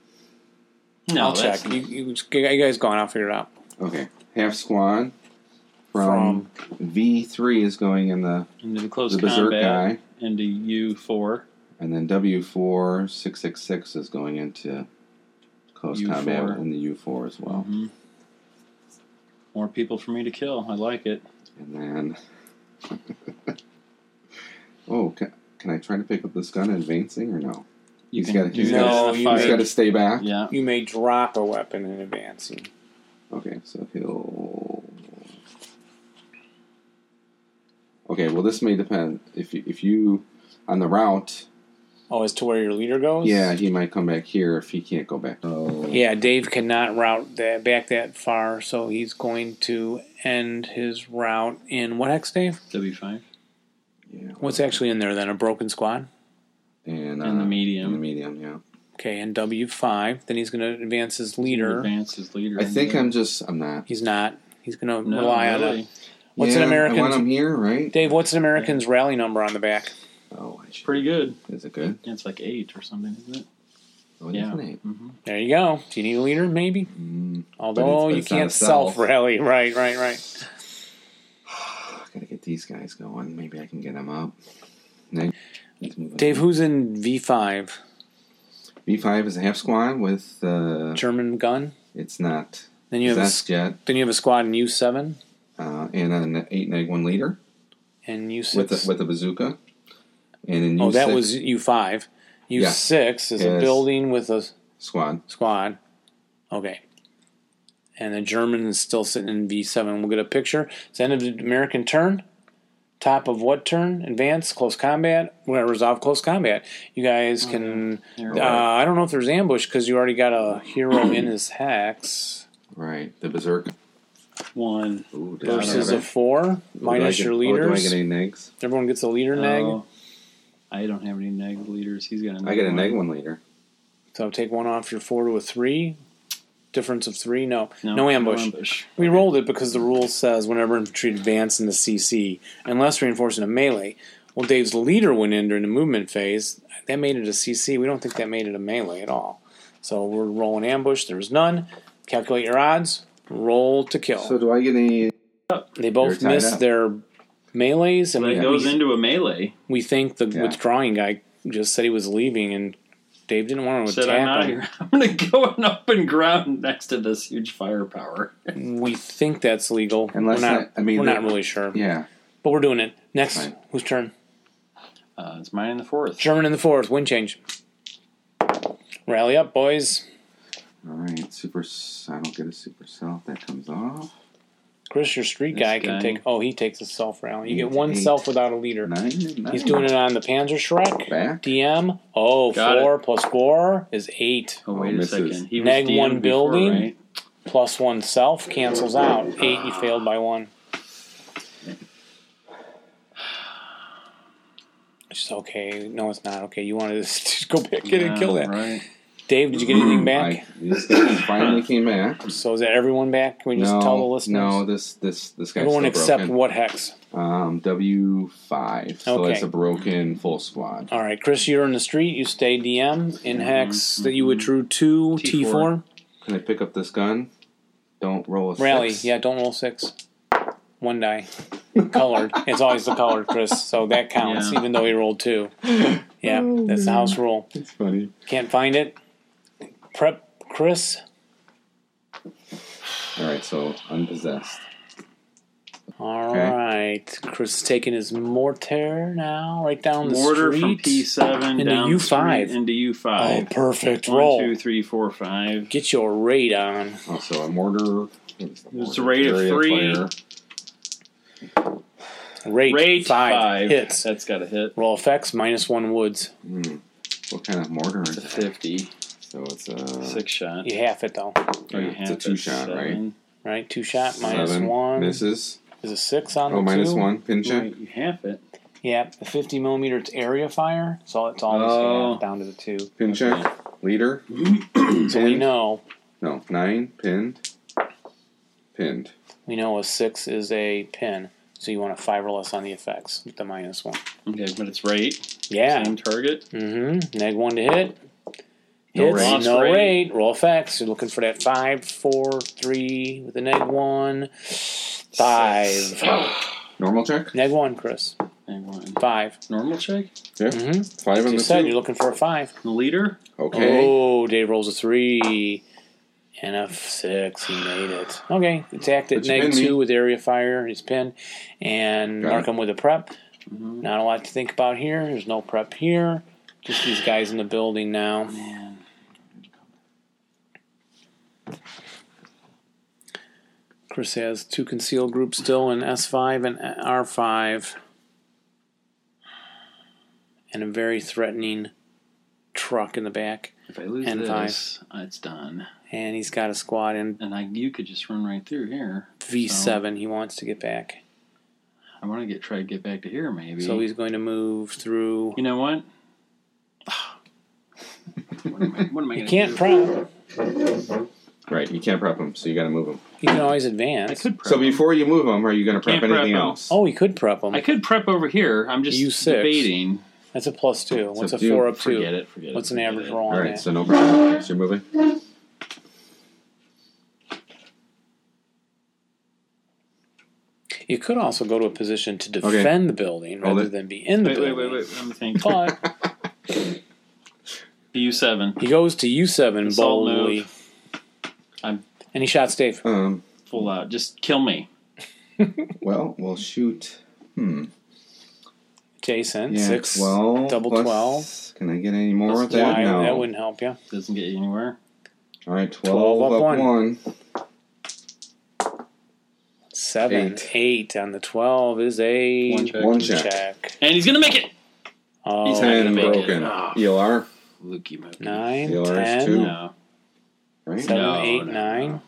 Speaker 2: No,
Speaker 1: I'll
Speaker 2: that's-
Speaker 1: check. You, you, you guys go on. I'll figure it out.
Speaker 5: Okay, half squad from, V three is going in the
Speaker 2: into the close
Speaker 5: the berserk
Speaker 2: combat,
Speaker 5: guy,
Speaker 2: into U four,
Speaker 5: and then W four six six six is going into close
Speaker 2: U4.
Speaker 5: combat in the U four as well,
Speaker 2: Mhm. more people for me to kill. I like it.
Speaker 5: and then. oh, can, can I try to pick up this gun advancing or no?
Speaker 2: You
Speaker 5: He's
Speaker 2: can
Speaker 5: gotta-
Speaker 2: do
Speaker 5: he's
Speaker 2: that
Speaker 1: gotta-
Speaker 2: in the
Speaker 1: No,
Speaker 2: fight.
Speaker 5: He's got to stay back.
Speaker 2: Yeah.
Speaker 1: You may drop a weapon in advancing.
Speaker 5: Okay, so he'll. Okay, well, this may depend if you, if you on the route.
Speaker 1: Oh, as to where your leader goes?
Speaker 5: Yeah, he might come back here if he can't go back. Oh,
Speaker 1: Yeah, Dave cannot route that back that far, so he's going to end his route in what hex, Dave?
Speaker 2: W5.
Speaker 5: yeah.
Speaker 1: What's actually in there then? A broken squad?
Speaker 5: And, uh,
Speaker 2: And the medium.
Speaker 5: in the medium, yeah.
Speaker 1: Okay, and W5. Then he's going to advance his leader.
Speaker 2: Advance is leader.
Speaker 5: I
Speaker 2: in
Speaker 5: think
Speaker 2: the-
Speaker 5: I'm just I'm not.
Speaker 1: He's not. He's going to
Speaker 2: No,
Speaker 1: rely on
Speaker 2: really.
Speaker 1: a. What's an
Speaker 5: Yeah, I want
Speaker 1: American's-
Speaker 5: him here, right?
Speaker 1: Dave, what's an American's rally number on the back?
Speaker 5: Oh, I should,
Speaker 2: Pretty good.
Speaker 5: is it good?
Speaker 2: It's like eight or something, isn't it?
Speaker 5: Oh, it
Speaker 2: Yeah.
Speaker 5: is an eight.
Speaker 2: Mm-hmm.
Speaker 1: There you go. Do you need a leader? Maybe.
Speaker 5: Mm,
Speaker 1: Although
Speaker 5: but
Speaker 1: you
Speaker 5: it's not
Speaker 1: can't
Speaker 5: a self.
Speaker 1: self rally. Right, right, right.
Speaker 5: I gotta get these guys going. Maybe I can get them up. Next, let's move on.
Speaker 1: Dave, who's in V5?
Speaker 5: V5 is a half squad with. Uh,
Speaker 1: German gun?
Speaker 5: It's not
Speaker 1: Then you have a,
Speaker 5: possessed
Speaker 1: s-
Speaker 5: yet,
Speaker 1: then you have a squad in U7
Speaker 5: uh, and an eight neg one leader
Speaker 1: and U6.
Speaker 5: with a, with a bazooka. And then
Speaker 1: oh, that
Speaker 5: U6
Speaker 1: was U5. U6 is a
Speaker 5: Yes.
Speaker 1: building with a
Speaker 5: squad.
Speaker 1: squad. Okay. And the German is still sitting in V7. We'll get a picture. It's end of the American turn. Top of what turn? Advance, close combat. We're going to resolve close combat. You guys can.
Speaker 2: There
Speaker 1: Uh, I don't know if there's ambush because you already got a hero in his hex
Speaker 5: Right, the berserk
Speaker 2: One.
Speaker 5: Ooh, did I
Speaker 1: versus
Speaker 5: get-
Speaker 1: a four
Speaker 5: oh, do I
Speaker 1: minus
Speaker 5: get-
Speaker 1: your
Speaker 5: oh, do I
Speaker 1: leaders.
Speaker 5: get any negs?
Speaker 1: Everyone gets a leader neg.
Speaker 2: Oh, I don't have any neg leaders. He's got a neg.
Speaker 5: I get a
Speaker 2: one.
Speaker 5: neg one leader.
Speaker 1: So take one off your four to a three. Difference of three? No. No, ambush.
Speaker 2: ambush.
Speaker 1: We rolled it because the rule says whenever infantry advance in the CC, unless reinforcing a melee. Well, Dave's leader went in during the movement phase. That made it a CC. We don't think that made it a melee at all. So we're rolling ambush. There's none. Calculate your odds. Roll to kill.
Speaker 5: So do I get any?
Speaker 1: they
Speaker 5: they're
Speaker 1: both
Speaker 5: tied
Speaker 1: missed
Speaker 5: up.
Speaker 1: their melees, and
Speaker 2: That
Speaker 1: we,
Speaker 2: goes into a melee.
Speaker 1: we think the
Speaker 5: Yeah.
Speaker 1: withdrawing guy just said he was leaving, and Dave didn't want to
Speaker 2: Said I'm
Speaker 1: attack
Speaker 2: out of
Speaker 1: him.
Speaker 2: here. I'm gonna go on open ground next to this huge firepower.
Speaker 1: We think that's legal.
Speaker 5: Unless
Speaker 1: we're not,
Speaker 5: that- I mean,
Speaker 1: we're
Speaker 5: the-
Speaker 1: not really sure,
Speaker 5: Yeah,
Speaker 1: but we're doing it. Next,
Speaker 5: Fine.
Speaker 1: whose turn?
Speaker 2: Uh, it's mine in the fourth.
Speaker 1: German in the fourth. Wind change. Rally up, boys.
Speaker 5: all right. Super. s- I don't get a super self. That comes off
Speaker 1: Chris, your street
Speaker 2: This
Speaker 1: guy, can
Speaker 2: guy.
Speaker 1: take. Oh, he takes a self rally. You get
Speaker 5: Eight,
Speaker 1: one
Speaker 5: eight.
Speaker 1: self without a leader.
Speaker 5: nine. nine.
Speaker 1: He's doing it on the Panzer Shrek.
Speaker 5: back.
Speaker 1: DM. Oh,
Speaker 2: Got
Speaker 1: four plus four is eight.
Speaker 2: Oh
Speaker 5: Oh,
Speaker 2: wait a
Speaker 5: misses.
Speaker 2: second. He
Speaker 1: Neg
Speaker 2: was
Speaker 1: one
Speaker 2: DM'd before,
Speaker 1: building.
Speaker 2: right?
Speaker 1: Plus one self cancels out. Eight, you failed by one. It's okay. No, it's not okay. You wanted to just go back in
Speaker 2: Yeah,
Speaker 1: and kill that.
Speaker 2: Right.
Speaker 1: Dave, did you get anything back?
Speaker 5: I, these guys finally came back.
Speaker 1: so is that everyone back? Can we just
Speaker 5: no,
Speaker 1: tell the listeners?
Speaker 5: no. This this this guy's
Speaker 1: Everyone
Speaker 5: still
Speaker 1: except
Speaker 5: broken.
Speaker 1: what hex?
Speaker 5: Um, W five. So
Speaker 1: Okay.
Speaker 5: that's a broken full squad.
Speaker 1: All right, Chris, you're in the street. You stay DM in hex that you withdrew two T four
Speaker 2: T4.
Speaker 5: Can I pick up this gun? Don't roll a
Speaker 1: rally.
Speaker 5: six.
Speaker 1: Yeah, don't roll six. One die, colored. it's always the colored, Chris. So that counts,
Speaker 2: Yeah.
Speaker 1: even though he rolled two. Yeah, that's the house rule.
Speaker 5: It's funny.
Speaker 1: Can't find it. Prep, Chris.
Speaker 5: All right, so unpossessed.
Speaker 1: All right,
Speaker 5: Okay.
Speaker 1: Chris is taking his mortar now, right down the
Speaker 2: Mortar
Speaker 1: street.
Speaker 2: from P seven
Speaker 1: Into
Speaker 2: down the
Speaker 1: U5.
Speaker 2: street into U
Speaker 1: Oh,
Speaker 2: five.
Speaker 1: perfect roll.
Speaker 2: One, two, three, four, five.
Speaker 1: Get your raid on.
Speaker 5: Also, a Oh, mortar.
Speaker 2: It's a rate of
Speaker 5: Area
Speaker 2: three.
Speaker 5: fire.
Speaker 1: Raid,
Speaker 2: Rate
Speaker 1: five, hits.
Speaker 2: That's got a hit.
Speaker 1: Roll effects minus one woods.
Speaker 5: Hmm. What kind of mortar is
Speaker 2: It's a
Speaker 5: it?
Speaker 2: fifty.
Speaker 5: So it's uh, a
Speaker 2: Six shot. Oh,
Speaker 1: You half it though.
Speaker 5: yeah,
Speaker 2: You
Speaker 5: it's a
Speaker 2: have
Speaker 5: two shot, right?
Speaker 2: seven.
Speaker 1: right? Two shot minus
Speaker 5: Seven.
Speaker 1: one.
Speaker 5: Misses.
Speaker 1: Is a six on
Speaker 5: Oh,
Speaker 1: the
Speaker 5: minus
Speaker 1: two?
Speaker 5: one. Pin check.
Speaker 2: Right, You half it.
Speaker 1: Yeah, the fifty millimeter it's area fire, so it's always
Speaker 2: Oh.
Speaker 1: half down to the two.
Speaker 5: Pin check. Leader.
Speaker 1: So we know
Speaker 5: No, nine. Pinned. Pinned.
Speaker 1: we know a six is a pin, so you want a five or less on the effects with the minus one.
Speaker 2: Okay, but it's rate.
Speaker 1: Yeah.
Speaker 2: Same target.
Speaker 1: Mm-hmm. Neg one to hit.
Speaker 5: No
Speaker 1: Hits,
Speaker 2: rate.
Speaker 1: no
Speaker 2: Lost rate.
Speaker 1: rate. Roll effects. You're looking for that five, four, three with a neg one. Five.
Speaker 5: Normal check.
Speaker 1: Neg one, Chris.
Speaker 2: And one.
Speaker 1: Five.
Speaker 2: Normal check.
Speaker 5: Yeah.
Speaker 1: Mm-hmm.
Speaker 5: Five on
Speaker 1: You
Speaker 5: the
Speaker 1: said you're
Speaker 5: two.
Speaker 1: looking for a five.
Speaker 2: Leader.
Speaker 5: Okay.
Speaker 1: Oh, Dave rolls a three and a six. He made it. Okay, attacked at
Speaker 5: But you
Speaker 1: neg
Speaker 5: pinned me.
Speaker 1: two with area fire. He's pinned, and
Speaker 5: Got
Speaker 1: mark
Speaker 5: it. Mm-hmm.
Speaker 1: him with a prep.
Speaker 2: Mhm.
Speaker 1: Not a lot to think about here. There's no prep here. Just these guys in the building now.
Speaker 2: Man.
Speaker 1: Chris has two concealed groups still in S5 and R5. And a very threatening truck in the back.
Speaker 2: If I lose
Speaker 1: And five.
Speaker 2: this, uh, it's done.
Speaker 1: And he's got a squad in
Speaker 2: And I, you could just run right through here. Oh.
Speaker 1: V7 he wants to get back.
Speaker 2: I want to get try to get back to here, maybe.
Speaker 1: So he's going to move through.
Speaker 2: you know what? what am I, what am I
Speaker 1: You
Speaker 2: gonna
Speaker 1: can't
Speaker 2: do?
Speaker 1: prop.
Speaker 5: Right, you can't prep them, so you got to move them.
Speaker 1: You can always
Speaker 2: I
Speaker 1: advance.
Speaker 2: could prep.
Speaker 5: So before you move them, are you going to prep
Speaker 2: Can't prep
Speaker 5: anything
Speaker 2: 'em.
Speaker 5: else?
Speaker 1: Oh, he could prep him.
Speaker 2: I could prep over here. I'm just
Speaker 1: You six.
Speaker 2: debating.
Speaker 1: That's a plus two. What's a
Speaker 5: do-
Speaker 1: four up
Speaker 2: Forget
Speaker 1: two?
Speaker 2: it. Forget it.
Speaker 1: What's an
Speaker 2: forget
Speaker 1: average
Speaker 2: it.
Speaker 1: roll
Speaker 5: All
Speaker 1: on
Speaker 5: right,
Speaker 1: that?
Speaker 5: so no problem. So you're moving.
Speaker 1: You could also go to a position to
Speaker 5: Okay.
Speaker 1: defend the building
Speaker 5: Roll
Speaker 1: rather
Speaker 5: it.
Speaker 1: than be in the
Speaker 2: Wait, wait,
Speaker 1: building.
Speaker 2: wait, wait. I'm thinking.
Speaker 1: But
Speaker 2: U7.
Speaker 1: He goes to U7
Speaker 2: Assault
Speaker 1: boldly.
Speaker 2: I'm-
Speaker 1: and he shots Dave.
Speaker 5: Um,
Speaker 2: Full out. Just kill me.
Speaker 5: well, we'll shoot. Hmm.
Speaker 1: Jason,
Speaker 5: Yeah,
Speaker 1: six.
Speaker 5: twelve
Speaker 1: double
Speaker 5: plus-
Speaker 1: 12.
Speaker 5: Can I get any more
Speaker 2: Plus
Speaker 5: with that?
Speaker 1: Why?
Speaker 5: No.
Speaker 1: That wouldn't help you.
Speaker 2: Doesn't get you anywhere.
Speaker 5: All right, twelve, up, one.
Speaker 1: Seven, eight,
Speaker 5: Eight.
Speaker 1: on the 12 is a
Speaker 2: One check.
Speaker 5: One check.
Speaker 1: check.
Speaker 2: And he's gonna make it.
Speaker 1: Oh,
Speaker 2: He's not
Speaker 5: Ten
Speaker 2: gonna make
Speaker 5: broken. E
Speaker 2: it. Ah.
Speaker 5: ELR,
Speaker 2: Lukey Mokey.
Speaker 1: nine,
Speaker 5: Yours
Speaker 1: ten,
Speaker 5: too.
Speaker 2: No.
Speaker 5: right?
Speaker 1: seven,
Speaker 2: No,
Speaker 1: eight,
Speaker 2: no,
Speaker 1: nine.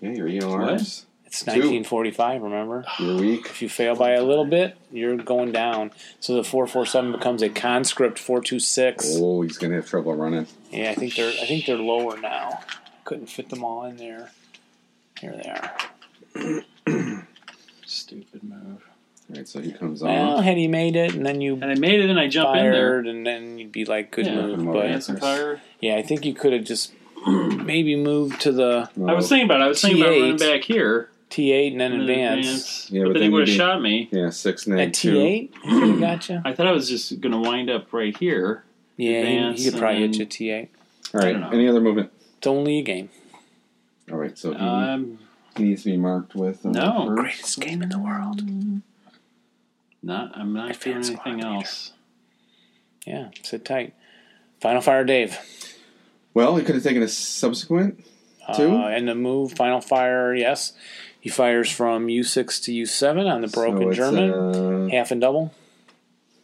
Speaker 2: no.
Speaker 5: Yeah, your E ELRs.
Speaker 1: It's
Speaker 5: Two.
Speaker 1: 1945, remember?
Speaker 5: You're weak.
Speaker 1: If you fail by a little bit, you're going down. So the 447 becomes a conscript 426.
Speaker 5: Oh, he's gonna have trouble running.
Speaker 1: Yeah, I think they're I think they're lower now. Couldn't fit them all in there. Here they are.
Speaker 2: Stupid move.
Speaker 5: All right, so he comes
Speaker 1: Well,
Speaker 5: on.
Speaker 1: had he made it, and then you
Speaker 2: And I made it, and I jump in there.
Speaker 1: fired, and then you'd be like, good
Speaker 2: Yeah,
Speaker 1: move.
Speaker 5: come
Speaker 1: But
Speaker 5: over
Speaker 2: Dance and fire.
Speaker 1: yeah, I think you could have just maybe moved to the
Speaker 2: I was thinking about. it. I was thinking about
Speaker 1: T8.
Speaker 2: running back here.
Speaker 1: T8 and then
Speaker 2: and
Speaker 1: advance.
Speaker 5: Yeah,
Speaker 2: but,
Speaker 5: but
Speaker 2: then he
Speaker 5: then
Speaker 2: would have
Speaker 5: you'd be-
Speaker 2: shot me.
Speaker 5: Yeah, six nine
Speaker 1: At
Speaker 5: two.
Speaker 1: T8? You gotcha?
Speaker 2: I thought I was just gonna wind up right here.
Speaker 1: Yeah, he, he
Speaker 2: Advance
Speaker 1: could probably
Speaker 2: and
Speaker 1: hit you at T8.
Speaker 5: All
Speaker 2: I don't know.
Speaker 5: right, any other movement?
Speaker 1: It's only a game.
Speaker 5: All right, so he
Speaker 2: Um,
Speaker 5: he needs to be marked with. uh,
Speaker 2: No.
Speaker 5: first.
Speaker 1: Greatest game in the world.
Speaker 2: not. I'm not doing
Speaker 1: Advance squad
Speaker 2: anything
Speaker 1: leader.
Speaker 2: else.
Speaker 1: Yeah, sit tight. Final Fire Dave.
Speaker 5: Well, he could have taken a subsequent.
Speaker 1: Uh,
Speaker 5: Two?
Speaker 1: and the move, Final Fire, yes. He fires from U6 to U7 on the broken
Speaker 5: so it's uh,
Speaker 1: German.
Speaker 5: A,
Speaker 1: half and double?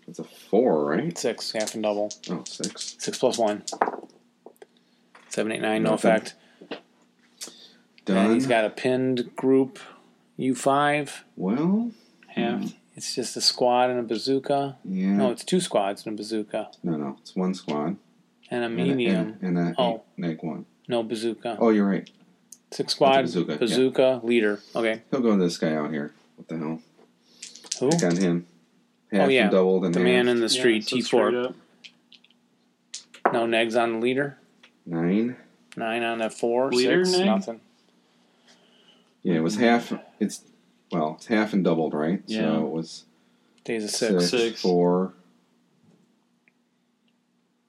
Speaker 5: it's a four, right?
Speaker 1: Six, half and double.
Speaker 5: Oh, six.
Speaker 1: Six plus one. Seven, eight, nine, no
Speaker 5: Nothing.
Speaker 1: effect.
Speaker 5: Done.
Speaker 1: And he's got a pinned group U5.
Speaker 5: well,
Speaker 2: Half.
Speaker 5: Hmm.
Speaker 1: It's just a squad and a bazooka.
Speaker 5: yeah.
Speaker 1: No, it's two squads and a bazooka.
Speaker 5: no, no, it's one squad
Speaker 1: And a
Speaker 5: and a-
Speaker 1: medium.
Speaker 5: and a, and a
Speaker 1: Oh.
Speaker 5: neg one.
Speaker 1: no bazooka.
Speaker 5: Oh, you're right.
Speaker 1: Six squad,
Speaker 5: That's a bazooka,
Speaker 1: bazooka,
Speaker 5: yeah.
Speaker 1: leader. Okay.
Speaker 5: He'll go to this guy out here. What the hell?
Speaker 1: Who? Oh,
Speaker 5: Pick on him. Half
Speaker 1: yeah.
Speaker 5: and doubled and
Speaker 1: The
Speaker 5: half.
Speaker 1: man in the
Speaker 2: Yeah,
Speaker 1: street,
Speaker 2: so straight
Speaker 1: T4.
Speaker 2: up.
Speaker 1: No negs on the leader.
Speaker 5: nine.
Speaker 1: Nine on the four.
Speaker 2: Leader
Speaker 1: six,
Speaker 2: neg?
Speaker 1: nothing.
Speaker 5: Yeah, it was half. It's well, it's half and doubled, right?
Speaker 2: Yeah.
Speaker 5: So it was
Speaker 1: Days of
Speaker 5: six, four.
Speaker 1: six.
Speaker 2: Six.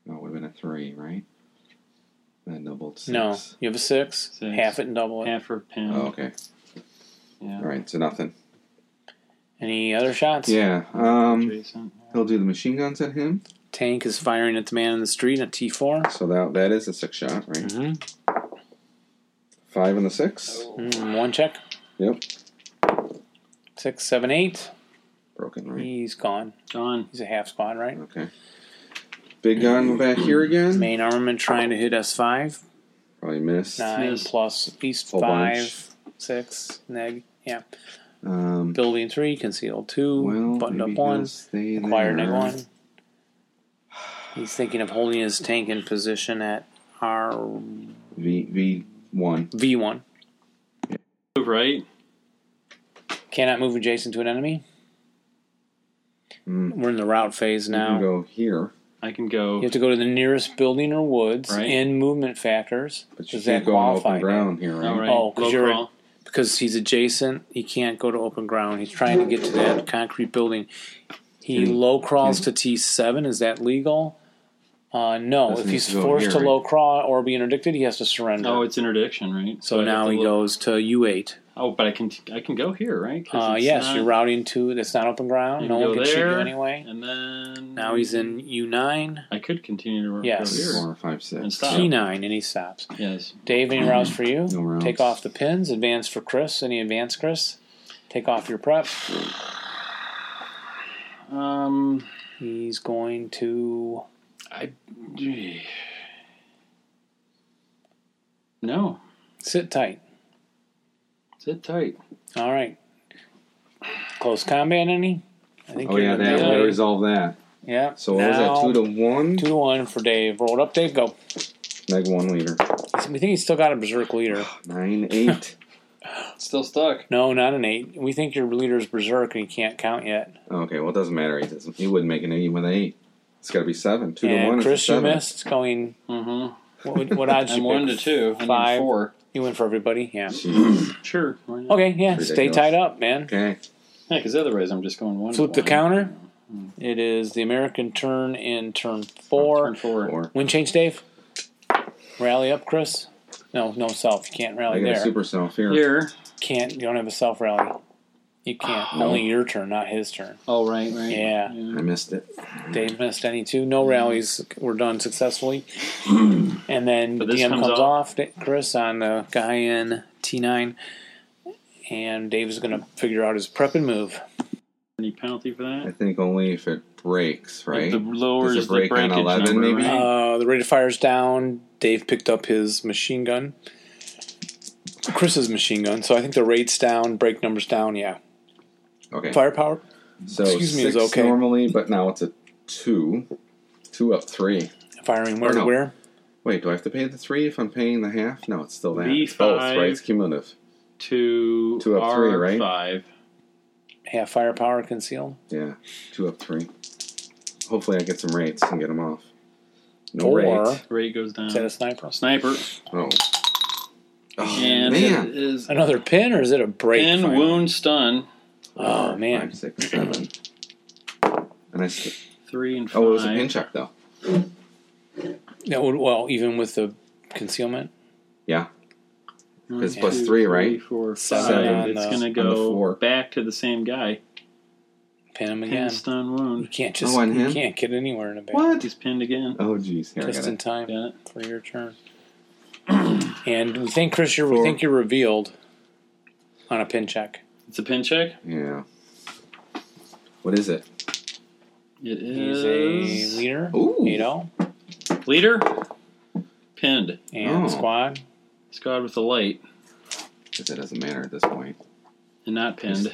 Speaker 5: No, it would have been a three, right? Then doubled six.
Speaker 1: No, you have a six,
Speaker 2: Six.
Speaker 1: half it and double it.
Speaker 2: Half or pin.
Speaker 5: Oh, okay.
Speaker 2: Yeah.
Speaker 5: All right, so nothing.
Speaker 1: Any other shots?
Speaker 5: Yeah.
Speaker 1: Mm.
Speaker 5: Um,
Speaker 2: Adjacent.
Speaker 5: he'll do the machine guns at him.
Speaker 1: Tank is firing at the man in the street, a T4.
Speaker 5: So that that is a six shot, right?
Speaker 1: Mm-hmm.
Speaker 5: Five and a six.
Speaker 1: Mm, one check.
Speaker 5: Yep.
Speaker 1: Six, seven, eight.
Speaker 5: Broken, right?
Speaker 1: He's gone.
Speaker 2: Gone.
Speaker 1: He's a half squad, right?
Speaker 5: Okay. Big gun back here again.
Speaker 1: Main armament trying to hit S5.
Speaker 5: Probably missed.
Speaker 1: Nine
Speaker 2: Yes.
Speaker 1: plus at least
Speaker 5: Whole
Speaker 1: five,
Speaker 5: bunch.
Speaker 1: six, neg. Yeah.
Speaker 5: Um,
Speaker 1: Building three, concealed two,
Speaker 5: well,
Speaker 1: buttoned up
Speaker 5: maybe
Speaker 1: one.
Speaker 5: he'll stay
Speaker 1: Acquire
Speaker 5: there.
Speaker 1: neg one. He's thinking of holding his tank in position at R
Speaker 5: V V one.
Speaker 1: V one.
Speaker 2: Move right.
Speaker 1: Cannot move adjacent to an enemy.
Speaker 5: Mm.
Speaker 1: We're in the route phase
Speaker 5: You can
Speaker 1: now.
Speaker 5: go here,
Speaker 2: I can
Speaker 1: You
Speaker 2: go.
Speaker 1: have to go to the nearest building or woods
Speaker 2: Right.
Speaker 1: in movement factors.
Speaker 5: but you
Speaker 1: Does
Speaker 5: can't
Speaker 1: that
Speaker 5: go on open
Speaker 1: qualify?
Speaker 5: ground here, right?
Speaker 2: All right.
Speaker 1: Oh, 'cause
Speaker 2: Low
Speaker 1: you're-
Speaker 2: crawl.
Speaker 1: Because he's adjacent, he can't go to open ground. He's trying to get to that concrete building. He
Speaker 5: Can he-
Speaker 1: low crawls to T seven. Is that legal? Uh, no.
Speaker 5: Doesn't
Speaker 1: If he's
Speaker 5: need to go
Speaker 1: forced
Speaker 5: here,
Speaker 1: to
Speaker 5: right?
Speaker 1: low crawl or be interdicted, he has to surrender.
Speaker 2: Oh, it's interdiction, right?
Speaker 1: so
Speaker 2: I have
Speaker 1: now
Speaker 2: to
Speaker 1: he
Speaker 2: look.
Speaker 1: goes to U eight.
Speaker 2: Oh, but I can I can go here, right? 'Cause
Speaker 1: Uh,
Speaker 2: it's
Speaker 1: yes,
Speaker 2: not-
Speaker 1: you're routing to that's not open ground.
Speaker 2: You
Speaker 1: No
Speaker 2: can
Speaker 1: one
Speaker 2: go
Speaker 1: can shoot you
Speaker 2: there.
Speaker 1: anyway.
Speaker 2: And then
Speaker 1: Now he's in U9,
Speaker 2: I could continue to
Speaker 1: Yes.
Speaker 2: go here
Speaker 5: Four, five, six.
Speaker 2: and stop.
Speaker 1: T9, and he stops.
Speaker 2: Yes.
Speaker 1: Dave, any routes for you?
Speaker 5: Mm-hmm. No routes.
Speaker 1: Take off the pins. Advance for Chris. Any advance, Chris? Take off your prep.
Speaker 2: Um.
Speaker 1: He's going to.
Speaker 2: I. gee. No.
Speaker 1: Sit tight.
Speaker 2: Sit tight.
Speaker 1: All right. Close combat, any? I think
Speaker 5: Oh yeah,
Speaker 1: gonna
Speaker 5: that
Speaker 1: be
Speaker 5: would
Speaker 1: late.
Speaker 5: resolve that.
Speaker 1: Yeah.
Speaker 5: So what was that? Two to one.
Speaker 1: Two to one for Dave. Rolled up, Dave. Go.
Speaker 5: Meg one leader.
Speaker 1: We think he's still got a berserk leader.
Speaker 5: Nine eight.
Speaker 2: Still stuck.
Speaker 1: No, not an eight. We think your leader's berserk and he can't count yet.
Speaker 5: okay, well it doesn't matter. He doesn't. He wouldn't make an eight with an eight. It's got to be seven. Two to
Speaker 1: and
Speaker 5: one.
Speaker 1: Chris,
Speaker 5: is
Speaker 1: you
Speaker 5: seven.
Speaker 1: missed. Going.
Speaker 2: Mm-hmm.
Speaker 1: What, would- what odds
Speaker 2: I'm
Speaker 1: you
Speaker 2: one to
Speaker 1: pick?
Speaker 2: two. I need
Speaker 1: Five.
Speaker 2: four.
Speaker 1: You win for everybody. Yeah.
Speaker 2: Sure. Why not?
Speaker 1: Okay. Yeah. Stay
Speaker 5: Ridiculous.
Speaker 1: tied up, man.
Speaker 5: Okay.
Speaker 2: Yeah, because otherwise I'm just going one. to
Speaker 1: Flip the
Speaker 2: one.
Speaker 1: counter. It is the American turn in turn four.
Speaker 2: Turn four.
Speaker 5: Four.
Speaker 1: Wind change, Dave. Rally up, Chris. No, no self. You can't
Speaker 5: I
Speaker 1: rally
Speaker 5: got a
Speaker 1: there.
Speaker 5: super self here.
Speaker 2: Here.
Speaker 1: Can't. You don't have a self rally. You can't.
Speaker 5: No.
Speaker 1: Only your turn, not his turn.
Speaker 2: Oh right, right.
Speaker 1: Yeah.
Speaker 5: I missed it.
Speaker 1: Dave missed any two. No rallies were done successfully. and then the
Speaker 2: But this
Speaker 1: DM comes,
Speaker 2: comes
Speaker 1: off. Da- Chris on the guy in T9. And Dave is going to figure out his prep and move.
Speaker 2: Any penalty for
Speaker 5: I
Speaker 2: that?
Speaker 5: think only if it breaks, right?
Speaker 2: The lowers
Speaker 5: Does it break
Speaker 2: the
Speaker 5: on
Speaker 2: breakage
Speaker 5: 11
Speaker 2: number,
Speaker 5: maybe?
Speaker 2: right?
Speaker 1: Uh, the rate of fire is down. Dave picked up his machine gun. Chris's machine gun. So I think the rate's down, break number's down. Yeah.
Speaker 5: okay.
Speaker 1: Firepower?
Speaker 5: So
Speaker 1: excuse me, is
Speaker 5: six
Speaker 1: okay.
Speaker 5: normally, but now it's a two. Two up three.
Speaker 1: Firing where
Speaker 5: Or
Speaker 1: to
Speaker 5: no.
Speaker 1: where?
Speaker 5: Wait, do I have to pay the three if I'm paying the half? No, it's still that. It's
Speaker 2: B5.
Speaker 5: both, right? It's cumulative.
Speaker 2: Two.
Speaker 5: Two up three,
Speaker 2: R
Speaker 5: right?
Speaker 2: Five.
Speaker 1: Half firepower concealed.
Speaker 5: Yeah, two up three. Hopefully, I get some rates and get them off. No
Speaker 1: Or-
Speaker 5: rates.
Speaker 2: Ray goes down.
Speaker 1: Is that a sniper?
Speaker 2: Sniper.
Speaker 5: Oh. Oh,
Speaker 2: And
Speaker 5: man.
Speaker 2: it is
Speaker 1: Another pin or is it a break?
Speaker 2: pin,
Speaker 1: fire?
Speaker 2: wound, stun.
Speaker 1: Oh, man.
Speaker 5: Five, six, seven. And I st-
Speaker 2: Three and five.
Speaker 5: oh, it was a pin check though.
Speaker 1: That would, well, even with the concealment.
Speaker 5: Yeah, It's
Speaker 2: One,
Speaker 5: plus
Speaker 2: two,
Speaker 5: three, right?
Speaker 2: four, five.
Speaker 1: Seven uh, on
Speaker 2: It's
Speaker 1: the-
Speaker 2: going to
Speaker 5: on the
Speaker 2: go
Speaker 5: four.
Speaker 2: back to the same guy.
Speaker 1: Pin him
Speaker 2: Pin,
Speaker 1: again.
Speaker 2: stun,
Speaker 1: You
Speaker 2: wound.
Speaker 1: can't just
Speaker 5: Oh, and
Speaker 1: you
Speaker 5: him?
Speaker 1: can't get anywhere in a bit.
Speaker 2: He's pinned again.
Speaker 5: Oh, geez. Here
Speaker 1: Just
Speaker 5: I
Speaker 1: in
Speaker 5: got
Speaker 1: time
Speaker 2: Got it.
Speaker 1: for your turn. and we think Chris, you're, we
Speaker 5: Four.
Speaker 1: think you're revealed on a pin check.
Speaker 2: It's a pin check.
Speaker 5: it. Yeah. What is it?
Speaker 2: It
Speaker 1: He's
Speaker 2: is
Speaker 1: a leader,
Speaker 5: Ooh.
Speaker 1: you know,
Speaker 2: leader. Pinned.
Speaker 1: and
Speaker 5: Oh.
Speaker 1: squad.
Speaker 2: Squad with the light
Speaker 5: Because it doesn't matter at this point.
Speaker 2: and not pinned.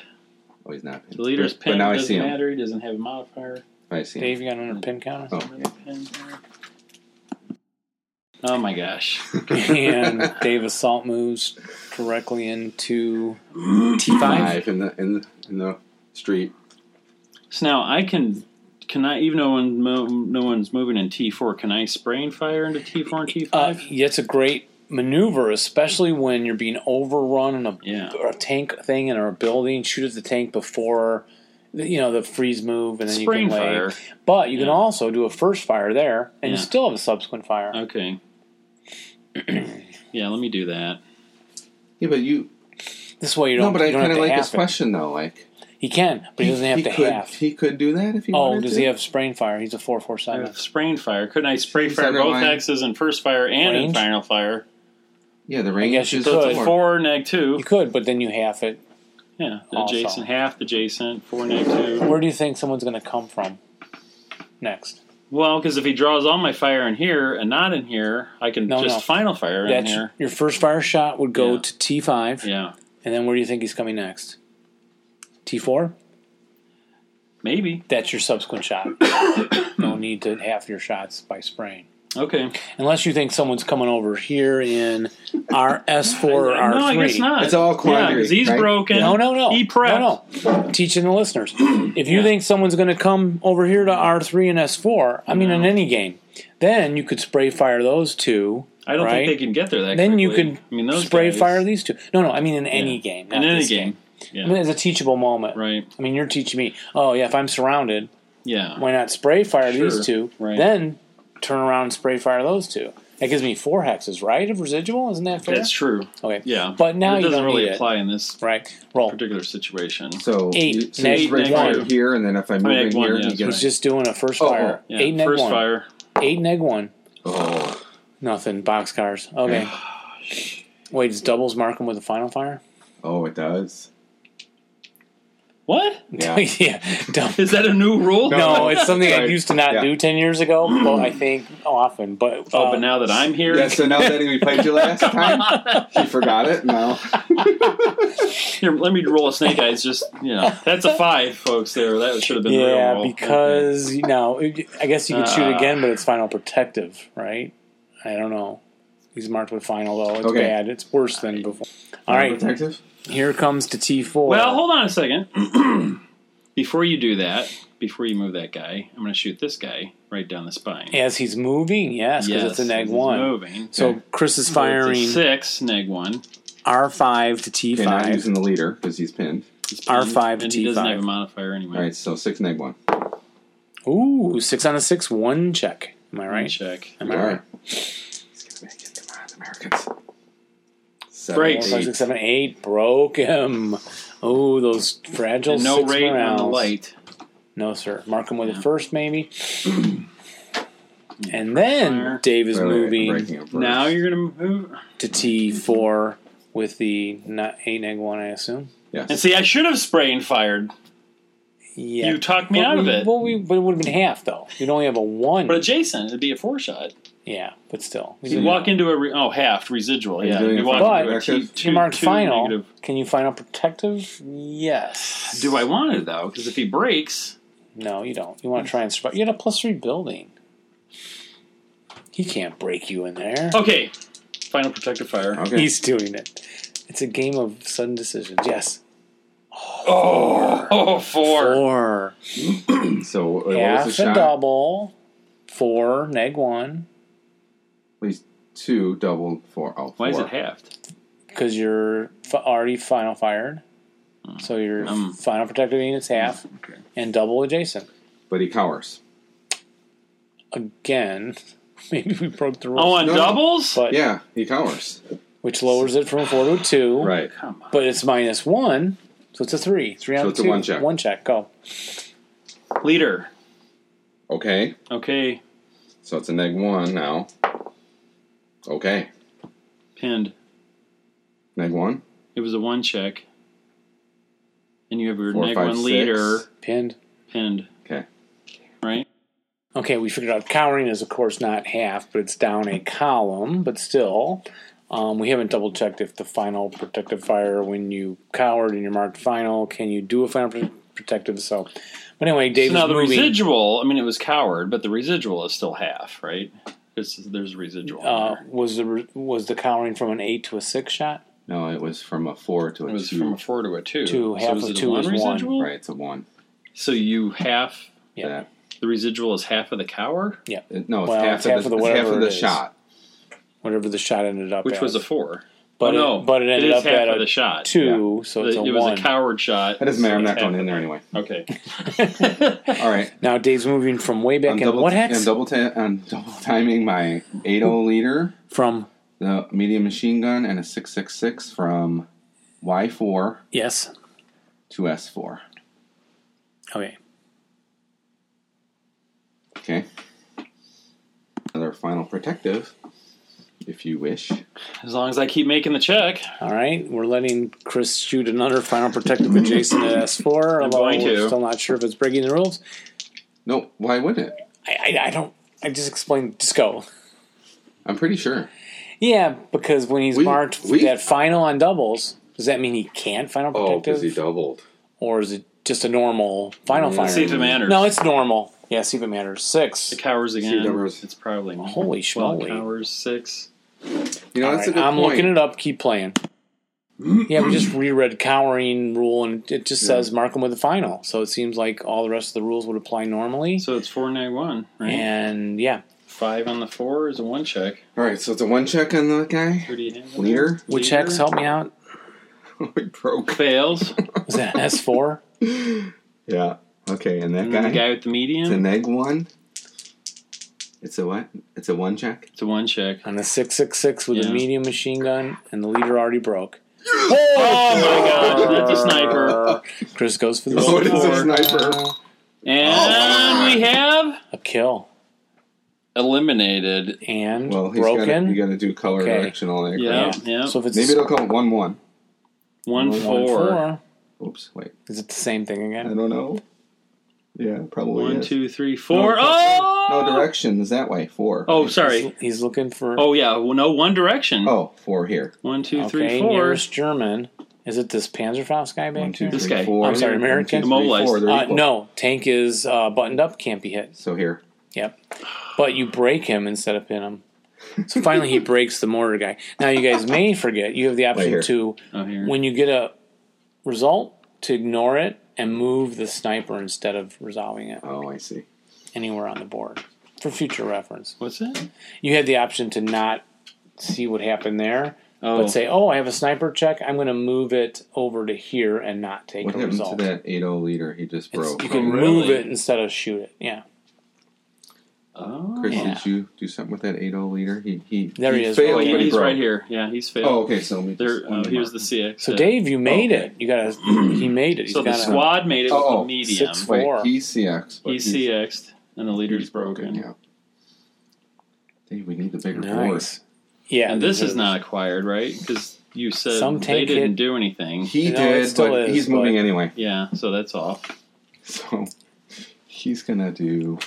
Speaker 5: Oh, he's not. pinned.
Speaker 2: The leader's
Speaker 5: But
Speaker 2: pinned.
Speaker 5: now I
Speaker 2: doesn't
Speaker 5: see him.
Speaker 2: matter. He doesn't have a modifier.
Speaker 5: I see him.
Speaker 1: Dave, you got another pin counter?
Speaker 5: Oh, yeah.
Speaker 2: Pinned there. Oh my gosh.
Speaker 1: and Dave assault moves directly into T5.
Speaker 5: Five in the in the, in the street.
Speaker 2: So now I can, can I even though one mo- no one's moving in T four? Can I spray and fire into T four and T
Speaker 1: Uh,
Speaker 2: five?
Speaker 1: yeah, it's a great maneuver, especially when you're being overrun in a,
Speaker 2: Yeah.
Speaker 1: or a tank thing in a building. Shoot at the tank before, you know, the freeze move, and then
Speaker 2: Spray
Speaker 1: you
Speaker 2: and
Speaker 1: can lay.
Speaker 2: fire.
Speaker 1: But you can
Speaker 2: Yeah.
Speaker 1: also do a first fire there, and you
Speaker 2: Yeah.
Speaker 1: still have a subsequent fire.
Speaker 2: Okay. yeah, let me do that.
Speaker 5: Yeah, but you.
Speaker 1: This way, you
Speaker 5: No,
Speaker 1: don't.
Speaker 5: but I
Speaker 1: you don't
Speaker 5: kind
Speaker 1: have
Speaker 5: of
Speaker 1: to
Speaker 5: like
Speaker 1: half
Speaker 5: his
Speaker 1: it.
Speaker 5: question though. Like
Speaker 1: He can, but he doesn't have to
Speaker 5: could,
Speaker 1: half.
Speaker 5: He could do that if he
Speaker 1: Oh,
Speaker 5: wanted
Speaker 1: does
Speaker 5: to.
Speaker 1: he have sprain fire? He's a four four
Speaker 2: I
Speaker 1: seven.
Speaker 2: have spray and fire. Couldn't I spray
Speaker 5: He's
Speaker 2: fire both
Speaker 5: underlined.
Speaker 2: axes in first fire and in
Speaker 1: Range?
Speaker 2: final fire?
Speaker 5: Yeah, the range
Speaker 1: guess you
Speaker 5: is
Speaker 1: could.
Speaker 2: So
Speaker 5: four.
Speaker 2: it's a four neg two.
Speaker 1: You could, but then you half it.
Speaker 2: Yeah,
Speaker 1: Also.
Speaker 2: adjacent, half adjacent, four neg two.
Speaker 1: Where do you think someone's going to come from next?
Speaker 2: Well, because if he draws all my fire in here and not in here, I can
Speaker 1: No,
Speaker 2: just
Speaker 1: no.
Speaker 2: final fire in
Speaker 1: That's
Speaker 2: here.
Speaker 1: your first fire shot would go
Speaker 2: Yeah.
Speaker 1: to T five,
Speaker 2: Yeah,
Speaker 1: and then where do you think he's coming next? T four.
Speaker 2: maybe.
Speaker 1: That's your subsequent shot. no need to half your shots by spraying,
Speaker 2: Okay.
Speaker 1: unless you think someone's coming over here in RS four or R three.
Speaker 2: No, I guess not.
Speaker 5: It's all
Speaker 2: Yeah,
Speaker 5: quandary.
Speaker 2: because he's
Speaker 5: right?
Speaker 2: broken.
Speaker 1: No, no, no.
Speaker 2: He prepped.
Speaker 1: No, no. Teaching the listeners. If you think someone's going to come over here to R3 and S4, I mean, in any game, then you could spray fire those two.
Speaker 2: I don't
Speaker 1: right?
Speaker 2: think they can get there that
Speaker 1: Then you
Speaker 2: quickly.
Speaker 1: could
Speaker 2: I mean, those
Speaker 1: spray
Speaker 2: guys-
Speaker 1: fire these two. No, no, I mean in any
Speaker 2: Yeah.
Speaker 1: game.
Speaker 2: in
Speaker 1: Not
Speaker 2: any
Speaker 1: this
Speaker 2: game.
Speaker 1: I mean,
Speaker 2: Yeah.
Speaker 1: it's a teachable moment.
Speaker 2: Right.
Speaker 1: I mean, you're teaching me, oh, yeah, if I'm surrounded,
Speaker 2: Yeah.
Speaker 1: why not spray fire
Speaker 2: Sure,
Speaker 1: these two?
Speaker 2: right.
Speaker 1: Then turn around and spray fire those two. That gives me four hexes, right? Of residual, isn't that fair?
Speaker 2: That's true.
Speaker 1: Okay.
Speaker 2: Yeah.
Speaker 1: But now
Speaker 2: it
Speaker 1: you
Speaker 2: doesn't
Speaker 1: don't
Speaker 2: really
Speaker 1: need it.
Speaker 2: apply in this
Speaker 1: Right. Roll.
Speaker 2: particular situation.
Speaker 5: So
Speaker 1: Eight.
Speaker 5: You, so
Speaker 1: Neg-
Speaker 5: you break
Speaker 2: neg
Speaker 5: right
Speaker 2: one.
Speaker 5: here, and then if I move
Speaker 2: neg
Speaker 5: in
Speaker 2: one,
Speaker 5: here,
Speaker 2: yeah,
Speaker 5: you get
Speaker 1: He's
Speaker 2: that's
Speaker 5: a-
Speaker 1: just doing a first
Speaker 5: Oh,
Speaker 1: fire.
Speaker 2: Yeah,
Speaker 1: Eight neg
Speaker 2: first
Speaker 1: one.
Speaker 2: fire.
Speaker 1: Eight neg one.
Speaker 5: oh,
Speaker 1: Nothing. Boxcars. Okay. Wait, does doubles mark him with a final fire?
Speaker 5: oh, it does.
Speaker 2: What?
Speaker 5: Yeah.
Speaker 1: Dou-
Speaker 2: Is that a new rule? Oh,
Speaker 1: No, it's something I
Speaker 5: Right.
Speaker 1: used to not
Speaker 5: Yeah.
Speaker 1: do ten years ago. Well, I think often, but
Speaker 2: Oh,
Speaker 1: uh,
Speaker 2: but now that I'm here,
Speaker 5: yeah. So now that we played you last time, you forgot it. No.
Speaker 2: here, let me roll a snake eyes. Just you know, that's a five, folks. There, that should have been the real
Speaker 1: yeah,
Speaker 2: roll.
Speaker 1: because you know, it- I guess you could shoot
Speaker 2: Uh.
Speaker 1: again, but it's final protective, right? I don't know. He's marked with final though. It's
Speaker 5: Okay.
Speaker 1: bad. It's worse than before. All right,
Speaker 5: Detective.
Speaker 1: here comes to T four.
Speaker 2: Well, hold on a second. before you do that, before you move that guy, I'm going to shoot this guy right down the spine.
Speaker 1: as he's moving, yes, because it's a neg
Speaker 2: he's
Speaker 1: one.
Speaker 2: Moving.
Speaker 1: So Chris is
Speaker 2: So it's a
Speaker 1: firing
Speaker 2: six neg one.
Speaker 1: R five to T
Speaker 5: Okay, not
Speaker 1: five.
Speaker 5: using the leader because he's pinned.
Speaker 2: He's
Speaker 1: R5
Speaker 2: pinned,
Speaker 1: to
Speaker 2: and he doesn't
Speaker 1: T5.
Speaker 2: have a modifier anyway.
Speaker 5: All right, so six neg one.
Speaker 1: Ooh, six on a six, one check. Am I
Speaker 2: Let me
Speaker 1: right?
Speaker 2: Check.
Speaker 1: Am I
Speaker 5: All
Speaker 1: right?
Speaker 5: right. He's gonna make it. Come on, Americans. Seven,
Speaker 2: Great.
Speaker 1: Four, five,
Speaker 5: eight.
Speaker 1: six, seven, eight. Broke him. Oh, those fragile
Speaker 2: And no
Speaker 1: six
Speaker 2: rate on
Speaker 1: morales.
Speaker 2: the light.
Speaker 1: No, sir. Mark him with
Speaker 2: Yeah.
Speaker 1: a first, maybe. and then
Speaker 2: Fire.
Speaker 1: Dave is
Speaker 5: Wait, wait, wait,
Speaker 1: moving
Speaker 5: breaking up first.
Speaker 2: Now you're going to move.
Speaker 1: to T4 with the not eight egg one, I assume.
Speaker 2: And
Speaker 5: Yes.
Speaker 2: see, I should have spray and fired.
Speaker 1: Yeah.
Speaker 2: You talked me
Speaker 1: But
Speaker 2: out of
Speaker 1: we-
Speaker 2: it.
Speaker 1: Well, we, but it would have been half, though. You'd only have a one.
Speaker 2: But adjacent, it'd be a four shot.
Speaker 1: yeah, but still.
Speaker 2: You walk into a re- oh half residual.
Speaker 5: you
Speaker 2: Yeah,
Speaker 5: doing
Speaker 2: you
Speaker 5: it
Speaker 2: walk
Speaker 1: from
Speaker 2: into a
Speaker 5: direction?
Speaker 2: two-
Speaker 1: You mark
Speaker 2: two
Speaker 1: final.
Speaker 2: negative.
Speaker 1: Can you final protective? Yes.
Speaker 2: Do I want it though? Because if he breaks,
Speaker 1: No, you don't. You want to try and survive. You had a plus three building. He can't break you in there.
Speaker 2: okay. Final protective fire.
Speaker 5: Okay.
Speaker 1: He's doing it. It's a game of sudden decisions. Yes.
Speaker 2: Oh, oh, four.
Speaker 1: Four.
Speaker 5: so uh, what was
Speaker 1: half
Speaker 5: the
Speaker 1: a
Speaker 5: shot?
Speaker 1: double. Four, neg one.
Speaker 5: Two double four. Oh,
Speaker 2: Why is
Speaker 5: four.
Speaker 2: it halved?
Speaker 1: Because you're f- already final fired. So your
Speaker 2: Um.
Speaker 5: Mm.
Speaker 1: final protective unit's half.
Speaker 2: okay.
Speaker 1: And double adjacent.
Speaker 5: But he cowers.
Speaker 1: Again, maybe we broke the
Speaker 2: Oh,
Speaker 1: rules.
Speaker 2: on
Speaker 5: No.
Speaker 2: doubles?
Speaker 1: But,
Speaker 5: Yeah, he cowers.
Speaker 1: Which lowers it from a four to a two.
Speaker 5: Right.
Speaker 2: Come on.
Speaker 1: But it's minus one, so it's a three. Three on
Speaker 5: So it's a
Speaker 1: two.
Speaker 5: one check.
Speaker 1: One check. Go.
Speaker 2: Leader.
Speaker 5: Okay.
Speaker 2: Okay.
Speaker 5: So it's a neg one now. Okay.
Speaker 2: Pinned.
Speaker 5: Neg one.
Speaker 2: It was a one check. And you have your
Speaker 5: Four,
Speaker 2: neg
Speaker 5: five,
Speaker 2: one
Speaker 5: six.
Speaker 2: leader
Speaker 1: Pinned.
Speaker 2: pinned.
Speaker 5: Okay.
Speaker 2: Right?
Speaker 1: Okay, we figured out cowering is of course not half, but it's down a column. But still, um, we haven't double checked if the final protective fire when you cowered and you're marked final. Can you do a final pro- protective? So, but anyway, Dave
Speaker 2: So now
Speaker 1: is
Speaker 2: the
Speaker 1: moving.
Speaker 2: residual, I mean, it was coward, but the residual is still half, right? This is, there's residual. in
Speaker 1: uh,
Speaker 2: there.
Speaker 1: was the re- was the cowering from an eight to a six shot?
Speaker 5: No, it was from a four to a
Speaker 2: it was
Speaker 5: two.
Speaker 2: from a four to a two.
Speaker 1: Two, half
Speaker 2: so is
Speaker 1: of
Speaker 2: it a
Speaker 1: two
Speaker 2: one
Speaker 1: is one.
Speaker 2: residual?
Speaker 5: right, it's a one.
Speaker 2: So you half,
Speaker 1: Yeah.
Speaker 5: That-
Speaker 2: the residual is half of the cower,
Speaker 5: it- no, it's
Speaker 1: Well,
Speaker 5: half,
Speaker 1: it's
Speaker 5: of
Speaker 1: half
Speaker 5: the,
Speaker 1: of the
Speaker 5: it's half
Speaker 1: whatever
Speaker 5: of the
Speaker 1: it is.
Speaker 5: shot.
Speaker 1: Whatever the shot ended up,
Speaker 2: which
Speaker 1: as.
Speaker 2: was a four.
Speaker 1: but it,
Speaker 2: oh, no.
Speaker 1: but it ended
Speaker 2: is
Speaker 1: up
Speaker 2: half
Speaker 1: at
Speaker 2: of
Speaker 1: a
Speaker 2: the shot.
Speaker 1: two, so
Speaker 2: The-
Speaker 1: it's
Speaker 2: it
Speaker 1: a
Speaker 2: was
Speaker 1: one.
Speaker 2: a coward shot.
Speaker 5: That doesn't matter. I'm
Speaker 2: so
Speaker 5: not
Speaker 2: it's
Speaker 5: going
Speaker 2: half
Speaker 5: in
Speaker 2: of
Speaker 5: there anyway.
Speaker 2: it. Okay.
Speaker 5: All right.
Speaker 1: now Dave's moving from way back
Speaker 5: I'm
Speaker 1: in.
Speaker 5: double,
Speaker 1: what hex?
Speaker 5: I'm double, ta- I'm double timing my 80 leader,
Speaker 1: from
Speaker 5: the medium machine gun, and a 666 from Y4
Speaker 1: yes,
Speaker 5: to S4.
Speaker 1: okay.
Speaker 5: Okay. Another final protective, if you wish.
Speaker 2: As long as I keep making the check,
Speaker 1: All right, we're letting Chris shoot another final protective adjacent to S4.
Speaker 2: I'm
Speaker 1: although
Speaker 2: going
Speaker 1: we're
Speaker 2: to.
Speaker 1: Still not sure if it's breaking the rules.
Speaker 5: No, why would it?
Speaker 1: I, I, I don't. I just explained. Just go.
Speaker 5: I'm pretty sure.
Speaker 1: Yeah, because when he's
Speaker 5: We-
Speaker 1: marked
Speaker 5: we-
Speaker 1: that final on doubles, does that mean he can't final
Speaker 5: Oh,
Speaker 1: protective,
Speaker 5: because he doubled.
Speaker 1: or is it just a normal final fire?
Speaker 2: let's Mm, see if
Speaker 5: Um,
Speaker 2: it matters.
Speaker 1: No, it's normal. Yeah, see if it matters. Six.
Speaker 2: It cowers again.
Speaker 5: numbers.
Speaker 2: It's probably not.
Speaker 1: Holy
Speaker 2: well,
Speaker 1: schmoly!
Speaker 2: cowers six.
Speaker 5: You know,
Speaker 1: All
Speaker 5: that's
Speaker 1: right,
Speaker 5: a good
Speaker 1: I'm
Speaker 5: point.
Speaker 1: looking it up. Keep playing. yeah, we just reread cowering rule, and it just says mark them with the final. So it seems like all the rest of the rules would apply normally.
Speaker 2: So it's four neg one, right?
Speaker 1: And yeah,
Speaker 2: Five on the four is a one check.
Speaker 5: All right, so it's a one check on the guy.
Speaker 2: Who do you have in
Speaker 5: Leader?
Speaker 2: there?
Speaker 1: which
Speaker 2: Leader
Speaker 1: hex help me out?
Speaker 5: we broke.
Speaker 2: fails.
Speaker 1: Was that an S four?
Speaker 5: Yeah. Okay, and that
Speaker 2: And
Speaker 5: guy.
Speaker 2: then the guy with the
Speaker 5: It's a
Speaker 2: median.
Speaker 5: neg one. It's a what? It's a one check.
Speaker 2: It's a one check.
Speaker 1: on a six six six with
Speaker 2: Yeah.
Speaker 1: a medium machine gun, and the leader already broke.
Speaker 2: Oh my gosh, that's a sniper.
Speaker 1: Chris goes for the
Speaker 2: Oh, it is a
Speaker 5: sniper. Oh!
Speaker 2: And we have
Speaker 1: A kill
Speaker 2: eliminated.
Speaker 1: and
Speaker 5: Well, he's
Speaker 1: broken.
Speaker 5: Gotta, you got to do color
Speaker 1: Okay.
Speaker 5: action all that.
Speaker 2: Yeah,
Speaker 5: crap.
Speaker 2: yeah.
Speaker 1: So if it's
Speaker 5: Maybe it'll call it one one.
Speaker 2: one,
Speaker 1: one,
Speaker 2: four.
Speaker 5: Oh,
Speaker 1: four,
Speaker 5: Oops. Wait.
Speaker 1: is it the same thing
Speaker 5: I
Speaker 1: again?
Speaker 5: don't know. Yeah, probably.
Speaker 2: One,
Speaker 5: is.
Speaker 2: two, three, four.
Speaker 5: No,
Speaker 2: oh!
Speaker 5: No directions that way. Four.
Speaker 2: Oh, sorry.
Speaker 1: He's, he's looking for
Speaker 2: Oh, yeah. Well, no, one direction.
Speaker 5: Oh, four here.
Speaker 2: One, two,
Speaker 1: okay,
Speaker 2: three, four.
Speaker 1: nearest German. Is it this Panzerfaust guy back
Speaker 5: One, two,
Speaker 1: here?
Speaker 5: three,
Speaker 2: This guy.
Speaker 5: four.
Speaker 1: I'm sorry,
Speaker 5: One, two,
Speaker 1: American?
Speaker 5: three, four.
Speaker 2: Immobilized.
Speaker 5: They're
Speaker 1: Uh,
Speaker 5: equal.
Speaker 1: no, tank is uh, buttoned up, can't be hit.
Speaker 5: So here.
Speaker 1: Yep. But you break him instead of pin him. So finally, he breaks the mortar guy. Now, you guys may forget you have the
Speaker 5: Right
Speaker 1: option
Speaker 5: here.
Speaker 1: to,
Speaker 2: Oh, here.
Speaker 1: when you get a result, to ignore it and move the sniper instead of resolving it
Speaker 5: Oh, I see.
Speaker 1: anywhere on the board for future reference.
Speaker 2: What's that?
Speaker 1: You had the option to not see what happened there,
Speaker 2: Oh,
Speaker 1: but say, "Oh, I have a sniper check. I'm going to move it over to here and not take
Speaker 5: What
Speaker 1: a
Speaker 5: happened
Speaker 1: result."
Speaker 5: to that 80 leader? He just
Speaker 1: It's-
Speaker 5: broke.
Speaker 1: you can
Speaker 2: Oh, really?
Speaker 1: move it instead of shoot it. Yeah.
Speaker 2: oh.
Speaker 5: Chris,
Speaker 1: Yeah.
Speaker 5: did you do something with that 80 leader? He he
Speaker 1: There he is.
Speaker 5: failed,
Speaker 2: Oh,
Speaker 1: Oh,
Speaker 2: yeah,
Speaker 5: but he
Speaker 2: he's
Speaker 5: broke.
Speaker 2: right here. Yeah, he's failed.
Speaker 5: Oh, okay. So let me
Speaker 2: There,
Speaker 5: just
Speaker 2: oh, here's the CX.
Speaker 1: So Dave, you made
Speaker 5: Okay.
Speaker 1: it. You got to. He made it.
Speaker 2: So
Speaker 1: He's
Speaker 2: the
Speaker 1: gotta-
Speaker 2: squad made it with
Speaker 5: Oh,
Speaker 2: the medium.
Speaker 1: six-
Speaker 5: Wait,
Speaker 1: four.
Speaker 5: he's CX. But
Speaker 2: He's
Speaker 5: he's-
Speaker 2: CX'd, and the leader's broken.
Speaker 5: Yeah. Dave, we need the bigger
Speaker 1: Nice. Yeah.
Speaker 2: And this
Speaker 1: these
Speaker 2: is
Speaker 1: are-
Speaker 2: not acquired, right? Because you said
Speaker 1: Some
Speaker 2: they
Speaker 1: tank
Speaker 2: didn't
Speaker 1: hit-
Speaker 2: do
Speaker 5: board.
Speaker 2: anything.
Speaker 1: No,
Speaker 5: He
Speaker 1: it
Speaker 5: did,
Speaker 1: still
Speaker 5: but
Speaker 1: is,
Speaker 5: he's
Speaker 1: but-
Speaker 5: moving anyway.
Speaker 2: Yeah, so that's off.
Speaker 5: So he's gonna do.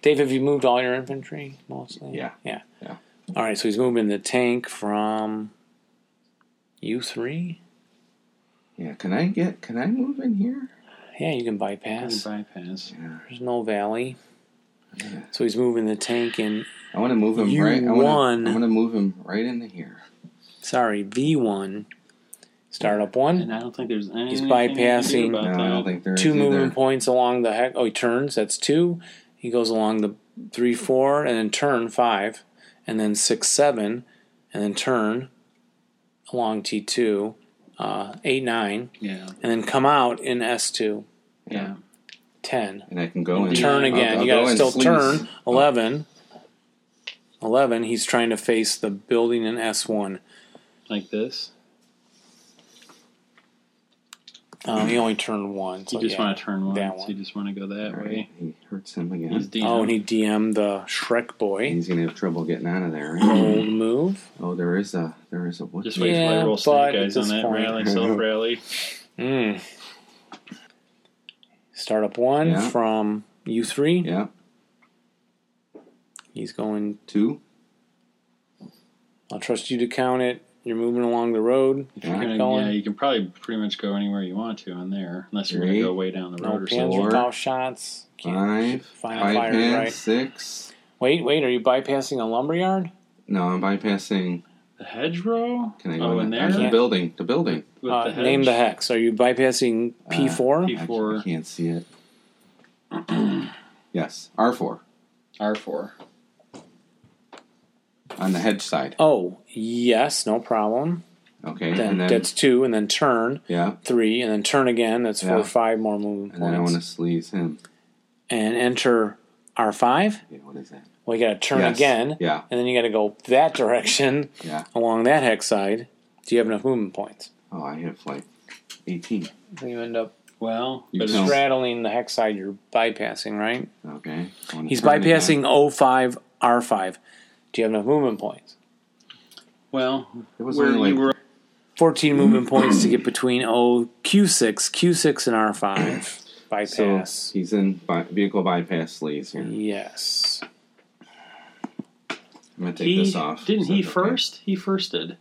Speaker 1: Dave, have you moved all your infantry mostly?
Speaker 5: Yeah.
Speaker 1: Yeah.
Speaker 5: Yeah.
Speaker 1: All right. So he's moving the tank from U three.
Speaker 5: Yeah. Can I get? Can I move in here?
Speaker 1: Yeah, you can
Speaker 2: You
Speaker 1: bypass.
Speaker 2: Bypass.
Speaker 5: Yeah.
Speaker 1: There's no valley. So he's moving the tank in.
Speaker 5: I want to move him
Speaker 1: You
Speaker 5: right. I
Speaker 1: won.
Speaker 5: want to move him right into here.
Speaker 1: Sorry, V one. Start up one.
Speaker 2: And I don't think there's anything you can do
Speaker 1: Hmm. bypassing-
Speaker 5: No,
Speaker 2: about
Speaker 5: I
Speaker 2: that.
Speaker 5: don't think there is
Speaker 1: Two
Speaker 5: either.
Speaker 1: movement points along the heck. Oh, he turns. That's two. He goes along the three, four, and then turn five, and then six, seven, and then turn along T two, uh, eight, nine,
Speaker 2: Yeah,
Speaker 1: and then come out in S two,
Speaker 2: yeah.
Speaker 1: ten.
Speaker 5: And I can go in.
Speaker 1: Turn
Speaker 5: I'll-
Speaker 1: again.
Speaker 5: I'll
Speaker 1: you got
Speaker 5: go
Speaker 1: to
Speaker 5: and
Speaker 1: still
Speaker 5: sleaze.
Speaker 1: turn eleven. Eleven. He's trying to face the building in S one.
Speaker 2: Like this.
Speaker 1: Um, he only turned one. So
Speaker 2: You just
Speaker 1: yeah.
Speaker 2: want to turn one.
Speaker 1: that
Speaker 2: So you just want to go that
Speaker 5: All right.
Speaker 2: way.
Speaker 5: He hurts him
Speaker 2: He's
Speaker 5: again.
Speaker 2: DM.
Speaker 1: Oh, and he DM'd the Shrek boy.
Speaker 5: He's gonna have trouble getting out of
Speaker 2: Mm-hmm.
Speaker 5: there.
Speaker 1: Old move.
Speaker 5: Oh, there is a there is a wood.
Speaker 2: just wait till
Speaker 1: Yeah,
Speaker 2: I roll
Speaker 1: but
Speaker 2: snake
Speaker 1: at
Speaker 2: guys on
Speaker 1: this
Speaker 2: that
Speaker 1: point-
Speaker 2: rally, self rally.
Speaker 1: Mm. Start up one
Speaker 5: Yeah.
Speaker 1: from U3.
Speaker 5: Yeah,
Speaker 1: He's going,
Speaker 5: two.
Speaker 1: I'll trust you to count it. You're moving along the road.
Speaker 2: If you're
Speaker 5: Yeah.
Speaker 2: gonna,
Speaker 1: Going.
Speaker 2: yeah, you can probably pretty much go anywhere you want to on there, unless you're going
Speaker 5: Three.
Speaker 2: to go way down the
Speaker 1: No
Speaker 2: road or something.
Speaker 1: pins,
Speaker 5: four.
Speaker 1: without shots.
Speaker 5: Five,
Speaker 1: Fine, fire,
Speaker 5: bypass,
Speaker 1: right.
Speaker 5: six.
Speaker 1: Wait, wait, are you bypassing a lumberyard?
Speaker 5: No, I'm bypassing.
Speaker 2: The hedgerow?
Speaker 5: Can I go
Speaker 2: oh, in
Speaker 5: in
Speaker 2: there?
Speaker 5: Uh, The
Speaker 1: Yeah.
Speaker 5: building, the building.
Speaker 2: With
Speaker 1: Uh,
Speaker 2: the hedge?
Speaker 1: name the hex. Are you bypassing
Speaker 5: Uh,
Speaker 1: P4?
Speaker 5: Actually,
Speaker 2: P-
Speaker 5: I
Speaker 2: P4.
Speaker 5: can't see it. yes, R4
Speaker 2: R4.
Speaker 5: on the hedge side.
Speaker 1: oh, yes, no problem.
Speaker 5: Okay,
Speaker 1: Then,
Speaker 5: and then
Speaker 1: that's two, and then turn
Speaker 5: yeah,
Speaker 1: three, and then turn again. That's four,
Speaker 5: Yeah.
Speaker 1: five more movement
Speaker 5: and then I want
Speaker 1: points.
Speaker 5: to sleaze him.
Speaker 1: And enter R5.
Speaker 5: Yeah, what is that?
Speaker 1: Well, you got to turn
Speaker 5: Yes,
Speaker 1: again.
Speaker 5: Yeah,
Speaker 1: and then you got to go that direction
Speaker 5: yeah.
Speaker 1: along that hex side. Do you have enough movement points?
Speaker 5: Oh, I have like 18.
Speaker 1: Then you end up
Speaker 2: Well,
Speaker 5: You
Speaker 2: but
Speaker 5: tell-
Speaker 2: it's,
Speaker 1: straddling the hex side you're bypassing, right?
Speaker 5: Okay, I wanna
Speaker 1: He's
Speaker 5: turn again.
Speaker 1: bypassing O five R five. Do you have enough movement points?
Speaker 2: well,
Speaker 5: It was
Speaker 2: where
Speaker 5: only
Speaker 2: you
Speaker 5: like-
Speaker 2: were,
Speaker 1: 14 movement points to get between O Q6, Q6 and R5 bypass.
Speaker 5: So he's in bi- vehicle bypass sleaze here.
Speaker 1: yes.
Speaker 5: I'm gonna take
Speaker 2: he,
Speaker 5: this off.
Speaker 2: didn't
Speaker 5: Is that
Speaker 2: he
Speaker 5: okay?
Speaker 2: first? He firsted.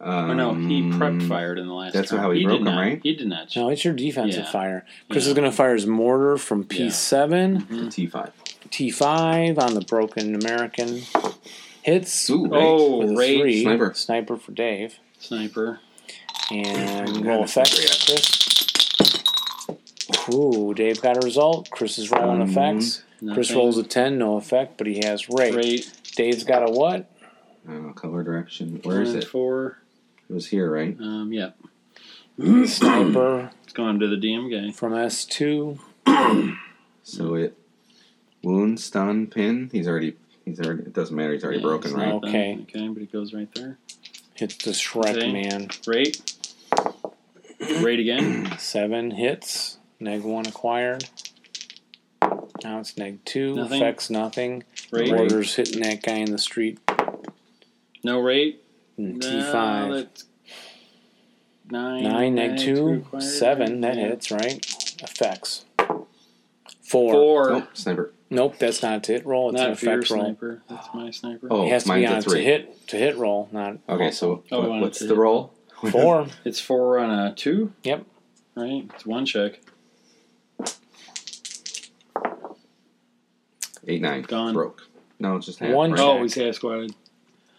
Speaker 5: Um,
Speaker 2: Or no, he prep fired in the last
Speaker 5: that's
Speaker 2: round.
Speaker 5: how he broke
Speaker 2: did
Speaker 5: him,
Speaker 2: not-
Speaker 5: right?
Speaker 2: He did not.
Speaker 1: No, it's your defensive
Speaker 2: Yeah.
Speaker 1: fire. Chris
Speaker 2: Yeah.
Speaker 1: is going to fire his mortar from P7,
Speaker 2: Mm-hmm.
Speaker 5: T5.
Speaker 1: T5 on the broken American. Hits.
Speaker 5: Ooh,
Speaker 2: Oh,
Speaker 1: with a
Speaker 2: rage.
Speaker 1: three.
Speaker 5: Sniper.
Speaker 1: Sniper for Dave.
Speaker 2: Sniper.
Speaker 1: And
Speaker 5: Mm,
Speaker 1: roll
Speaker 5: that's not
Speaker 1: effects, Chris. Ooh, Dave got a result. Chris is rolling
Speaker 5: Um,
Speaker 1: effects. Chris
Speaker 2: Mm-hmm. Nothing.
Speaker 1: rolls a 10, no effect, but he has rate.
Speaker 2: Great.
Speaker 1: Dave's got a what?
Speaker 5: I don't know, color direction. Where is
Speaker 2: One,
Speaker 5: it?
Speaker 2: Four.
Speaker 5: It was here, right?
Speaker 2: Um, yeah.
Speaker 1: Sniper
Speaker 2: It's going to the DM guy.
Speaker 1: from S2.
Speaker 5: So it wound, stun, pin. He's already He's already. It doesn't matter. He's already
Speaker 2: Yeah,
Speaker 5: broken,
Speaker 2: it's
Speaker 5: right?
Speaker 2: not done.
Speaker 1: Okay.
Speaker 2: Okay, but it goes right there.
Speaker 1: Hits the Shrek
Speaker 2: Okay.
Speaker 1: man.
Speaker 2: Rate. Rate again.
Speaker 1: Seven hits. Neg one acquired. Now it's neg two.
Speaker 2: Nothing.
Speaker 1: Affects nothing.
Speaker 2: Rate.
Speaker 5: Right.
Speaker 1: Orders hitting that guy in the street.
Speaker 2: No rate.
Speaker 1: And
Speaker 2: No,
Speaker 1: T5.
Speaker 2: that's Nine.
Speaker 1: Nine, neg two.
Speaker 2: required,
Speaker 1: Seven. That
Speaker 2: yeah.
Speaker 1: hits, right? Effects. Four.
Speaker 2: Four.
Speaker 5: Oh, sniper.
Speaker 1: Nope, that's not a hit roll. It's
Speaker 2: Not
Speaker 1: an
Speaker 2: for your
Speaker 1: effect roll.
Speaker 2: sniper. That's my sniper.
Speaker 5: Oh,
Speaker 1: It has to
Speaker 5: mine's
Speaker 1: be
Speaker 5: a
Speaker 1: on it's a
Speaker 5: three.
Speaker 1: hit to hit roll, not
Speaker 5: Okay, so
Speaker 2: Oh,
Speaker 5: what-
Speaker 2: one,
Speaker 5: what's
Speaker 2: two.
Speaker 5: the roll?
Speaker 1: four.
Speaker 2: It's four on a two.
Speaker 1: Yep.
Speaker 2: Right. It's one check.
Speaker 5: Eight nine.
Speaker 2: Gone.
Speaker 5: Broke. No, it's just half,
Speaker 1: One
Speaker 5: right?
Speaker 1: check.
Speaker 2: Oh, he's half squatted.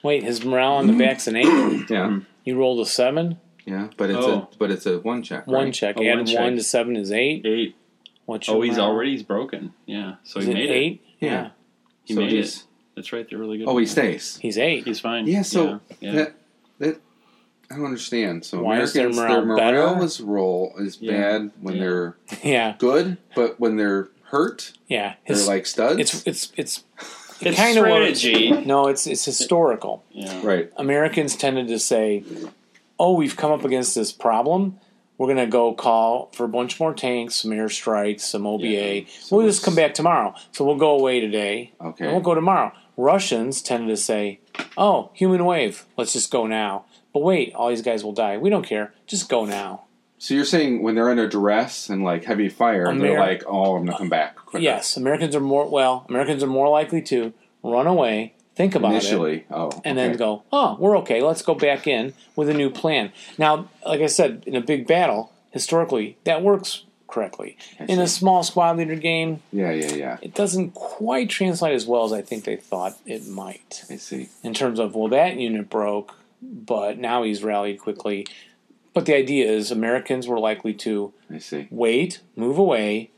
Speaker 1: Wait, his morale on the
Speaker 5: Mm-hmm.
Speaker 1: back's an eight.
Speaker 5: Yeah,
Speaker 1: You rolled a seven.
Speaker 5: yeah, but it's
Speaker 2: Hmm. Oh.
Speaker 5: a but it's a one check.
Speaker 1: One
Speaker 5: right?
Speaker 1: check.
Speaker 2: Oh,
Speaker 1: Add
Speaker 2: one
Speaker 1: one,
Speaker 2: check.
Speaker 1: to seven is eight.
Speaker 2: Eight.
Speaker 1: What's your
Speaker 2: Oh, he's
Speaker 1: morale?
Speaker 2: already he's broken. Yeah. So
Speaker 1: Is
Speaker 2: he
Speaker 1: it
Speaker 2: made it.
Speaker 1: eight?
Speaker 5: Yeah.
Speaker 2: He
Speaker 5: So
Speaker 2: made
Speaker 5: he's-
Speaker 2: it. That's right. They're really good.
Speaker 5: Oh, he stays.
Speaker 1: He's eight.
Speaker 2: He's fine.
Speaker 5: Yeah, so
Speaker 2: yeah.
Speaker 5: That that I don't understand. So
Speaker 1: Why is their
Speaker 5: Americans,
Speaker 1: morale
Speaker 5: their morale
Speaker 1: better?
Speaker 5: is roll is
Speaker 2: Yeah.
Speaker 5: bad when
Speaker 2: Yeah.
Speaker 5: they're
Speaker 1: yeah,
Speaker 5: good, but when they're hurt,
Speaker 1: yeah. His,
Speaker 5: they're like studs.
Speaker 1: it's it's it's
Speaker 2: It's
Speaker 1: kind of
Speaker 2: strategy.
Speaker 1: no, it's it's historical.
Speaker 2: yeah.
Speaker 5: right.
Speaker 1: Americans tended to say, "Oh, we've come up against this problem. We're gonna go call for a bunch more tanks, some airstrikes, some OBA.
Speaker 2: Yeah.
Speaker 1: we'll
Speaker 5: it's-
Speaker 1: just come back tomorrow. So we'll go away today.
Speaker 5: Okay.
Speaker 1: And we'll go tomorrow. Russians tended to say, "Oh, human wave. Let's just go now." But wait, all these guys will die. We don't care. Just go now.
Speaker 5: So you're saying when they're under duress and like heavy fire,
Speaker 1: Ameri-
Speaker 5: they're like, "Oh, I'm gonna come back." Quicker.
Speaker 1: Yes, Americans are more well. Americans are more likely to run away, think about it,
Speaker 5: Initially, oh,
Speaker 1: and
Speaker 5: okay.
Speaker 1: then go, "Oh, we're okay. Let's go back in with a new plan." Now, like I said, in a big battle, historically, that works correctly. In a small squad leader game,
Speaker 5: Yeah, yeah, yeah.
Speaker 1: it doesn't quite translate as well as I think they thought it might.
Speaker 5: I see.
Speaker 1: in terms of well that unit broke but now he's rallied quickly but the idea is americans were likely to
Speaker 5: I see.
Speaker 1: wait move away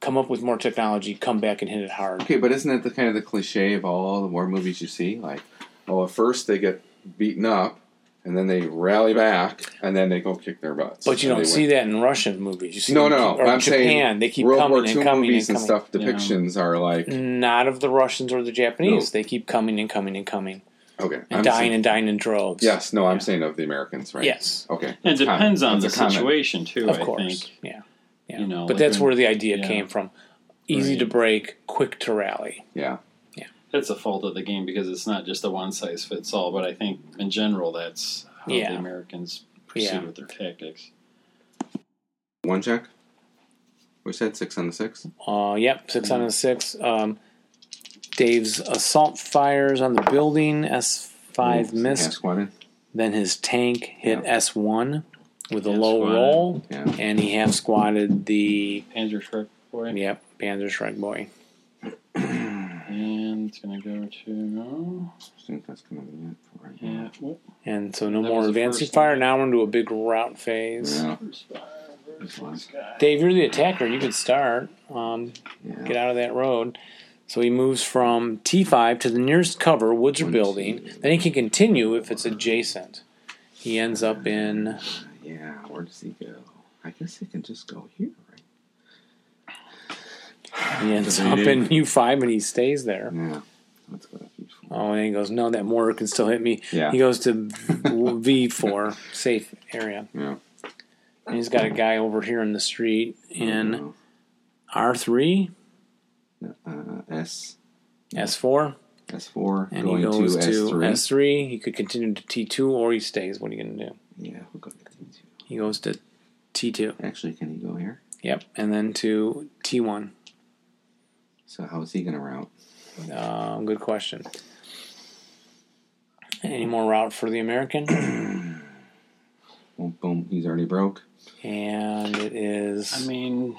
Speaker 1: come up with more technology come back and hit it hard
Speaker 5: Okay, but isn't that the kind of the cliche of all the war movies you see? Like, oh, at first they get beaten up, and then they rally back, and then they go kick their butts.
Speaker 1: but you
Speaker 5: and
Speaker 1: don't
Speaker 5: they
Speaker 1: see
Speaker 5: win.
Speaker 1: that in russian movies you see
Speaker 5: No,
Speaker 1: them
Speaker 5: no,
Speaker 1: keep-
Speaker 5: no.
Speaker 1: or
Speaker 5: but I'm
Speaker 1: japan
Speaker 5: saying
Speaker 1: they keep
Speaker 5: World
Speaker 1: coming
Speaker 5: War II
Speaker 1: and coming and
Speaker 5: movies
Speaker 1: coming Mm.
Speaker 5: and, stuff depictions are like
Speaker 1: not of the russians or the japanese
Speaker 5: No.
Speaker 1: they keep coming and coming and coming
Speaker 5: okay,
Speaker 1: and
Speaker 5: I'm
Speaker 1: dying
Speaker 5: saying-
Speaker 1: and dying in droves
Speaker 5: yes, no, I'm saying of the Americans, right?
Speaker 1: yes
Speaker 5: Okay.
Speaker 2: It
Speaker 5: That's common.
Speaker 2: depends on the
Speaker 5: That's a common.
Speaker 2: situation too.
Speaker 1: of
Speaker 2: I
Speaker 1: course
Speaker 2: think.
Speaker 1: yeah yeah
Speaker 2: You know,
Speaker 1: but
Speaker 2: like
Speaker 1: that's
Speaker 2: when-
Speaker 1: where the idea
Speaker 2: yeah.
Speaker 1: came from easy
Speaker 2: Right.
Speaker 1: to break quick to rally
Speaker 5: Yeah.
Speaker 2: That's a fault of the game because it's not just a one size fits all. But I think in general, that's how
Speaker 1: Yeah.
Speaker 2: the Americans proceed
Speaker 1: Yeah.
Speaker 2: with their tactics.
Speaker 5: One check. We said six on the six.
Speaker 1: Uh, yep, six
Speaker 2: Mm.
Speaker 1: on the six. Um, Dave's assault fires on the building. S five
Speaker 5: Half
Speaker 1: missed.
Speaker 5: squatted.
Speaker 1: Then his tank hit
Speaker 5: Yeah.
Speaker 1: S one with a
Speaker 2: Half
Speaker 1: low
Speaker 2: squatted.
Speaker 1: roll,
Speaker 5: Yeah.
Speaker 1: and he half squatted the
Speaker 2: Panzer Shrek boy,
Speaker 1: yep Panzer Shrek boy.
Speaker 2: and it's gonna go to
Speaker 5: I think that's gonna be it for right now.
Speaker 2: yeah. What?
Speaker 1: And so no
Speaker 2: That was
Speaker 1: more
Speaker 2: the
Speaker 1: advancing
Speaker 2: first
Speaker 1: fire.
Speaker 2: one.
Speaker 1: Now we're into a big rout phase.
Speaker 5: Yeah.
Speaker 2: There's one.
Speaker 1: Dave, you're the attacker. You could start. Um,
Speaker 5: yeah.
Speaker 1: get out of that road. So he moves from T5 to the nearest cover, woods or
Speaker 5: One,
Speaker 1: building. Then he can continue if it's adjacent. He ends up in.
Speaker 5: Yeah, where does he go? I guess he can just go here, right?
Speaker 1: He ends
Speaker 5: Does he
Speaker 1: up
Speaker 5: do?
Speaker 1: in U5 and he stays there.
Speaker 5: Yeah. Let's go to P4.
Speaker 1: Oh, and he goes, no, that mortar can still hit me.
Speaker 5: Yeah.
Speaker 1: He goes to V4, safe area.
Speaker 5: Yeah.
Speaker 1: And he's got a guy over here in the street in
Speaker 5: No,
Speaker 1: R3,
Speaker 5: uh, S
Speaker 1: S4,
Speaker 5: S four
Speaker 1: and
Speaker 5: going
Speaker 1: he goes
Speaker 5: to
Speaker 1: to,
Speaker 5: S three.
Speaker 1: S3. He could continue to T2 or he stays. What are you going to do?
Speaker 5: Yeah, we'll go to T two.
Speaker 1: He goes to T2.
Speaker 5: Actually, can he go here?
Speaker 1: Yep, and then to T1.
Speaker 5: So how is he gonna route?
Speaker 1: Um, good question. Any more route for the American?
Speaker 5: Boom, boom. He's already broke.
Speaker 1: and it is
Speaker 2: I mean,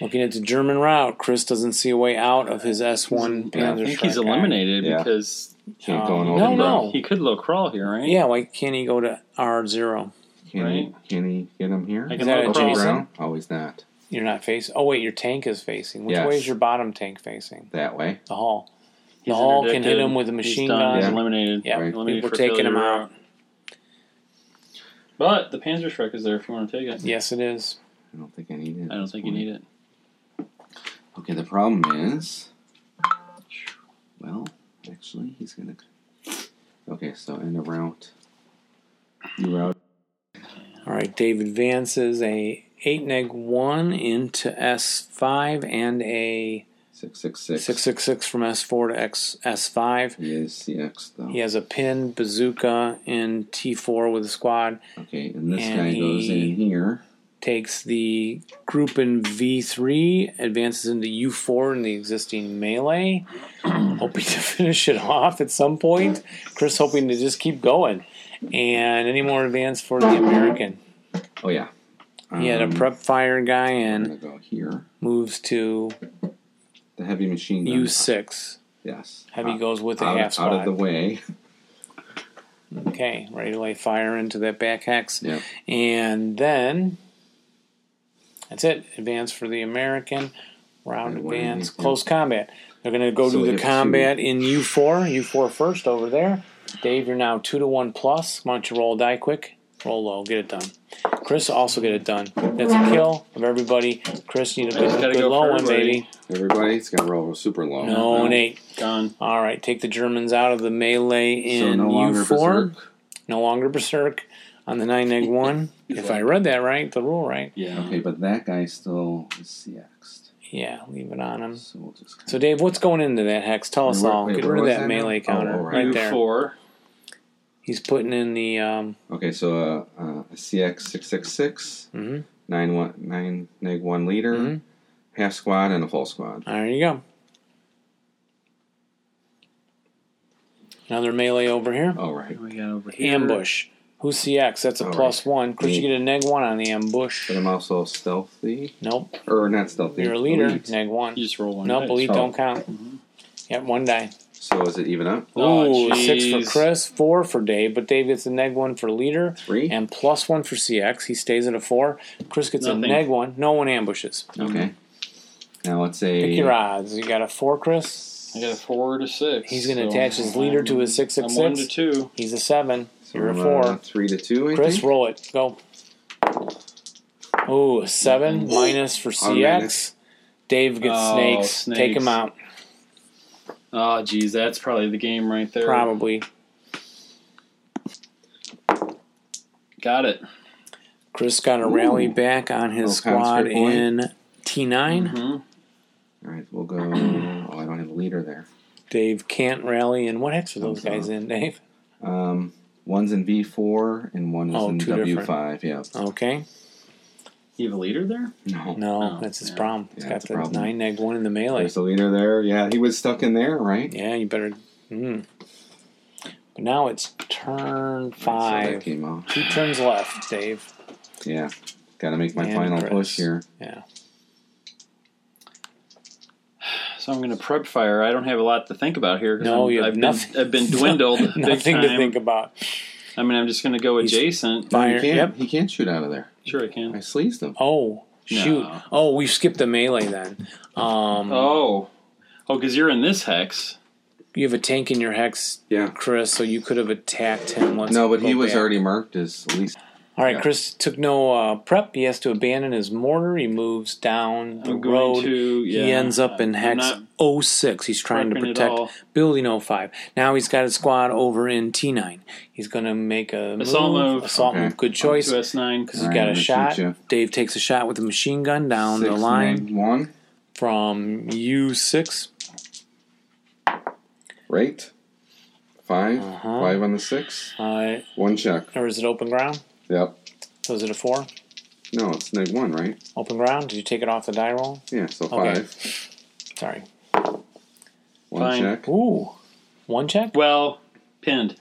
Speaker 1: looking at the German route. Chris doesn't see a way out of his S one.
Speaker 5: Yeah,
Speaker 2: I
Speaker 1: Panzer
Speaker 2: think he's
Speaker 1: Shrek guy.
Speaker 2: eliminated
Speaker 5: Yeah.
Speaker 2: because
Speaker 5: Can't go in
Speaker 1: Um,
Speaker 5: open
Speaker 1: no,
Speaker 5: broke.
Speaker 1: no.
Speaker 2: he could low crawl here, right?
Speaker 1: Yeah, why can't he go to R zero?
Speaker 5: Can he? Can he get him here?
Speaker 2: I
Speaker 1: Is
Speaker 2: can
Speaker 1: that
Speaker 2: low crawl.
Speaker 1: adjacent?
Speaker 5: Route? Always that
Speaker 1: You're not facing. Oh wait, your tank is facing. Which
Speaker 5: Yes.
Speaker 1: way is your bottom tank facing?
Speaker 5: that way.
Speaker 1: The hull. The
Speaker 2: He's
Speaker 1: hull can hit
Speaker 2: interdicted.
Speaker 1: him with a
Speaker 2: He's
Speaker 1: machine
Speaker 2: done.
Speaker 1: gun.
Speaker 2: He's
Speaker 5: Yeah.
Speaker 2: eliminated.
Speaker 1: Yeah,
Speaker 5: Right.
Speaker 2: eliminated
Speaker 1: we're
Speaker 2: for
Speaker 1: taking him
Speaker 2: failure.
Speaker 1: out.
Speaker 2: But the Panzer Shrek is there if you want to take it.
Speaker 1: Yes, it is.
Speaker 5: I don't think I need it.
Speaker 2: I don't think you need it.
Speaker 5: Okay, the problem is, well, Actually, he's gonna. Okay, so in a route, you route.
Speaker 1: All right, Dave advances a 8 neg 1 into S5 and a
Speaker 5: Six six six.
Speaker 1: 666 from S4 to X, S5.
Speaker 5: He is CX though.
Speaker 1: He has a pin, bazooka, and T4 with a squad.
Speaker 5: Okay, and this
Speaker 1: And
Speaker 5: guy goes
Speaker 1: he-
Speaker 5: in here.
Speaker 1: Takes the group in V3, advances into U4 in the existing melee. hoping to finish it off at some point. Chris hoping to just keep going. And any more advance for the American.
Speaker 5: Oh yeah.
Speaker 1: He had a
Speaker 5: Um,
Speaker 1: prep fire guy
Speaker 5: I'm
Speaker 1: and
Speaker 5: gonna go here.
Speaker 1: moves to
Speaker 5: The heavy machine gun.
Speaker 1: U6.
Speaker 5: Yes.
Speaker 1: Heavy
Speaker 5: out,
Speaker 1: goes with the half
Speaker 5: out,
Speaker 1: squad.
Speaker 5: out of the way.
Speaker 1: Okay, ready to lay fire into that back hex.
Speaker 5: Yeah.
Speaker 1: And then that's it. Advance for the American. Round
Speaker 5: And one
Speaker 1: advance.
Speaker 5: advance, yeah.
Speaker 1: Close combat. They're going to go
Speaker 5: So we
Speaker 1: do the
Speaker 5: have two.
Speaker 1: combat in U4. U4 first over there. Dave, you're now 2 to 1 plus. Why don't you roll a die quick? Roll low. Get it done. Chris, also get it done. That's a kill of everybody. Chris, you need a good,
Speaker 2: gotta
Speaker 1: good
Speaker 2: go
Speaker 1: low
Speaker 2: for
Speaker 1: one,
Speaker 2: everybody.
Speaker 1: baby.
Speaker 5: Everybody, it's gonna roll super low.
Speaker 1: No, an 8.
Speaker 2: Gone.
Speaker 1: All right, take the Germans out of the melee in
Speaker 5: so no longer
Speaker 1: U4
Speaker 5: berserk.
Speaker 1: no longer berserk on the nine egg one. if I read that right, the rule right.
Speaker 2: Yeah.
Speaker 5: Okay, but that guy still is CX'd.
Speaker 1: Yeah, leave it on him.
Speaker 5: So we'll just. kinda-
Speaker 1: Mm. So Dave, what's going into that hex? Tell us
Speaker 5: Wait,
Speaker 1: all.
Speaker 5: wait,
Speaker 1: Get
Speaker 5: where
Speaker 1: rid of
Speaker 5: was
Speaker 1: that
Speaker 5: that
Speaker 1: melee
Speaker 5: now? Oh,
Speaker 1: counter
Speaker 5: all right.
Speaker 1: right there.
Speaker 2: Four.
Speaker 1: He's putting in the um,
Speaker 5: Okay, so uh, uh, a CX six six six
Speaker 1: Mhm.
Speaker 5: nine one nine neg one leader,
Speaker 1: Mhm.
Speaker 5: half squad, and a full squad.
Speaker 1: there you go. Another melee over here.
Speaker 5: All right,
Speaker 6: We got over
Speaker 1: Ambush. Who's CX? That's a
Speaker 5: All
Speaker 1: plus one. Chris, you
Speaker 5: Me.
Speaker 1: get a neg one on the ambush.
Speaker 5: but I'm also stealthy,
Speaker 1: Nope.
Speaker 5: or not stealthy.
Speaker 1: You're a leader.
Speaker 5: elite.
Speaker 1: Neg one.
Speaker 2: You just roll one.
Speaker 1: Nope,
Speaker 2: dice.
Speaker 1: elite
Speaker 5: Oh.
Speaker 1: don't count. Yep, one die.
Speaker 5: So is it even up?
Speaker 1: Ooh,
Speaker 2: Oh,
Speaker 1: six for
Speaker 2: jeez.
Speaker 1: Chris, four for Dave, but Dave gets a neg one for leader
Speaker 5: Three.
Speaker 1: and plus one for CX. He stays at a four. Chris gets a
Speaker 2: Nothing.
Speaker 1: neg one. No one ambushes.
Speaker 5: Okay.
Speaker 1: Mm-hmm.
Speaker 5: Now let's say
Speaker 1: Pick your odds. You got a four, Chris.
Speaker 2: I got a four to six.
Speaker 1: He's going to
Speaker 2: so
Speaker 1: attach his leader to his six
Speaker 2: I'm
Speaker 1: six
Speaker 2: one to
Speaker 1: six.
Speaker 2: two.
Speaker 1: He's a seven.
Speaker 5: so
Speaker 1: You're a
Speaker 5: I'm, uh,
Speaker 1: four.
Speaker 5: three to two. I
Speaker 1: Chris,
Speaker 5: think?
Speaker 1: roll it. Go. Ooh, a seven minus for CX.
Speaker 5: minus.
Speaker 1: Dave gets
Speaker 2: Oh,
Speaker 1: snakes. Take
Speaker 2: snakes.
Speaker 1: him out.
Speaker 2: Oh, geez, that's probably the game right there.
Speaker 1: Probably.
Speaker 2: Got it.
Speaker 1: Chris got a rally back on his
Speaker 5: Little
Speaker 1: squad
Speaker 5: concert boy.
Speaker 1: in T9.
Speaker 2: Mhm.
Speaker 5: All right, we'll go. Oh, I don't have a leader there.
Speaker 1: Dave can't rally, and what hex are those guys
Speaker 5: Thumbs
Speaker 1: in, Dave?
Speaker 5: Um, one's in V four and one is
Speaker 1: Oh,
Speaker 5: in
Speaker 1: two
Speaker 5: W five. Yeah.
Speaker 1: Okay,
Speaker 2: You have a leader there?
Speaker 5: No.
Speaker 1: no,
Speaker 2: Oh,
Speaker 1: that's his
Speaker 2: yeah.
Speaker 1: problem. He's
Speaker 5: Yeah,
Speaker 1: got
Speaker 5: it's a
Speaker 1: the
Speaker 5: problem.
Speaker 1: nine neg one in the melee.
Speaker 5: There's a leader there. Yeah, he was stuck in there, right?
Speaker 1: Yeah, you better. Mm. But now it's turn
Speaker 5: So that
Speaker 1: five.
Speaker 5: came out.
Speaker 1: Two turns left, Dave.
Speaker 5: Yeah. Got to make my
Speaker 1: And
Speaker 5: final
Speaker 1: Chris.
Speaker 5: push here.
Speaker 1: Yeah,
Speaker 2: So I'm going to prep fire. I don't have a lot to think about here. 'cause
Speaker 1: No,
Speaker 2: I'm-
Speaker 1: you have
Speaker 2: I've
Speaker 1: nothing-
Speaker 2: Been, I've been dwindled. big
Speaker 1: nothing to
Speaker 2: time.
Speaker 1: think about.
Speaker 2: I mean, I'm just going to go
Speaker 1: He's-
Speaker 2: adjacent.
Speaker 5: No,
Speaker 1: Fire.
Speaker 5: He can't,
Speaker 1: Yep.
Speaker 5: he can't shoot out of there.
Speaker 2: Sure, I
Speaker 5: I
Speaker 2: can.
Speaker 5: sleezed him.
Speaker 1: Oh shoot!
Speaker 2: No.
Speaker 1: Oh, we skipped the melee then. Um,
Speaker 2: Oh. Oh, because you're in this hex.
Speaker 1: you have a tank in your hex,
Speaker 5: Yeah.
Speaker 1: Chris, so you could have attacked him. Let's
Speaker 5: No, but he
Speaker 1: go
Speaker 5: was
Speaker 1: back.
Speaker 5: already marked as least.
Speaker 1: All right,
Speaker 5: Yeah.
Speaker 1: Chris took no uh, prep. He has to abandon his mortar. He moves down the
Speaker 2: I'm going
Speaker 1: road.
Speaker 2: to. Yeah,
Speaker 1: he ends up in
Speaker 2: I'm
Speaker 1: hex
Speaker 2: not
Speaker 1: 06. He's trying to
Speaker 2: prepping at
Speaker 1: protect
Speaker 2: all.
Speaker 1: building 05. Now he's got his squad over in T9. He's going to make a
Speaker 2: Assault move.
Speaker 1: Assault
Speaker 5: Okay.
Speaker 1: move. Good
Speaker 2: to
Speaker 1: choice.
Speaker 2: S9.
Speaker 1: He's
Speaker 5: Alright,
Speaker 1: got
Speaker 5: I'm
Speaker 1: a
Speaker 5: gonna
Speaker 1: shot.
Speaker 5: shoot ya.
Speaker 1: Dave takes a shot with a machine gun down the
Speaker 5: Six,
Speaker 1: line
Speaker 5: nine, one.
Speaker 1: from U6.
Speaker 5: Right. 5
Speaker 1: Uh-huh.
Speaker 5: Five on the six.
Speaker 1: Uh,
Speaker 5: One check.
Speaker 1: or is it open ground?
Speaker 5: Yep.
Speaker 1: Was it a four?
Speaker 5: No, it's neg one, right?
Speaker 1: Open ground? Did you take it off the die roll?
Speaker 5: Yeah, so
Speaker 1: Okay.
Speaker 5: five.
Speaker 1: Sorry.
Speaker 5: One
Speaker 2: Fine.
Speaker 5: check.
Speaker 1: Ooh. One check?
Speaker 2: Well, pinned.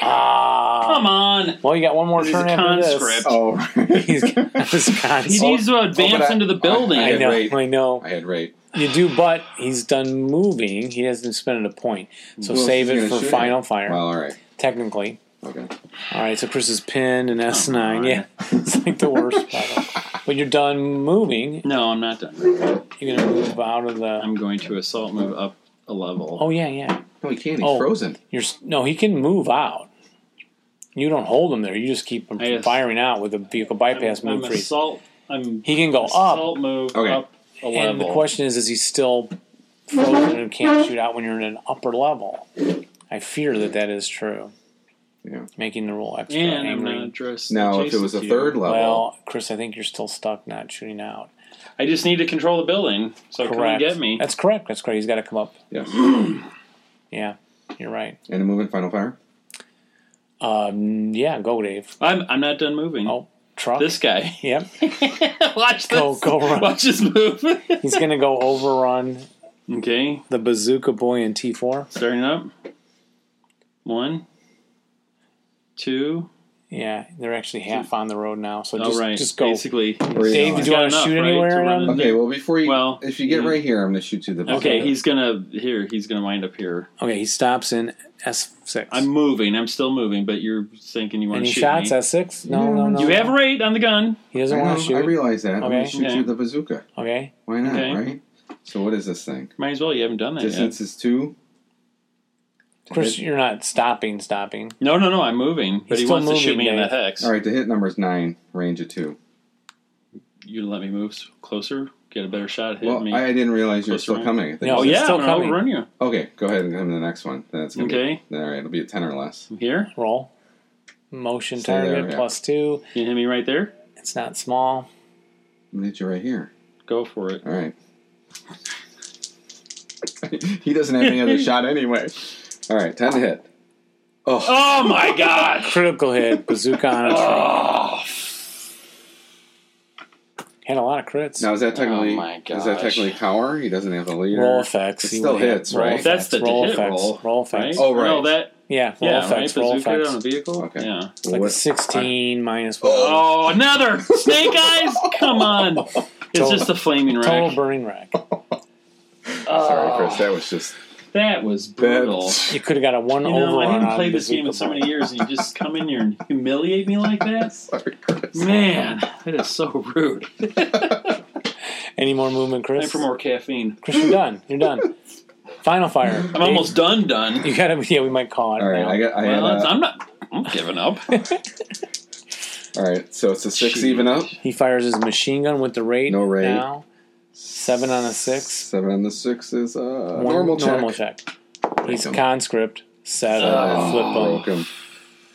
Speaker 1: Ah.
Speaker 2: Come on.
Speaker 1: Well, you got one more
Speaker 2: He's
Speaker 1: turn
Speaker 2: a
Speaker 1: after this.
Speaker 2: conscript.
Speaker 5: Oh, right.
Speaker 1: He's he's
Speaker 2: He
Speaker 1: conscript.
Speaker 2: needs to advance
Speaker 5: I-
Speaker 2: into the building.
Speaker 1: Oh, I
Speaker 5: I
Speaker 1: know,
Speaker 5: rate.
Speaker 1: I know.
Speaker 5: I had rape.
Speaker 1: You do, but he's done moving. He hasn't spent a point, so
Speaker 5: Well,
Speaker 1: save
Speaker 5: he's
Speaker 1: it
Speaker 5: gonna
Speaker 1: for
Speaker 5: shoot
Speaker 1: final fire.
Speaker 5: Well, all right.
Speaker 1: technically,
Speaker 5: Okay.
Speaker 1: all right. So Chris is pinned and S nine.
Speaker 2: on.
Speaker 1: Yeah, it's like the worst battle. But you're done moving.
Speaker 2: No, I'm not done.
Speaker 1: You're gonna move out of the.
Speaker 2: I'm going to assault move up a level.
Speaker 1: Oh yeah, yeah.
Speaker 5: No, he can't. He's
Speaker 1: Oh.
Speaker 5: frozen.
Speaker 1: You're s- no. He can move out. You don't hold him there. You just keep him
Speaker 2: I
Speaker 1: from
Speaker 2: guess-
Speaker 1: firing out with a vehicle
Speaker 2: I'm,
Speaker 1: bypass move
Speaker 2: I'm
Speaker 1: freeze.
Speaker 2: assault. I'm
Speaker 1: He can go up,
Speaker 2: assault move
Speaker 5: Okay.
Speaker 2: up a level.
Speaker 1: and the question is: Is he still frozen and can't shoot out when you're in an upper level. I fear that that is true.
Speaker 5: Yeah.
Speaker 1: Making the rule extra
Speaker 2: And I'm
Speaker 1: angry.
Speaker 2: not addressed.
Speaker 5: Now, if it was a third level,
Speaker 1: well, Chris, I think you're still stuck not shooting out.
Speaker 2: I just need to control the building. So
Speaker 1: Correct.
Speaker 2: come and get me.
Speaker 1: That's correct. That's correct. He's got to come up.
Speaker 5: yes.
Speaker 1: Yeah, you're right.
Speaker 5: And a movement, final fire.
Speaker 1: Um, yeah, go, Dave.
Speaker 2: I'm I'm not done moving.
Speaker 1: Oh, truck.
Speaker 2: This guy.
Speaker 1: Yep.
Speaker 2: Watch this.
Speaker 1: Go- go run.
Speaker 2: Watch this move.
Speaker 1: He's going to go overrun
Speaker 2: okay,
Speaker 1: the Bazooka Boy in T4.
Speaker 2: starting up. One, two.
Speaker 1: Yeah, they're actually half on the road now. So
Speaker 2: All
Speaker 1: just,
Speaker 2: Oh, right.
Speaker 1: just go.
Speaker 2: Basically,
Speaker 5: Where are you
Speaker 1: Dave,
Speaker 5: going?
Speaker 1: did you want
Speaker 2: He's
Speaker 1: to
Speaker 2: got
Speaker 1: shoot
Speaker 2: enough, right,
Speaker 1: anywhere
Speaker 2: to
Speaker 1: around
Speaker 2: run
Speaker 1: him?
Speaker 5: Okay, well before you,
Speaker 2: Well,
Speaker 5: if you get
Speaker 2: yeah.
Speaker 5: right here, I'm going to shoot you to the.
Speaker 2: okay,
Speaker 5: bazooka.
Speaker 2: he's gonna here. He's gonna wind up here.
Speaker 1: Okay, he stops in S6.
Speaker 2: I'm moving. I'm still moving, but you're thinking you want
Speaker 1: and
Speaker 2: to
Speaker 1: he
Speaker 2: shoot
Speaker 1: shots
Speaker 2: me.
Speaker 1: S6? No,
Speaker 5: Yeah,
Speaker 1: no, no.
Speaker 2: you have a rate on the gun.
Speaker 1: he
Speaker 5: I,
Speaker 1: doesn't want
Speaker 5: know,
Speaker 1: to
Speaker 5: I
Speaker 1: shoot.
Speaker 5: realize that. I'm
Speaker 1: Okay.
Speaker 5: going to shoot
Speaker 2: Okay.
Speaker 5: you with the bazooka.
Speaker 1: okay.
Speaker 5: Why not?
Speaker 2: Okay.
Speaker 5: Right. So what is this thing?
Speaker 2: Might as well. You haven't done that yet.
Speaker 5: Distance is two.
Speaker 1: Chris,
Speaker 5: Hit-
Speaker 1: you're not stopping, stopping.
Speaker 2: No, no, no. I'm moving, but
Speaker 1: He's
Speaker 2: he
Speaker 1: still
Speaker 2: wants to shoot
Speaker 1: moving,
Speaker 2: me in
Speaker 1: Dave.
Speaker 2: that hex.
Speaker 5: All right, the hit number is nine. Range of two.
Speaker 2: You let me move s- closer, get a better shot, hit
Speaker 5: well,
Speaker 2: me.
Speaker 5: I, I didn't realize you're
Speaker 2: Closer
Speaker 5: still
Speaker 2: range.
Speaker 5: coming. I think
Speaker 1: No,
Speaker 2: oh
Speaker 5: it's-
Speaker 1: It's
Speaker 2: yeah,
Speaker 1: still
Speaker 2: I'm gonna
Speaker 1: coming.
Speaker 2: overrun you.
Speaker 5: Okay, go ahead and come to the next one. Then it's gonna
Speaker 2: Okay.
Speaker 5: Be, all right, it'll be a ten or less.
Speaker 2: I'm here.
Speaker 1: Roll. Motion
Speaker 5: Stay
Speaker 1: target
Speaker 5: there, yeah.
Speaker 1: plus two.
Speaker 2: You hit me right there.
Speaker 1: It's not small.
Speaker 5: I'm gonna hit you right here.
Speaker 2: Go for it.
Speaker 5: All right. he doesn't have any other shot anyway. All right, ten to hit. Oh,
Speaker 2: Oh my god!
Speaker 1: Critical hit. Bazooka on a truck. Had a lot of crits.
Speaker 5: now is that technically
Speaker 2: Oh my
Speaker 5: is that
Speaker 2: gosh.
Speaker 5: technically power? He doesn't have a leader.
Speaker 1: Roll effects.
Speaker 5: It
Speaker 1: He
Speaker 5: still
Speaker 1: would have-
Speaker 5: hits,
Speaker 1: roll
Speaker 5: right?
Speaker 1: effects,
Speaker 2: That's the
Speaker 1: roll
Speaker 2: hit
Speaker 1: effects.
Speaker 2: roll,
Speaker 1: Roll
Speaker 2: Right?
Speaker 1: effects.
Speaker 5: Oh, right.
Speaker 2: No, that
Speaker 1: Yeah, roll
Speaker 2: yeah,
Speaker 1: effects.
Speaker 2: right.
Speaker 1: Roll
Speaker 2: Bazooka
Speaker 1: effects.
Speaker 2: on a vehicle.
Speaker 5: Okay.
Speaker 2: Yeah.
Speaker 1: It's like
Speaker 5: What-
Speaker 1: 16 minus one.
Speaker 2: Oh, another snake eyes! Come on! It's
Speaker 1: Total-
Speaker 2: just a flaming
Speaker 1: Total
Speaker 2: wreck.
Speaker 1: burning wreck.
Speaker 5: Sorry,
Speaker 2: Oh.
Speaker 5: Chris. That was just
Speaker 2: that was
Speaker 5: that.
Speaker 2: brutal.
Speaker 1: You could have got a one
Speaker 2: You
Speaker 1: over
Speaker 2: know, I
Speaker 1: on
Speaker 2: haven't played
Speaker 1: the
Speaker 2: this game in so
Speaker 1: Zuckerberg.
Speaker 2: many years, and you just come in here and humiliate me like that.
Speaker 5: Sorry, Chris.
Speaker 2: Man, that is so rude.
Speaker 1: Any more movement,
Speaker 2: Time
Speaker 1: Chris?
Speaker 2: for more caffeine.
Speaker 1: Chris, you're done. You're done. Final fire.
Speaker 2: I'm almost done. Done.
Speaker 1: You gotta. Yeah, we might call it.
Speaker 5: All right,
Speaker 1: now.
Speaker 5: I got. I had.
Speaker 2: Well, it's-
Speaker 5: uh,
Speaker 2: I'm not. I'm giving up.
Speaker 5: all right, so it's a six
Speaker 2: Jeez.
Speaker 5: even up.
Speaker 1: He fires his machine gun with the rate.
Speaker 5: No rate.
Speaker 1: Now. Seven on a six.
Speaker 5: Seven on the six is uh,
Speaker 1: One
Speaker 5: normal check.
Speaker 1: Normal check. Uh, He's
Speaker 5: him.
Speaker 1: conscript. Seven.
Speaker 2: Oh.
Speaker 1: Flip him.
Speaker 5: Broke him.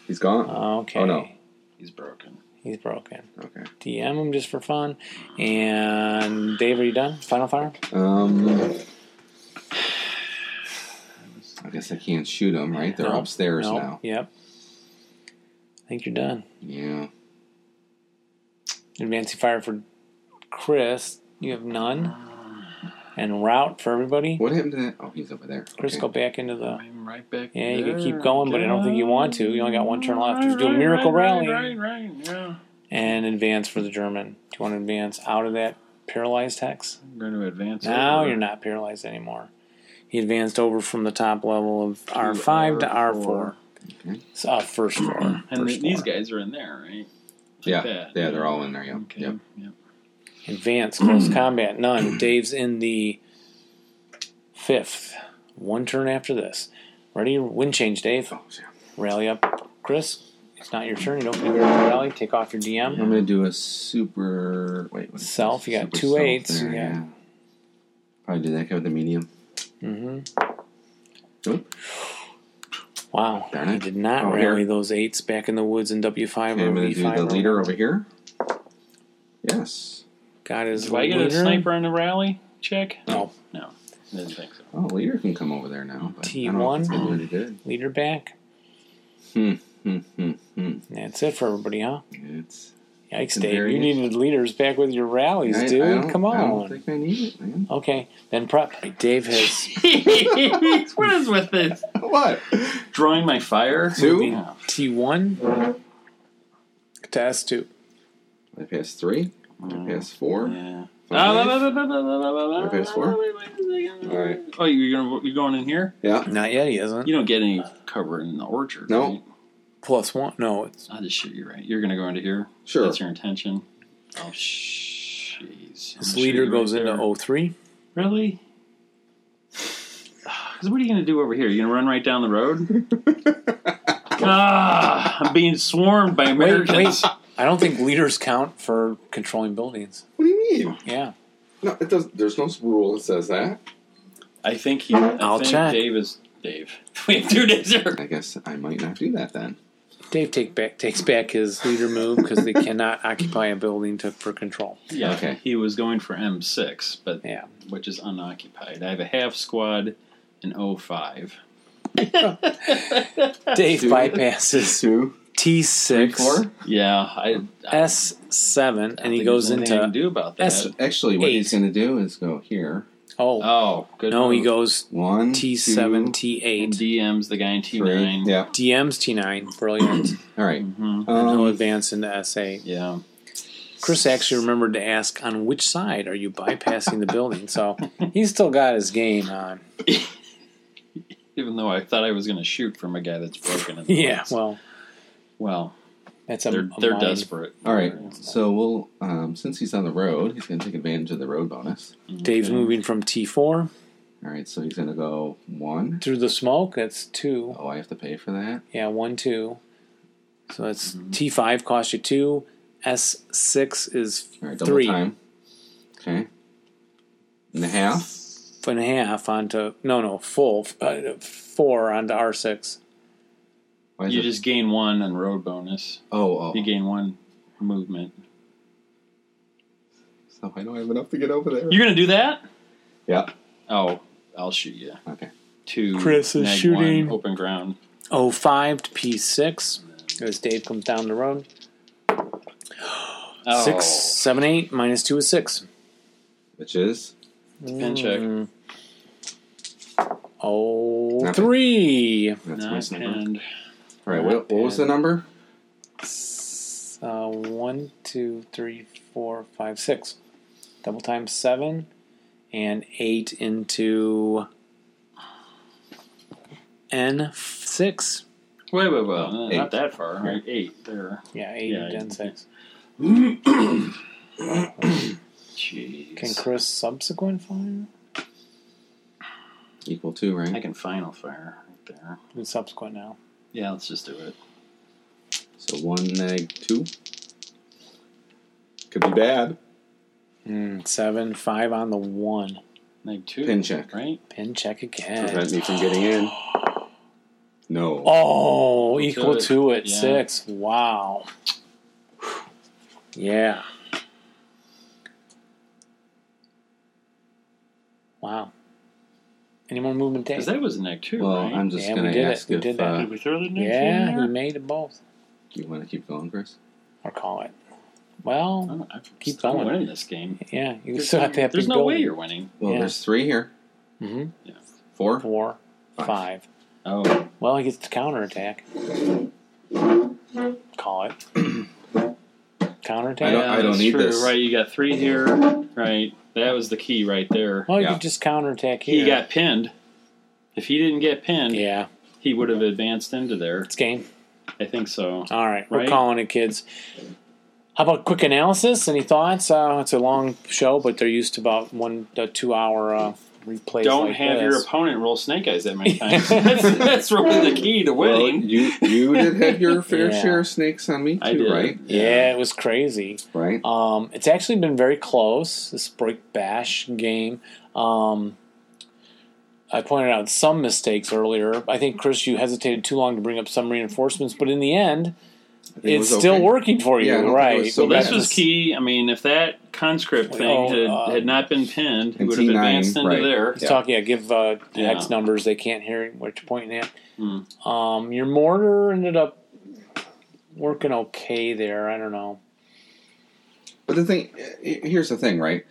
Speaker 5: He's gone.
Speaker 1: Okay.
Speaker 5: Uh, Oh, no.
Speaker 2: He's broken.
Speaker 1: He's broken.
Speaker 5: okay.
Speaker 1: DM him just for fun. And Dave, are you done? Final fire.
Speaker 5: Um. I guess I can't shoot him, right? They're
Speaker 1: No,
Speaker 5: upstairs
Speaker 1: no.
Speaker 5: now.
Speaker 1: Yep. I think you're done.
Speaker 5: Yeah.
Speaker 1: Advancing fire for Chris. You have none. And route for everybody.
Speaker 5: What happened to that? Oh, he's over there.
Speaker 1: Chris,
Speaker 5: Okay.
Speaker 1: go back into the.
Speaker 2: I'm right back.
Speaker 1: Yeah, you
Speaker 2: there.
Speaker 1: can keep going, but I don't think you want to. You only got one turn left. Just do a miracle rally
Speaker 2: Right, right, yeah.
Speaker 1: and advance for the German. Do you want to advance out of that paralyzed hex?
Speaker 2: I'm going to advance.
Speaker 1: Now
Speaker 2: over.
Speaker 1: you're not paralyzed anymore. He advanced over from the top level of R5 to R4.
Speaker 2: R4.
Speaker 1: So, uh, first floor.
Speaker 2: And
Speaker 1: first
Speaker 2: th- these
Speaker 1: floor.
Speaker 2: guys are in there, right?
Speaker 5: Yeah.
Speaker 2: Bad.
Speaker 5: Yeah, they're all in there. Yep.
Speaker 2: Okay.
Speaker 5: Yep.
Speaker 2: yep.
Speaker 1: Advance, close combat, none. Dave's in the fifth. One turn after this. Ready? Wind change, Dave.
Speaker 5: Oh, yeah.
Speaker 1: Rally up, Chris. It's not your turn. You don't figure out the rally. Take off your DM.
Speaker 5: I'm gonna do a super. Wait, what is
Speaker 1: Self, you got
Speaker 5: Super
Speaker 1: two
Speaker 5: self
Speaker 1: eights,
Speaker 5: there,
Speaker 1: yeah.
Speaker 5: Probably do that guy with the medium.
Speaker 1: hmm
Speaker 5: Oop.
Speaker 1: Mm-hmm. Wow.
Speaker 5: Darn
Speaker 1: I
Speaker 5: it.
Speaker 1: did not
Speaker 5: Oh,
Speaker 1: rally
Speaker 5: here.
Speaker 1: those eights back in the woods in W5
Speaker 5: Okay, I'm
Speaker 1: or
Speaker 5: gonna do
Speaker 1: V5.
Speaker 5: the
Speaker 1: or whatever.
Speaker 5: leader over here. Yes.
Speaker 1: Got his
Speaker 2: Do I get
Speaker 1: leader.
Speaker 2: a sniper on the rally check?
Speaker 1: No.
Speaker 2: No. I didn't think so.
Speaker 5: Oh, leader can come over there now. But I don't know
Speaker 1: T1.
Speaker 5: if it's gonna do any good.
Speaker 1: Leader back.
Speaker 5: Hmm, hmm, hmm.
Speaker 1: And That's it for everybody, huh?
Speaker 5: It's.
Speaker 1: Yikes,
Speaker 5: Been
Speaker 1: Dave.
Speaker 5: very
Speaker 1: You
Speaker 5: good.
Speaker 1: needed leaders back with your rallies,
Speaker 5: I- I
Speaker 1: dude.
Speaker 5: don't-
Speaker 1: Come on.
Speaker 5: I don't think I need it, man.
Speaker 1: Okay, then prep. Dave has
Speaker 2: what is with this?
Speaker 5: What?
Speaker 2: Drawing my fire.
Speaker 5: Two.
Speaker 2: Yeah.
Speaker 1: T1 to S2.
Speaker 5: I pass three. I pass four.
Speaker 1: Uh,
Speaker 2: Yeah.
Speaker 5: Five.
Speaker 2: Pass
Speaker 5: pass four? Alright.
Speaker 2: Oh, you're gonna you're going in here?
Speaker 5: Yeah.
Speaker 1: Not yet, he isn't.
Speaker 2: You don't get any cover in the orchard.
Speaker 5: No.
Speaker 2: right?
Speaker 1: Plus one. No, it's
Speaker 2: I'll just shoot you right. You're gonna go into here.
Speaker 5: Sure.
Speaker 2: That's your intention. Oh, sh- jeez. I'm
Speaker 1: his
Speaker 2: gonna
Speaker 1: leader
Speaker 2: shoot you
Speaker 1: goes
Speaker 2: right
Speaker 1: into
Speaker 2: there.
Speaker 1: 03.
Speaker 2: Really? Because what are you going to do over here? You going to run right down the road? ah, I'm being swarmed by
Speaker 1: Wait, wait.
Speaker 2: Americans.
Speaker 1: I don't think leaders count for controlling buildings.
Speaker 5: What do you mean?
Speaker 1: Yeah.
Speaker 5: No, it does. There's no rule that says that.
Speaker 2: I think he. I
Speaker 1: I'll
Speaker 2: think
Speaker 1: check.
Speaker 2: Dave is Dave. We have two days. to-
Speaker 5: I guess I might not do that then.
Speaker 1: Dave take back, takes back his leader move because they cannot occupy a building to, for control.
Speaker 2: Yeah.
Speaker 5: Okay.
Speaker 2: He was going for M6, but
Speaker 1: Yeah.
Speaker 2: which is unoccupied. I have a half squad and 05.
Speaker 1: Dave
Speaker 5: Two.
Speaker 1: bypasses
Speaker 5: Two,
Speaker 1: T6,
Speaker 5: four.
Speaker 2: Yeah, I. I
Speaker 1: S7,
Speaker 2: don't
Speaker 1: and he
Speaker 2: think
Speaker 1: goes
Speaker 2: there's anything I
Speaker 1: into.
Speaker 2: can do about that.
Speaker 1: S-
Speaker 5: Actually, what he's
Speaker 1: Eight.
Speaker 5: going to do is go here.
Speaker 1: Oh,
Speaker 2: oh, good.
Speaker 1: no, he
Speaker 2: move.
Speaker 1: goes
Speaker 5: One,
Speaker 1: T7,
Speaker 5: two,
Speaker 2: And
Speaker 1: T8,
Speaker 2: DMs the guy in
Speaker 5: three.
Speaker 2: T9.
Speaker 5: Yeah.
Speaker 1: DM's T9, brilliant.
Speaker 5: All right.
Speaker 2: Mhm.
Speaker 1: and he'll
Speaker 5: Um,
Speaker 1: advance into S8.
Speaker 2: Yeah.
Speaker 1: Chris actually remembered to ask, on which side are you bypassing the building? So he's still got his game on.
Speaker 2: Even though I thought I was going to shoot from a guy that's broken. in the
Speaker 1: Yeah,
Speaker 2: bones.
Speaker 1: well,
Speaker 2: Well,
Speaker 1: that's a,
Speaker 2: they're,
Speaker 1: a
Speaker 2: they're
Speaker 1: mine.
Speaker 2: desperate.
Speaker 5: all right. So we'll um, since he's on the road, he's going to take advantage of the road bonus.
Speaker 1: Dave's
Speaker 2: Okay.
Speaker 1: moving from T4
Speaker 5: All right. So he's going to go one.
Speaker 1: through the smoke. That's two.
Speaker 5: Oh, I have to pay for that.
Speaker 1: Yeah, one, two. So that's
Speaker 5: Mm-hmm.
Speaker 1: T5 costs you two. S6 is
Speaker 5: All right. Double
Speaker 1: three
Speaker 5: time. Okay. And a half.
Speaker 1: and a half onto, no, no, full, uh, four onto R6.
Speaker 5: Why is
Speaker 2: You
Speaker 5: it-
Speaker 2: just gain one on road bonus.
Speaker 5: oh oh.
Speaker 2: You gain one movement.
Speaker 5: So I don't have enough to get over there.
Speaker 2: You're going to do that?
Speaker 5: Yeah.
Speaker 2: Oh, I'll shoot you.
Speaker 5: Okay.
Speaker 2: Two.
Speaker 1: Chris is
Speaker 2: neg
Speaker 1: shooting.
Speaker 2: One, open ground.
Speaker 1: Oh five to P6 as Dave comes down the road.
Speaker 2: Oh.
Speaker 1: Six, seven, eight, minus two is six.
Speaker 5: Which is
Speaker 2: Pen check.
Speaker 1: Mm. Oh,
Speaker 5: Nothing.
Speaker 1: three.
Speaker 5: that's my
Speaker 2: Oh, Not
Speaker 5: number.
Speaker 2: pinned.
Speaker 5: All right. What, what was the number?
Speaker 1: S- Uh, one, two, three, four, five, six. Double time seven and eight into N6.
Speaker 2: Wait, wait, wait. Uh, Not
Speaker 5: Eight.
Speaker 2: that far. Right? Eight there.
Speaker 1: Yeah, eight
Speaker 2: Yeah,
Speaker 1: into
Speaker 2: eight.
Speaker 1: N6.
Speaker 2: Jeez.
Speaker 1: Can Chris subsequent fire?
Speaker 5: Equal two,
Speaker 2: I
Speaker 5: right?
Speaker 2: can final fire right there.
Speaker 1: Do subsequent now.
Speaker 2: Yeah, let's just do it.
Speaker 5: So one neg two. Could be bad.
Speaker 2: Hmm.
Speaker 1: Mm, seven, five on the one.
Speaker 2: Neg two.
Speaker 5: Pin check.
Speaker 2: Right?
Speaker 1: Pin check
Speaker 5: Prevent
Speaker 1: again.
Speaker 5: me from getting in. No.
Speaker 1: Oh, equal
Speaker 2: Good.
Speaker 1: to it.
Speaker 2: Yeah.
Speaker 1: Six. Wow. Yeah. Wow. Any more movement, Dave?
Speaker 2: Because that was neg two,
Speaker 5: Well,
Speaker 2: right?
Speaker 5: I'm just
Speaker 1: Yeah, we
Speaker 5: gonna
Speaker 1: did it.
Speaker 5: ask
Speaker 1: We
Speaker 5: if
Speaker 1: did that.
Speaker 5: uh,
Speaker 4: we throw the
Speaker 1: yeah, he made them both.
Speaker 5: you want to keep going, Chris.
Speaker 1: Or call it. Well,
Speaker 2: I'm, I'm
Speaker 1: Keep
Speaker 2: Oh, still
Speaker 1: going.
Speaker 2: winning this game.
Speaker 1: yeah, you still have to have
Speaker 2: There's
Speaker 1: big
Speaker 2: no way
Speaker 1: building.
Speaker 2: you're winning.
Speaker 5: Well,
Speaker 1: Yeah.
Speaker 5: there's three here.
Speaker 1: Mhm.
Speaker 5: Four.
Speaker 1: Four,
Speaker 5: Five.
Speaker 1: five.
Speaker 2: Oh,
Speaker 1: Well, he gets to counterattack. Call it.
Speaker 5: I
Speaker 1: counterattack?
Speaker 5: don't- I don't
Speaker 2: that's
Speaker 5: need
Speaker 2: true.
Speaker 5: this.
Speaker 2: Right, you got three here. Right, that was the key right there.
Speaker 1: Well, you
Speaker 5: yeah.
Speaker 1: could just counterattack here.
Speaker 2: He got pinned. If he didn't get pinned,
Speaker 1: yeah,
Speaker 2: he would have advanced into there.
Speaker 1: it's game.
Speaker 2: I think so.
Speaker 1: All right, we're
Speaker 2: Right?
Speaker 1: calling it, kids. How about quick analysis? Any thoughts? Uh, it's a long show, but they're used to about one, uh, two hour uh, replays.
Speaker 2: Don't
Speaker 1: like
Speaker 2: have your
Speaker 1: this.
Speaker 2: opponent roll snake eyes that many times. that's, that's really the key to
Speaker 5: Well,
Speaker 2: winning.
Speaker 5: you you did have your fair
Speaker 1: Yeah.
Speaker 5: share of snakes on me too,
Speaker 2: I did.
Speaker 5: right?
Speaker 1: Yeah, it was crazy.
Speaker 5: Right.
Speaker 1: Um, it's actually been very close. This break bash game. Um, I pointed out some mistakes earlier. I think Chris, you hesitated too long to bring up some reinforcements, but in the end,
Speaker 5: I think it
Speaker 1: it's
Speaker 5: was
Speaker 1: still
Speaker 5: okay.
Speaker 1: working for you,
Speaker 5: Yeah, I don't think it
Speaker 1: right?
Speaker 5: was so
Speaker 2: Well, this
Speaker 5: Yeah.
Speaker 2: was key. I mean, if that conscript thing
Speaker 1: Oh,
Speaker 2: had,
Speaker 1: uh,
Speaker 2: had not been pinned, he
Speaker 5: and
Speaker 2: would have
Speaker 5: T9,
Speaker 2: advanced into
Speaker 5: right.
Speaker 2: there.
Speaker 1: Let's talk. Yeah, give uh, the
Speaker 2: Yeah.
Speaker 1: hex numbers. They can't hear what you're pointing at.
Speaker 2: Hmm.
Speaker 1: Um, your mortar ended up working okay there. I don't know,
Speaker 5: But the thing here's the thing, right?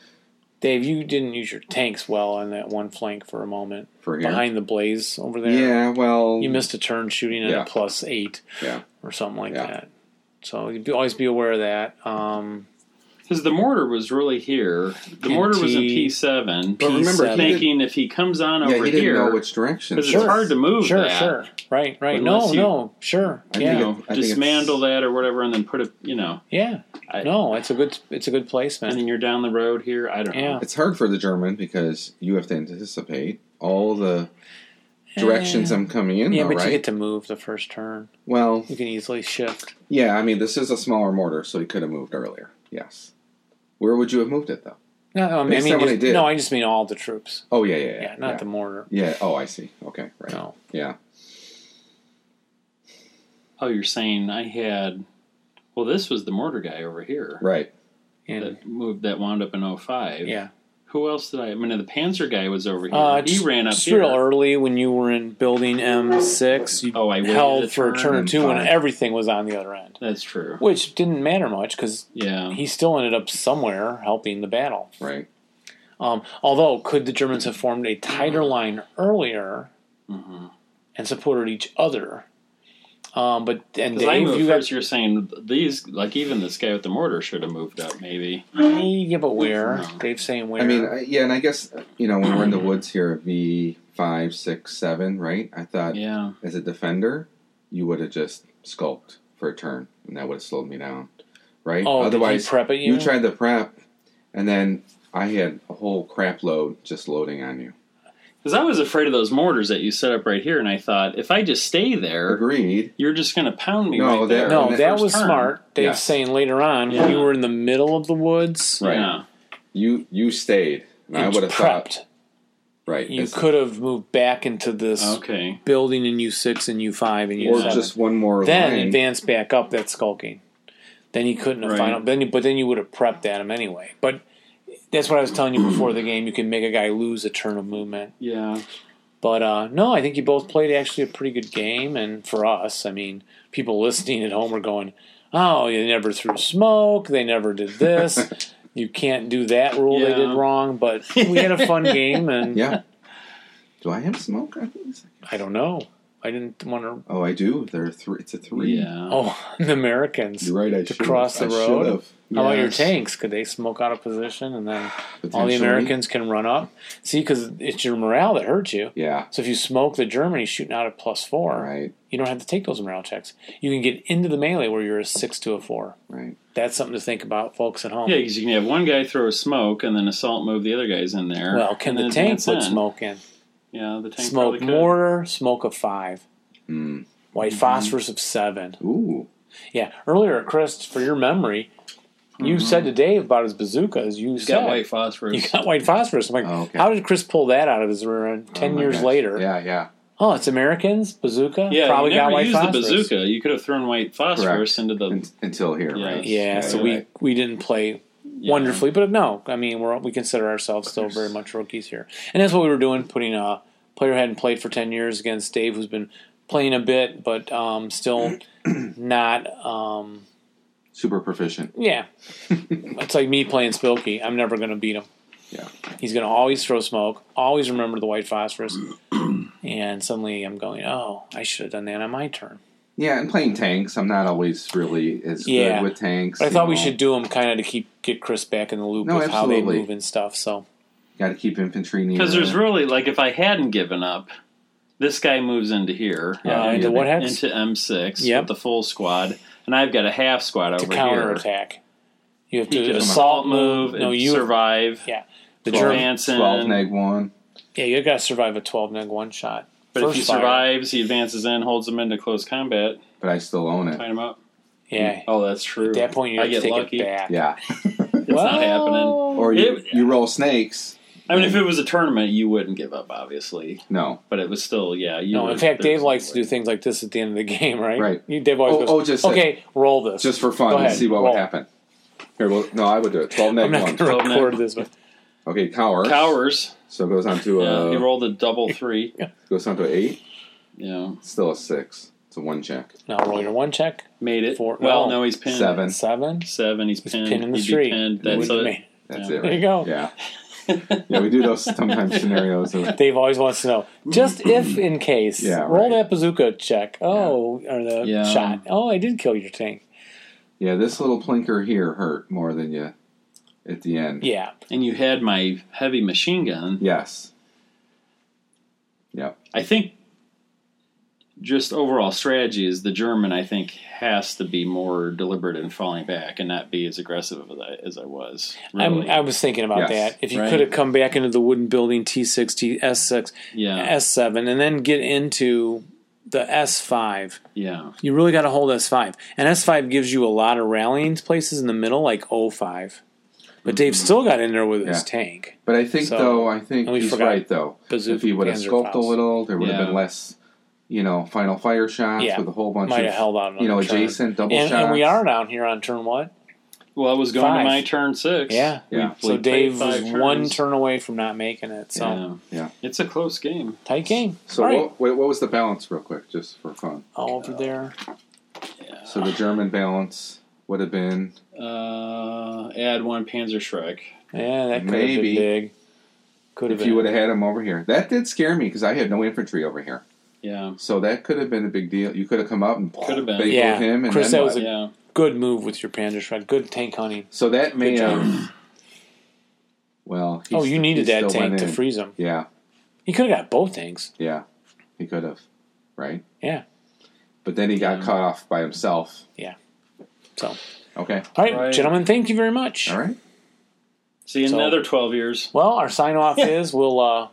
Speaker 1: Dave. You didn't use your tanks well on that one flank for a moment
Speaker 5: For here.
Speaker 1: behind the blaze over there.
Speaker 5: yeah. Well.
Speaker 1: you missed a turn shooting at
Speaker 5: Yeah.
Speaker 1: a plus eight,
Speaker 5: Yeah.
Speaker 1: or something like
Speaker 5: Yeah.
Speaker 1: that. So you'd be, always be aware of that. Um,
Speaker 2: Because the mortar was really here. The
Speaker 1: In
Speaker 2: mortar was in
Speaker 1: T-
Speaker 2: P7.
Speaker 5: But remember,
Speaker 1: P7.
Speaker 5: he didn't-
Speaker 2: thinking if he comes on
Speaker 5: yeah,
Speaker 2: over
Speaker 5: he didn't know
Speaker 2: here,
Speaker 5: which direction.
Speaker 2: because
Speaker 1: Sure.
Speaker 2: it's hard to move
Speaker 1: sure,
Speaker 2: that.
Speaker 1: sure, right, right.
Speaker 2: Unless
Speaker 1: no,
Speaker 2: you-
Speaker 1: no, sure,
Speaker 5: I
Speaker 1: yeah,
Speaker 5: think
Speaker 2: You
Speaker 5: it-
Speaker 2: know,
Speaker 5: I think
Speaker 2: dismantle that or whatever, and then put a you know,
Speaker 1: yeah.
Speaker 2: I-
Speaker 1: no, it's a good, it's a good
Speaker 2: and
Speaker 1: placement.
Speaker 2: then you're down the road here. I don't
Speaker 1: Yeah.
Speaker 2: know.
Speaker 5: It's hard for the German because you have to anticipate all the directions
Speaker 1: Eh.
Speaker 5: I'm coming in,
Speaker 1: Yeah,
Speaker 5: though,
Speaker 1: but
Speaker 5: right?
Speaker 1: you get to move the first turn.
Speaker 5: well,
Speaker 1: You can easily shift.
Speaker 5: yeah, I mean, this is a smaller mortar, so he could have moved earlier. Yes. Where would you have moved it, though?
Speaker 1: No, I mean,
Speaker 5: Based on what
Speaker 1: just-
Speaker 5: I did.
Speaker 1: no, I just mean all the troops.
Speaker 5: Oh yeah, yeah, yeah.
Speaker 1: Yeah, not the mortar.
Speaker 5: Yeah. Oh, I see. Okay. Right.
Speaker 1: No.
Speaker 5: Yeah.
Speaker 2: Oh, you're saying I had. Well, this was the mortar guy over here
Speaker 5: Right.
Speaker 1: And,
Speaker 2: that moved that wound up in 05.
Speaker 1: yeah.
Speaker 2: Who else did I? I mean, the Panzer guy was over here.
Speaker 1: Uh,
Speaker 2: he
Speaker 1: just-
Speaker 2: ran up
Speaker 1: just
Speaker 2: here.
Speaker 1: real early when you were in building M6. You
Speaker 2: Oh, I waited
Speaker 1: held
Speaker 2: a
Speaker 1: for a
Speaker 2: turn
Speaker 1: turn or
Speaker 5: and
Speaker 1: two when
Speaker 5: fired.
Speaker 1: everything was on the other end,
Speaker 2: That's true.
Speaker 1: which didn't matter much because
Speaker 2: Yeah.
Speaker 1: he still ended up somewhere helping the battle.
Speaker 5: Right.
Speaker 1: Um, although, could the Germans have formed a tighter line earlier
Speaker 2: Mhm.
Speaker 1: and supported each other? Um, but and
Speaker 2: Because I
Speaker 1: Dave,
Speaker 2: knew
Speaker 1: you
Speaker 2: at first
Speaker 1: got
Speaker 2: you're saying these, like even this guy with the mortar should have moved up, maybe.
Speaker 1: yeah, but where?
Speaker 2: No.
Speaker 1: Dave's saying where?
Speaker 5: I mean, I- yeah, and I guess you know when we're in the woods here, V five, six, seven. Right. I thought
Speaker 2: Yeah.
Speaker 5: as a defender, you would have just skulked for a turn, and that would have slowed me down. Right.
Speaker 1: oh,
Speaker 5: Otherwise,
Speaker 1: did he prep it you?
Speaker 5: you tried the prep, and then I had a whole crap load just loading on you.
Speaker 2: Because I was afraid of those mortars that you set up right here, and I thought if I just stay there,
Speaker 5: Agreed.
Speaker 2: you're just going to pound me
Speaker 5: No, that-
Speaker 2: right there.
Speaker 1: no,
Speaker 5: on the
Speaker 1: that
Speaker 2: first
Speaker 1: was
Speaker 2: turn.
Speaker 1: smart. Dave's
Speaker 5: Yeah.
Speaker 1: saying later on when you
Speaker 2: Yeah.
Speaker 1: were in the middle of the woods.
Speaker 5: Right.
Speaker 2: Yeah.
Speaker 5: You you stayed, and I
Speaker 1: and
Speaker 5: would have
Speaker 1: prepped.
Speaker 5: thought. Right.
Speaker 1: You
Speaker 5: it's-
Speaker 1: could have moved back into this
Speaker 2: Okay.
Speaker 1: building in U six and U five and U
Speaker 5: or
Speaker 1: seven.
Speaker 5: just one more
Speaker 1: Then
Speaker 5: line.
Speaker 1: advance back up that skulking. Then you couldn't have
Speaker 2: Right.
Speaker 1: found out. Then, you- but then you would have prepped at him anyway. But that's what I was telling you before the game. You can make a guy lose a turn of movement.
Speaker 2: Yeah.
Speaker 1: But uh, no, I think you both played actually a pretty good game. And for us, I mean, people listening at home are going, "Oh, you never threw smoke. They never did this. you can't do that rule. They did
Speaker 2: Yeah.
Speaker 1: wrong." But we had a fun game, and
Speaker 5: Yeah. Do I have smoke? I think it's-
Speaker 1: I don't know. I didn't want to.
Speaker 5: Oh, I do. There are three. It's a three.
Speaker 2: Yeah.
Speaker 1: Oh, the Americans.
Speaker 5: You're right. I
Speaker 1: To
Speaker 5: should've-
Speaker 1: cross the
Speaker 5: I
Speaker 1: road?
Speaker 5: should've,
Speaker 1: How about your
Speaker 2: Yes.
Speaker 1: tanks? Could they smoke out of position and then all
Speaker 5: potentially.
Speaker 1: the Americans can run up? See, because it's your morale that hurts you.
Speaker 5: Yeah.
Speaker 1: So if you smoke the Germany shooting out at plus four,
Speaker 5: Right.
Speaker 1: you don't have to take those morale checks. You can get into the melee where you're a six to a four.
Speaker 5: Right.
Speaker 1: That's something to think about, folks at home.
Speaker 2: Yeah, because you can have one guy throw a smoke and then assault move the other guys in there.
Speaker 1: well, can
Speaker 2: and
Speaker 1: the
Speaker 2: then
Speaker 1: tank
Speaker 2: advance
Speaker 1: put
Speaker 2: in.
Speaker 1: smoke in?
Speaker 2: Yeah, the tank
Speaker 1: smoke
Speaker 2: probably could. Mm-hmm.
Speaker 1: mortar, smoke of five,
Speaker 5: Mm.
Speaker 1: white phosphorus of seven.
Speaker 5: Ooh.
Speaker 1: Yeah, earlier, Chris, for your memory, you said to Dave about his bazookas. You
Speaker 2: Mm-hmm. He's
Speaker 1: said
Speaker 2: got white phosphorus.
Speaker 1: You got white phosphorus. I'm like,
Speaker 5: Oh, okay.
Speaker 1: how did Chris pull that out of his rear end
Speaker 5: Oh
Speaker 1: ten
Speaker 5: my
Speaker 1: years
Speaker 5: gosh.
Speaker 1: later?
Speaker 5: Yeah. Yeah.
Speaker 1: Oh, it's Americans bazooka.
Speaker 2: yeah,
Speaker 1: probably
Speaker 2: you never
Speaker 1: got white
Speaker 2: used
Speaker 1: phosphorus.
Speaker 2: the bazooka. You could have thrown white phosphorus
Speaker 5: Correct.
Speaker 2: into the.
Speaker 5: Un- until here.
Speaker 2: Yeah.
Speaker 5: Right.
Speaker 1: Yeah, so
Speaker 5: you're
Speaker 1: we
Speaker 5: right.
Speaker 1: we didn't play
Speaker 2: yeah.
Speaker 1: wonderfully, but no, I mean we're we consider ourselves still very much rookies here, and that's what we were doing, putting a player who hadn't played for ten years against Dave, who's been playing a bit, but um, still not. Um,
Speaker 5: super proficient.
Speaker 1: yeah, it's like me playing Spilky. I'm never going to beat him.
Speaker 5: Yeah.
Speaker 1: He's going to always throw smoke, always remember the white phosphorus. and suddenly I'm going, oh, I should have done that on my turn.
Speaker 5: Yeah, and playing tanks, I'm not always really as
Speaker 1: Yeah.
Speaker 5: good with tanks.
Speaker 1: But I
Speaker 5: you
Speaker 1: thought we
Speaker 5: know.
Speaker 1: should do them kind of to keep get Chris back in the loop
Speaker 5: No,
Speaker 1: with how they
Speaker 5: absolutely.
Speaker 1: move and stuff. So
Speaker 5: Got to keep infantry near.
Speaker 2: Because there's really like if I hadn't given up, this guy moves into here,
Speaker 1: uh,
Speaker 5: yeah,
Speaker 1: into what
Speaker 2: uh,
Speaker 1: hex
Speaker 2: into M6
Speaker 1: Yep.
Speaker 2: with the full squad, and I've got a half squad
Speaker 1: to
Speaker 2: over
Speaker 1: counter
Speaker 2: here.
Speaker 1: attack. You have
Speaker 2: He
Speaker 1: to
Speaker 2: can
Speaker 1: assault
Speaker 2: assault
Speaker 1: move.
Speaker 2: move,
Speaker 1: No,
Speaker 2: and
Speaker 1: you
Speaker 2: survive.
Speaker 1: yeah. The
Speaker 2: Twelve.
Speaker 1: German,
Speaker 2: advance in.
Speaker 5: twelve neg one.
Speaker 1: yeah, you got to survive a twelve neg one shot.
Speaker 2: But if
Speaker 1: First
Speaker 2: he
Speaker 1: fire.
Speaker 2: survives, he advances in, holds them into close combat,
Speaker 5: But I still own it.
Speaker 2: tie him up.
Speaker 1: yeah,
Speaker 2: Oh, that's true.
Speaker 1: at that point you
Speaker 2: I
Speaker 1: have to
Speaker 2: get
Speaker 1: take
Speaker 2: lucky.
Speaker 1: it back.
Speaker 5: Yeah.
Speaker 2: It's not happening.
Speaker 5: Or you,
Speaker 2: It-
Speaker 5: you roll snakes.
Speaker 2: I mean, if it was a tournament, you wouldn't give up, obviously.
Speaker 5: No.
Speaker 2: But it was still, yeah. You
Speaker 1: No,
Speaker 2: would-
Speaker 1: in fact,
Speaker 2: there's
Speaker 1: Dave
Speaker 2: no
Speaker 1: likes
Speaker 2: way.
Speaker 1: to do things like this at the end of the game, right?
Speaker 5: Right.
Speaker 1: You, Dave always
Speaker 5: Oh,
Speaker 1: goes,
Speaker 5: oh, just say-
Speaker 1: okay, roll this.
Speaker 5: Just for fun
Speaker 1: Go
Speaker 5: and
Speaker 1: ahead,
Speaker 5: see what
Speaker 1: roll.
Speaker 5: would happen. Here, well, no, I would do it. 12
Speaker 1: I'm
Speaker 5: neg
Speaker 1: not going
Speaker 5: 1.
Speaker 1: to
Speaker 2: Twelve
Speaker 1: record
Speaker 2: neg.
Speaker 1: this, but
Speaker 5: Okay, cower.
Speaker 2: Cowers.
Speaker 5: So it goes on to
Speaker 2: Yeah,
Speaker 5: a
Speaker 2: he rolled a double three.
Speaker 5: goes on to a 8.
Speaker 2: Yeah,
Speaker 5: Still a 6. It's a 1 check.
Speaker 1: now roll your one check.
Speaker 2: made it.
Speaker 1: Four-
Speaker 2: well,
Speaker 1: no.
Speaker 2: no, he's pinned.
Speaker 5: Seven.
Speaker 1: Seven.
Speaker 2: Seven. He's
Speaker 1: He's
Speaker 2: pinned.
Speaker 1: pinning the
Speaker 2: He'd be
Speaker 1: street.
Speaker 2: pinned.
Speaker 1: It
Speaker 2: That's
Speaker 1: wouldn't
Speaker 2: a,
Speaker 1: matter.
Speaker 5: That's
Speaker 2: Yeah.
Speaker 5: it, right?
Speaker 1: There you go.
Speaker 5: Yeah. Yeah, we do those sometimes scenarios. Of,
Speaker 1: Dave always wants to know just if in case.
Speaker 5: Yeah,
Speaker 1: roll
Speaker 5: right.
Speaker 1: that bazooka check. Oh, or the
Speaker 2: Yeah.
Speaker 1: shot. Oh, I did kill your tank.
Speaker 5: yeah, this little plinker here hurt more than you at the end.
Speaker 1: Yeah.
Speaker 2: and you had my heavy machine gun.
Speaker 5: Yes. Yep.
Speaker 2: I think just overall strategy is the German. I think has to be more deliberate in falling back and not be as aggressive as I, as I was. Really.
Speaker 1: I'm, I was thinking about
Speaker 5: Yes.
Speaker 1: that. If you
Speaker 2: Right.
Speaker 1: could have come back into the wooden building T6, T, S6,
Speaker 2: yeah,
Speaker 1: S7, and then get into the S5,
Speaker 2: yeah,
Speaker 1: you really got to hold S5. And S5 gives you a lot of rallying places in the middle, like 05. But Dave still got in there with his
Speaker 5: Mm-hmm. Yeah.
Speaker 1: tank.
Speaker 5: But I think
Speaker 1: So-
Speaker 5: though, I think
Speaker 1: and we
Speaker 5: he's
Speaker 1: forgot
Speaker 5: right though.
Speaker 1: Bazooka
Speaker 5: if he would have
Speaker 1: Panzer
Speaker 5: sculpted a
Speaker 1: Faust.
Speaker 5: little, there would have
Speaker 2: Yeah.
Speaker 5: been less, you know, final fire shots
Speaker 1: Yeah.
Speaker 5: with a whole bunch
Speaker 1: Might
Speaker 5: of
Speaker 1: have held on.
Speaker 5: you know
Speaker 1: another turn.
Speaker 5: adjacent double
Speaker 1: And,
Speaker 5: shots.
Speaker 1: and we are down here on turn what?
Speaker 2: Well, it was going
Speaker 1: Five.
Speaker 2: to my turn six.
Speaker 1: Yeah.
Speaker 2: We
Speaker 5: Yeah.
Speaker 1: So
Speaker 2: played
Speaker 1: Dave was
Speaker 2: five
Speaker 1: one
Speaker 2: turns.
Speaker 1: turn away from not making it. So
Speaker 2: Yeah.
Speaker 5: Yeah.
Speaker 2: It's a close game.
Speaker 1: tight game.
Speaker 5: So
Speaker 1: All right.
Speaker 5: what, what what was the balance, real quick, just for fun?
Speaker 1: all over there.
Speaker 2: Yeah.
Speaker 5: So the German balance would have been
Speaker 2: Uh, add one Panzer Shrek.
Speaker 1: Yeah, that could have been
Speaker 5: Maybe.
Speaker 1: big. Could have
Speaker 5: if
Speaker 1: been.
Speaker 5: you would have had him over here. That did scare me because I had no infantry over here,
Speaker 2: Yeah.
Speaker 5: so that could have been a big deal. You could have come up and
Speaker 2: Could have been.
Speaker 5: bageled
Speaker 1: Yeah.
Speaker 5: him, and
Speaker 1: Chris,
Speaker 5: then
Speaker 1: that
Speaker 5: what?
Speaker 1: was a-
Speaker 2: Yeah.
Speaker 1: Good move with your Panda Shrek. Good tank hunting.
Speaker 5: so that may
Speaker 1: Good job.
Speaker 5: have. Well, he
Speaker 1: oh,
Speaker 5: st-
Speaker 1: you
Speaker 5: he
Speaker 1: needed that
Speaker 5: still
Speaker 1: tank
Speaker 5: went
Speaker 1: to
Speaker 5: in.
Speaker 1: freeze him.
Speaker 5: Yeah,
Speaker 1: He could have got both tanks.
Speaker 5: Yeah, he could have, right?
Speaker 1: Yeah. Um,
Speaker 5: But then he got
Speaker 2: Yeah.
Speaker 5: cut off by himself.
Speaker 1: So,
Speaker 5: Okay.
Speaker 1: all right,
Speaker 2: Right.
Speaker 1: gentlemen, thank you very much.
Speaker 5: All right.
Speaker 2: See,
Speaker 1: So-
Speaker 2: another 12 years.
Speaker 1: Well, our sign off is we'll, uh,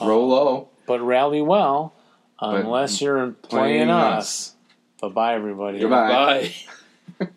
Speaker 5: Roll low.
Speaker 1: but rally well, unless you're playing,
Speaker 5: playing
Speaker 1: us. Bye bye, everybody.
Speaker 5: Goodbye.
Speaker 2: Bye.